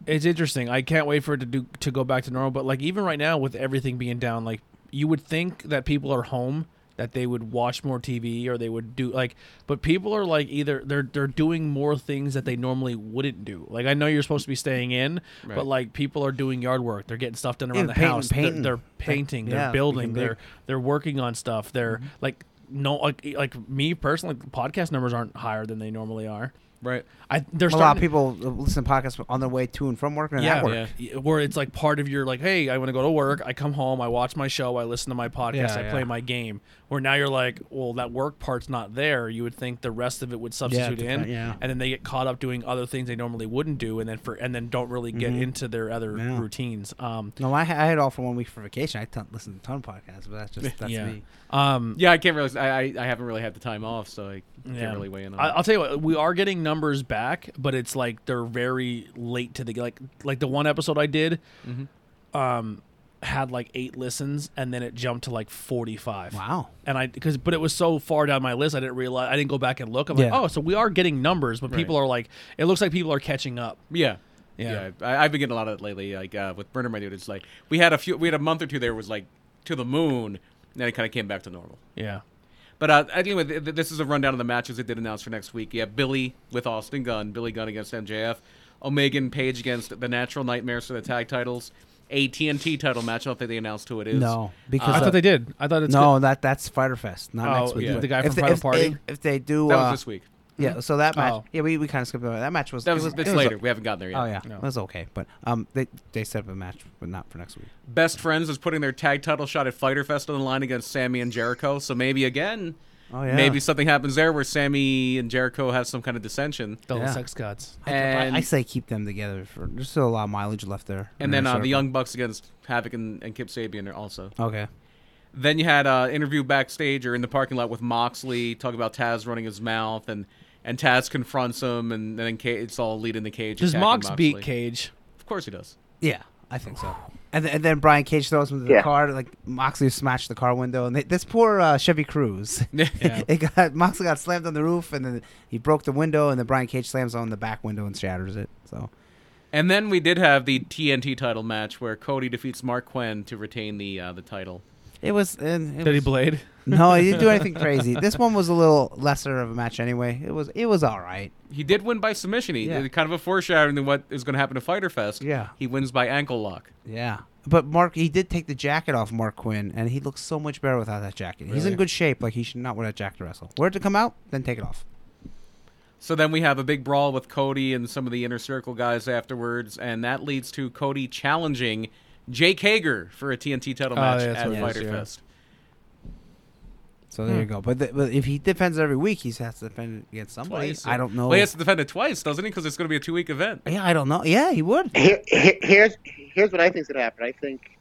it's interesting. I can't wait for it to do to go back to normal. But like even right now, with everything being down, like you would think that people are home, that they would watch more TV or they would do like, but people are like either they're they're doing more things that they normally wouldn't do. Like I know you're supposed to be staying in,
Right.
but like people are doing yard work. They're getting stuff done around the
Yeah, painting-
house. They're-
painting.
They're, painting.
Yeah,
they're building.
making big-
They're they're working on stuff. They're
Mm-hmm.
like no like like me personally, podcast numbers aren't higher than they normally are.
Right.
I there's
a lot of people listen to podcasts on their way to and from work and
yeah,
at work.
yeah.
yeah, where it's like part of your like, hey, I want to go to work. I come home, I watch my show, I listen to my podcast,
Yeah,
I play
yeah.
my game. Where now you're like, well, that work part's not there. You would think the rest of it would substitute in,
depend- yeah.
and then they get caught up doing other things they normally wouldn't do, and then for and then don't really get into their other
Mm-hmm. Yeah.
routines. Um,
No, I, I had off for one week for vacation. I ton, listen to a ton of podcasts, but that's just that's
yeah.
me.
Um,
Yeah, I can't really. I, I I haven't really had the time off, so I can't
Yeah.
really weigh in on.
I,
it.
I'll tell you what, we are getting numbers back, but it's like they're very late to the like like the one episode I did,
Mm-hmm.
um, had like eight listens and then it jumped to like forty five.
Wow.
And I because but it was so far down my list, I didn't realize I didn't go back and look. I'm like,
Yeah.
oh, so we are getting numbers, but people are like, it looks like people are catching up.
Yeah.
Yeah.
Yeah. I, I've been getting a lot of it lately. Like uh, with Burner, my dude, it's like we had a few, we had a month or two there was like to the moon, and then it kind of came back to normal.
Yeah.
But uh, anyway, th- th- this is a rundown of the matches they did announce for next week. You have Billy with Austin Gunn, Billy Gunn against MJF, Omega and Page against the Natural Nightmares for the tag titles, a TNT title match. I don't think they announced who it is.
No,
I
because
Uh,
uh,
thought they did. I thought it's
no, that that's Fighter Fest, not
Oh,
next week.
yeah.
but
the guy from
if they,
Private
if
Party?
They, if they do,
that
uh,
was this week.
yeah. So that match,
Oh.
yeah, we, we kind of skipped over that. That match was
That
it
was,
it
it's later. we haven't gotten there yet.
Oh yeah,
No.
it was okay, but um, they they set up a match, but not for next week.
Best Friends is putting their tag title shot at Fighter Fest on the line against Sammy and Jericho. So maybe again,
Oh yeah,
maybe something happens there where Sammy and Jericho have some kind of dissension.
the
Yeah.
sex gods.
And
I, I say keep them together for. There's still a lot of mileage left there.
and
in
then uh,
circle.
the Young Bucks against Havoc and, and Kip Sabian are also.
Okay.
Then you had an interview backstage or in the parking lot with Moxley, talking about Taz running his mouth, and and Taz confronts him, and then Ca- it's all lead in the cage.
Does
attacking
Mox beat
Moxley.
Cage?
Of course he does.
Yeah, I think so. And, th- and then Brian Cage throws him to the
Yeah.
car. Like Moxley smashed the car window, and they, this poor uh, Chevy Cruze.
Yeah.
it got Moxley got slammed on the roof, and then he broke the window, and then Brian Cage slams on the back window and shatters it. So
And then we did have the TNT title match where Cody defeats Mark Quinn to retain the uh, the title.
it was. And it
Did he
was-
blade?
no, he didn't do anything crazy. This one was a little lesser of a match anyway. It was. It was all right.
He did win by submission. He
Yeah.
did kind of a foreshadowing to what is going to happen to Fighter Fest.
Yeah.
He wins by ankle lock.
Yeah. But Mark, he did take the jacket off Mark Quinn, and he looks so much better without that jacket. He's in
Really?
good shape. Like he should not wear that jacket to wrestle. Wear it to come out, then take it off.
So then we have a big brawl with Cody and some of the inner circle guys afterwards, and that leads to Cody challenging Jake Hager for a TNT title
Oh,
match
yeah, that's
at
what it
Fighter
is, yeah.
Fest.
So there you go. But, th- but if he defends every week, he has to defend against somebody.
Twice.
I don't know.
Well, he has to defend it twice, doesn't he? Because it's going to be a two-week event.
yeah, I don't know. Yeah, he would.
Here, here- here's here's what I think's gonna happen. I think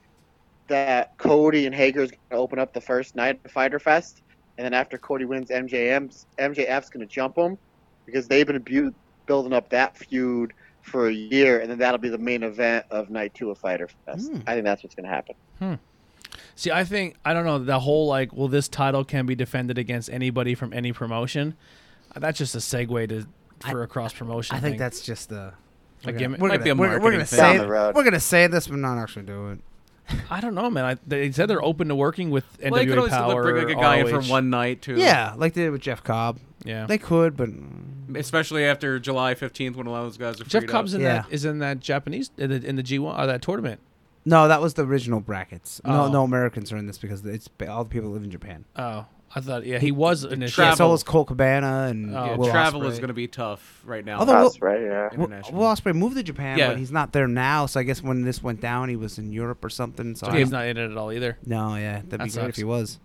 that Cody and Hager is gonna open up the first night of Fighter Fest, and then after Cody wins, MJM's MJF's gonna jump him because they've been bu- building up that feud for a year, and then that'll be the main event of night two of Fighter Fest.
Hmm.
I think that's what's gonna happen.
See, I think I don't know the whole like. Well, this title can be defended against anybody from any promotion. Uh, That's just a segue to for a cross promotion.
I think
thing.
that's just the.
a gimmick.
We're
Might
gonna,
be a
we're, we're
marketing
gonna
thing.
say
Down the
it-
road.
we're gonna say this, but not actually do it.
I don't know, man. I, they said they're open to working with NWA
well, they could always
Power.
bring like a guy in for
ROH.
one night too.
Yeah, like they did with Jeff Cobb.
Yeah.
They could, but mm,
especially after July fifteenth when a lot of those guys are
Jeff
freed
Cobb's
up.
in
Yeah.
that is in that Japanese in the, in the G1 or that tournament.
no, that was the original brackets. No,
Oh.
no Americans are in this because it's ba- all the people that live in Japan.
Oh, I thought yeah, he was initially.
Yeah,
Travel.
so was Cole Cabana and
Oh,
Yeah,
Will
Oh. travel
Ospreay.
is going to be tough right now.
Although-
That's right. Yeah.
Will,
international.
Will Ospreay moved to Japan,
Yeah.
but he's not there now. So I guess when this went down, he was in Europe or something. So I
Oh, He's
don't-
not in it at all either.
No, yeah, that'd be
That
great if
sucks.
he was.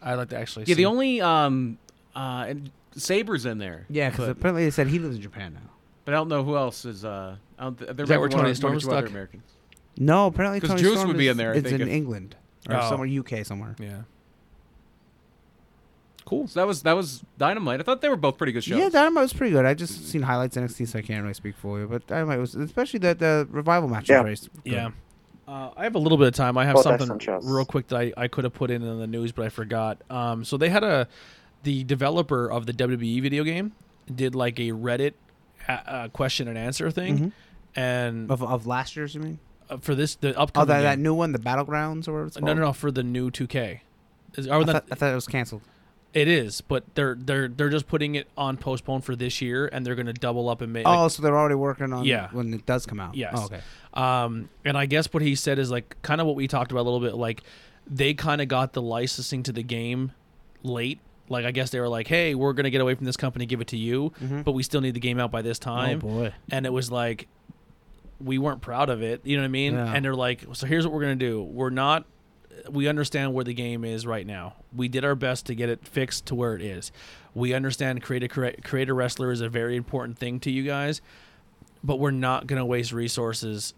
I'd like to actually. see.
yeah, the only um, uh, and Sabers in there.
Yeah, because
but,
apparently they said he lives in Japan now.
but I don't know who else is. Uh, I don't, th- there
Is that
might
where
be
Tony
one or- one or
Storm's
two other
stuck?
Americans.
No, apparently
'Cause
Tony
Juice
Storm
would be
is-
in there, I
It's
think,
in
if-
England or
Oh.
somewhere UK somewhere.
yeah.
Cool. So that was that was Dynamite. I thought they were both pretty good shows.
Yeah, Dynamite was pretty good. I just seen highlights NXT, so I can't really speak for you. But Dynamite was, especially the the revival match.
Yeah.
was very good.
Yeah. Uh, I have a little bit of time. I have
Both
something
excellent shows.
real quick that I, I could have put in in the news, but I forgot. Um, so they had a the developer of the WWE video game did like a Reddit uh, uh, question and answer thing, and
Of, of last year's, you mean?
uh, for this the
Mm-hmm. Oh,
upcoming
that, that
game-
new one, the Battlegrounds or whatever it's called.
no no no for the new 2K. Is, are
I
that-
thought, I thought it was canceled.
it is, but they're they're they're just putting it on postpone for this year, and they're going to double up and make.
oh, so they're already working on
Yeah.
when it does come out.
Yes.
Oh, okay.
Um, and I guess what he said is like kind of what we talked about a little bit. Like they kind of got the licensing to the game late. Like I guess they were like, "Hey, we're gonna get away from this company, give it to you, but we still need the game out by this time."
Mm-hmm. Oh, boy.
And it was like we weren't proud of it. You know what I mean?
Yeah.
And they're like, "So here's what we're gonna do. We're not. We understand where the game is right now. We did our best to get it fixed to where it is. We understand creator cre- creator wrestler is a very important thing to you guys." but we're not going to waste resources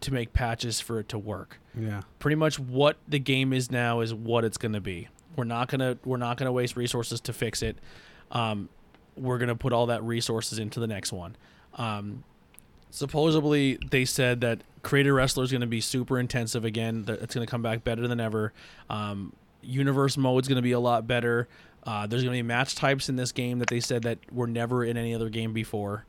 to make patches for it to work.
Yeah.
Pretty much what the game is now is what it's going to be. We're not going to we're not going to waste resources to fix it. Um, we're going to put all that resources into the next one. Um, supposedly they said that creator wrestler is going to be super intensive again that it's going to come back better than ever um, universe mode's going to be a lot better uh, there's going to be match types in this game that they said that were never in any other game before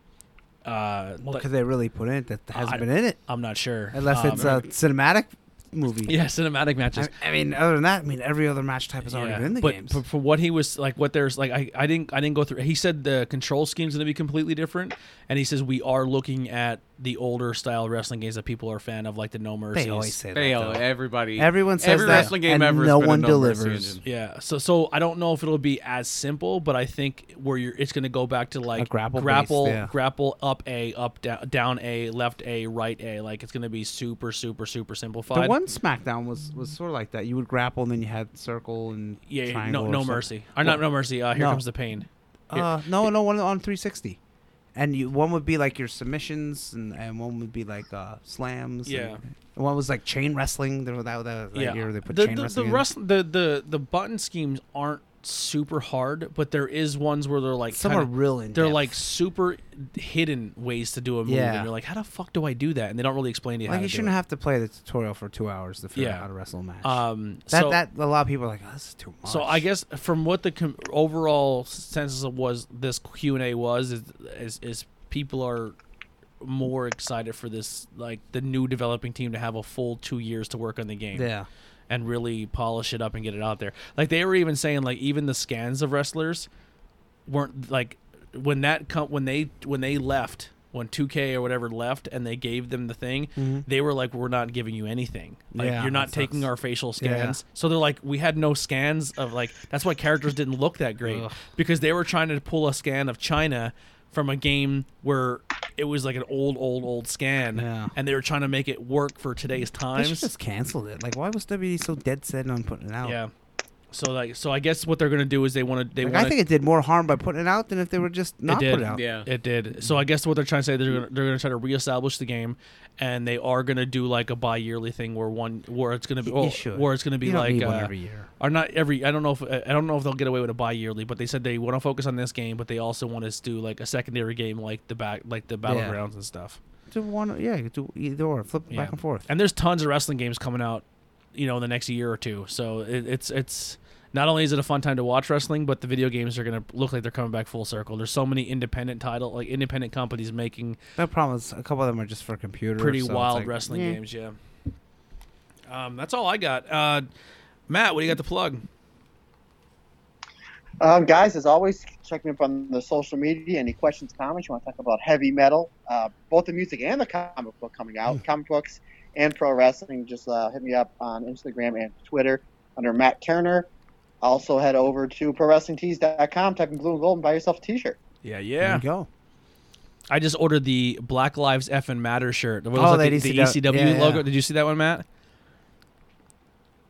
uh,
Well,
but-
could they really put in it that hasn't
I-
been in it?
I'm not sure.
Unless
Um,
it's a cinematic movie.
Yeah, cinematic matches.
I, I mean, other than that, I mean, every other match type has already
Yeah,
been in the
but,
games.
but for what he was like, what there's like, I, I didn't I didn't go through. He said the control scheme's going to be completely different, and he says we are looking at the older style wrestling games that people are a fan of, like the No Mercy.
they always say
They
that.
oh,
all-
though.
everybody.
Everyone says
every
that,
wrestling game
and
ever. has
no
been a
one
no mercy
delivers.
engine.
Yeah, so so I don't know if it'll be as simple, but I think where you're, it's going to go back to like
grapple
grapple,
based, yeah.
grapple up a, up down, down a, left a, right a. Like it's going to be super, super, super simplified.
The one SmackDown was was sort of like that. You would grapple, and then you had circle and
yeah, yeah,
triangle
no,
or
no
something.
mercy. Or not no mercy. Uh, here
No.
comes the pain. Here.
Uh, no, no one on 360, and you one would be like your submissions, and, and one would be like uh, slams.
Yeah.
and, and one was like chain wrestling. There was that, that was like here they put
the,
chain
the,
wrestling.
The,
in.
wrestl- the the the button schemes aren't super hard, but there is ones where they're like
Some
kinda-
are real in
They're
depth.
like super hidden ways to do a move,
Yeah.
and you're like, how the fuck do I do that? And they don't really explain to you.
like
how
you
to do
shouldn't
it.
have to play the tutorial for two hours to figure
Yeah.
out how to wrestle a match.
Um,
that
so,
that a lot of people are like, oh, this is too much.
So I guess from what the com- overall census of was this Q and A was is, is is people are more excited for this like the new developing team to have a full two years to work on the game
yeah,
and really polish it up and get it out there. Like they were even saying like even the scans of wrestlers weren't like when that com- when they when they left when 2K or whatever left and they gave them the thing, they were like we're not giving you anything. Like
Mm-hmm. Yeah,
you're not
that
taking
sucks.
our facial scans. So they're like we had no scans of like that's why characters didn't look that great because they were trying to pull a scan of China from a game where it was like an old old old scan
Yeah.
and they were trying to make it work for today's
they
times.
should just canceled it. Like, why was WWE so dead set on putting it out?
Yeah. So like, so I guess what they're gonna do is they want to. They
Like,
want
I think it did more harm by putting it out than if they were just not
did.
put it out.
Yeah.
it did. So I guess what they're trying to say they're gonna, they're gonna try to reestablish the game, and they are gonna do like a bi-yearly thing where one where it's gonna be
You
well,
should.
where it's gonna be
You don't
like
need one
uh,
every year.
Or not every. I don't know if I don't know if they'll get away with a bi-yearly, but they said they want to focus on this game, but they also want us to do like a secondary game like the back like the battlegrounds and stuff.
Do one, yeah, you do either or, flip it
Yeah.
back and forth.
And there's tons of wrestling games coming out, you know, in the next year or two. So it, it's it's not only is it a fun time to watch wrestling, but the video games are going to look like they're coming back full circle. There's so many independent title, like independent companies making
No problem. is a couple of them are just for computer.
pretty
so it's
wild
like,
wrestling
yeah.
games. Yeah. Um, that's all I got. Uh, Matt, what do you got to plug?
Um, guys, as always, check me up on the social media. Any questions, comments? You want to talk about heavy metal, uh, both the music and the comic book coming out, comic books and pro wrestling? Just uh, hit me up on Instagram and Twitter under Matt Turner. Also, head over to prowrestlingtees.com, type in blue and gold, and buy yourself a t shirt.
Yeah,
There
yeah.
you go.
I just ordered the Black Lives F and Matter shirt. What
Oh,
was that,
that
the, the
ECW
ECW
yeah, yeah.
logo? Did you see that one, Matt?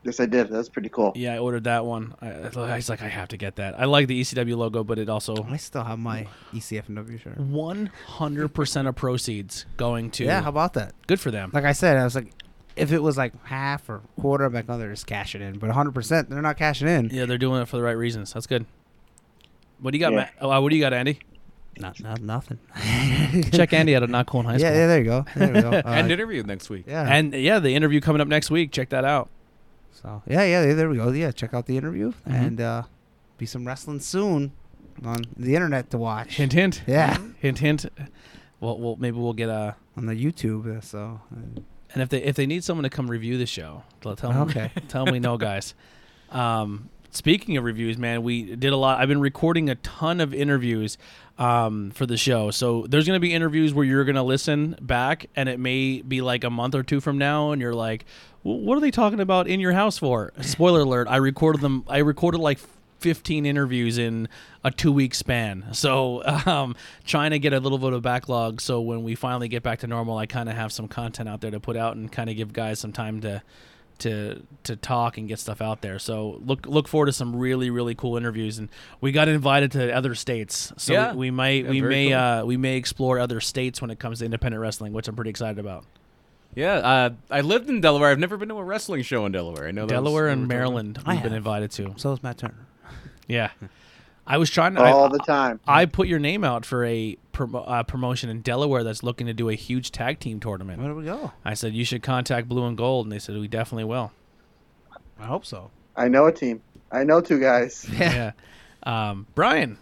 Yes, I did. That's pretty cool.
Yeah, I ordered that one. I, I was like, I have to get that. I like the ECW logo, but it also
I still have my E ECFW
Mm-hmm.
shirt.
One hundred percent of proceeds going to
Yeah, how about that?
good for them.
Like I said, I was like, if it was like half or quarter, I'm like, oh, they're just cashing in. But 100%, they're not cashing in.
Yeah, they're doing it for the right reasons. That's good. What do you got,
Yeah.
Matt? Oh, uh, what do you got, Andy?
Not, not nothing.
Check Andy out at Not Cool in High
Yeah,
School.
yeah, there you go. There we go. Uh,
And interview next week.
yeah.
And yeah, the interview coming up next week. Check that out.
so, yeah, yeah, there we go. Yeah, check out the interview and uh, be some wrestling soon on the internet to watch.
Hint, hint.
Yeah,
Hint, hint. Well, well, maybe we'll get a.
on the YouTube. uh, So, uh,
And if they if they need someone to come review the show, tell tell 'em-
Okay.
tell 'em we know, guys. Um, speaking of reviews, man, we did a lot. I've been recording a ton of interviews um, for the show, so there's gonna be interviews where you're gonna listen back, and it may be like a month or two from now, and you're like, "Wh- "What are they talking about in your house for?" Spoiler alert: I recorded them. I recorded like. 15 interviews in a two week span. So, um, trying to get a little bit of backlog. So, when we finally get back to normal, I kind of have some content out there to put out and kind of give guys some time to to to talk and get stuff out there. So look look forward to some really really cool interviews and we got invited to other states. So
Yeah.
we, we might
Yeah,
we
very
may
cool.
uh, we may explore other states when it comes to independent wrestling, which I'm pretty excited about.
Yeah, uh, I lived in Delaware. I've never been to a wrestling show in Delaware. I know that was-
Delaware and
we were talking about-
Maryland
I
we've been
have.
invited to.
so is Matt Turner.
Yeah. I was trying to I-
All the time.
I put your name out for a promo uh, promotion in Delaware that's looking to do a huge tag team tournament.
Where do we go?
I said you should contact Blue and Gold, and they said we definitely will.
I hope so.
I know a team. I know two guys.
yeah, um, Brian.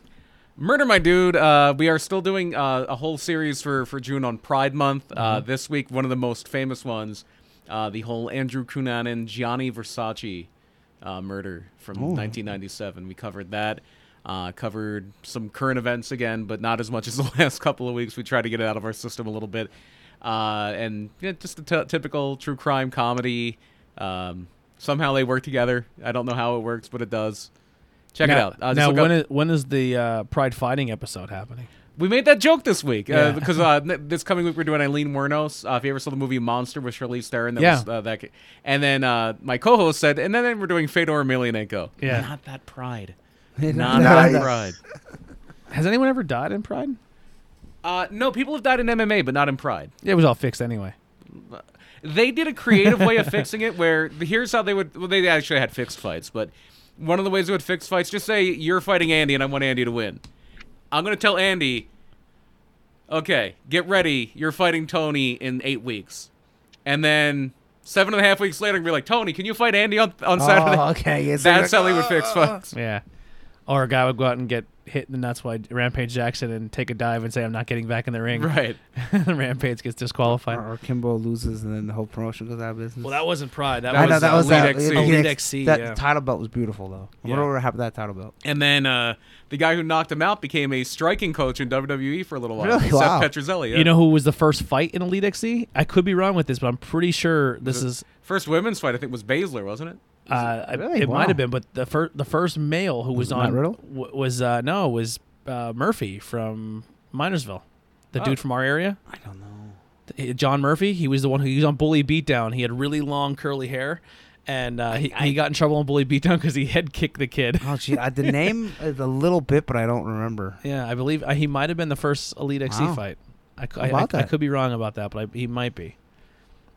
Murder My Dude, uh, we are still doing
Mm-hmm.
uh, a whole series for, for June on Pride Month. Uh, this week, one of the most famous ones uh, the whole Andrew Cunanan, Gianni Versace uh, murder from 1997. We covered that. Uh, covered some current events again, but not as much as the last couple of weeks. We tried to get it out of our system a little bit. Uh, and yeah, just a t- typical true crime comedy. Um, somehow they work together. I don't know how it works, but it does. Check it
now,
out. Uh, just
now,
look up-
when is, when is the uh, Pride fighting episode happening?
we made that joke this week uh,
Yeah.
because uh, n- this coming week we're doing Eileen Wuornos. Uh, if you ever saw the movie Monster with Charlize Theron, that
Yeah.
was, uh, that. ca- And then uh, my co-host said, and then we're doing Fedor Emelianenko.
Yeah.
not that pride. Not
Not
that
Nice.
pride.
Has anyone ever died in Pride?
Uh, no, people have died in MMA, but not in pride.
Yeah, it was all fixed anyway.
They did a creative way of fixing it where here's how they would. Well, they actually had fixed fights, but one of the ways they would fix fights, just say you're fighting Andy, and I want Andy to win. I'm gonna tell Andy, okay, get ready. You're fighting Tony in eight weeks, and then seven and a half weeks later, and be like, Tony, can you fight Andy on on Saturday?
Oh, "Ah." okay. Yes,
That's how they would fix fights.
Yeah. Or a guy would go out and get hit in the nuts by Rampage Jackson and take a dive and say, I'm not getting back in the ring.
Right.
Rampage gets disqualified.
Or Kimbo loses, and then the whole promotion goes out of business.
Well, that wasn't Pride. That
I
was,
know, that
uh,
was
Elite
that-
XC.
yeah,
Elite
Elite E,
XC,
That
yeah.
title belt was beautiful, though. I
Yeah.
wonder what happened to that title belt.
And then uh, the guy who knocked him out became a striking coach in WWE for a little while.
Really?
Seth
Wow.
Petrozelli. yeah.
You know who was the first fight in Elite XC? I could be wrong with this, but I'm pretty sure this is.
First women's fight, I think, was Baszler, wasn't it?
Uh, I-
really?
It
Wow.
might have been, but the first the first male who was
it
on
Matt Riddle?
W- was uh, no was uh, Murphy from Minersville, the dude from our area.
Oh. I don't know.
Uh, John Murphy. He was the one who he was on Bully Beatdown. He had really long curly hair, and uh, he, he got in trouble on Bully Beatdown because he head kicked the kid.
Oh, gee, I, the name is a little bit, but I don't remember.
yeah, I believe uh, he might have been the first Elite XC
Wow.
fight. I, c- I- I-
About
I
that.
could be wrong about that, but I, he might be.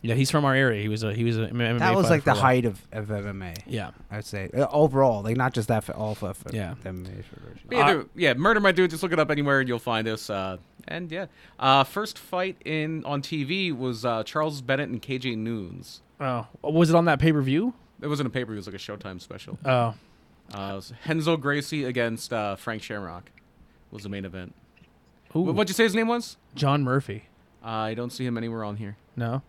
Yeah, he's from our area. He was a he was a M- MMA
That was
fighter
like
for a
the
while.
height of, of MMA.
Yeah,
I'd say Uh, overall, like not just that for all for, for
Yeah.
the MMA version.
Yeah, there- yeah, murder my dude. Just look it up anywhere, and you'll find us. Uh, and yeah, uh, first fight in on TV was uh, Charles Bennett and KJ Noons.
Oh, was it on that pay per view?
It wasn't a pay per view; it was like a Showtime special.
Oh,
Uh, it was Henzo Gracie against uh, Frank Shamrock was the main event.
Ooh,
What, what'd you say his name was? Uh,
John Murphy?
I don't see him anywhere on here.
No,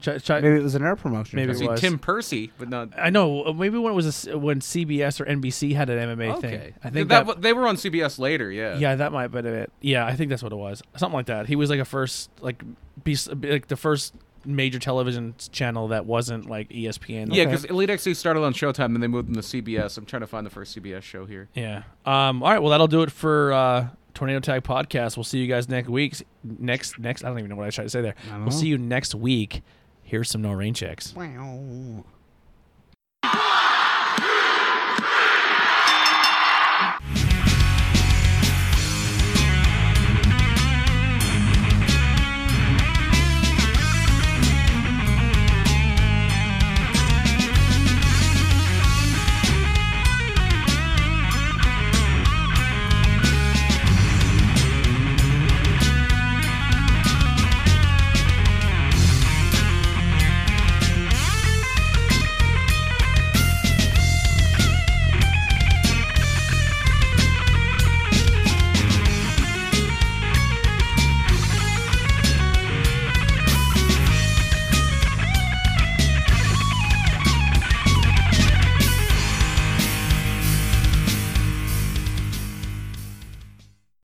Ch- Ch-
Maybe it was an air promotion.
Maybe
I
it
because
see
was.
Tim Percy, but not.
I know. uh, Maybe when it was a s when CBS or NBC had an MMA
Okay,
thing. I think that.
that, wa- they were on CBS later. Yeah.
yeah, that might have been it. Yeah, I think that's what it was. Something like that. He was like a first, like, beast, like the first major television s- channel that wasn't like E ESPN.
Yeah, because Elite XC started on Showtime and they moved them to CBS. I'm trying to find the first CBS show here.
Yeah. Um. All right. Well, that'll do it for uh, Tornado Tag Podcast. We'll see you guys next week. Next, next. I don't even know what I tried to say there. We'll
know.
see you next week. Here's some no rain checks.
Wow.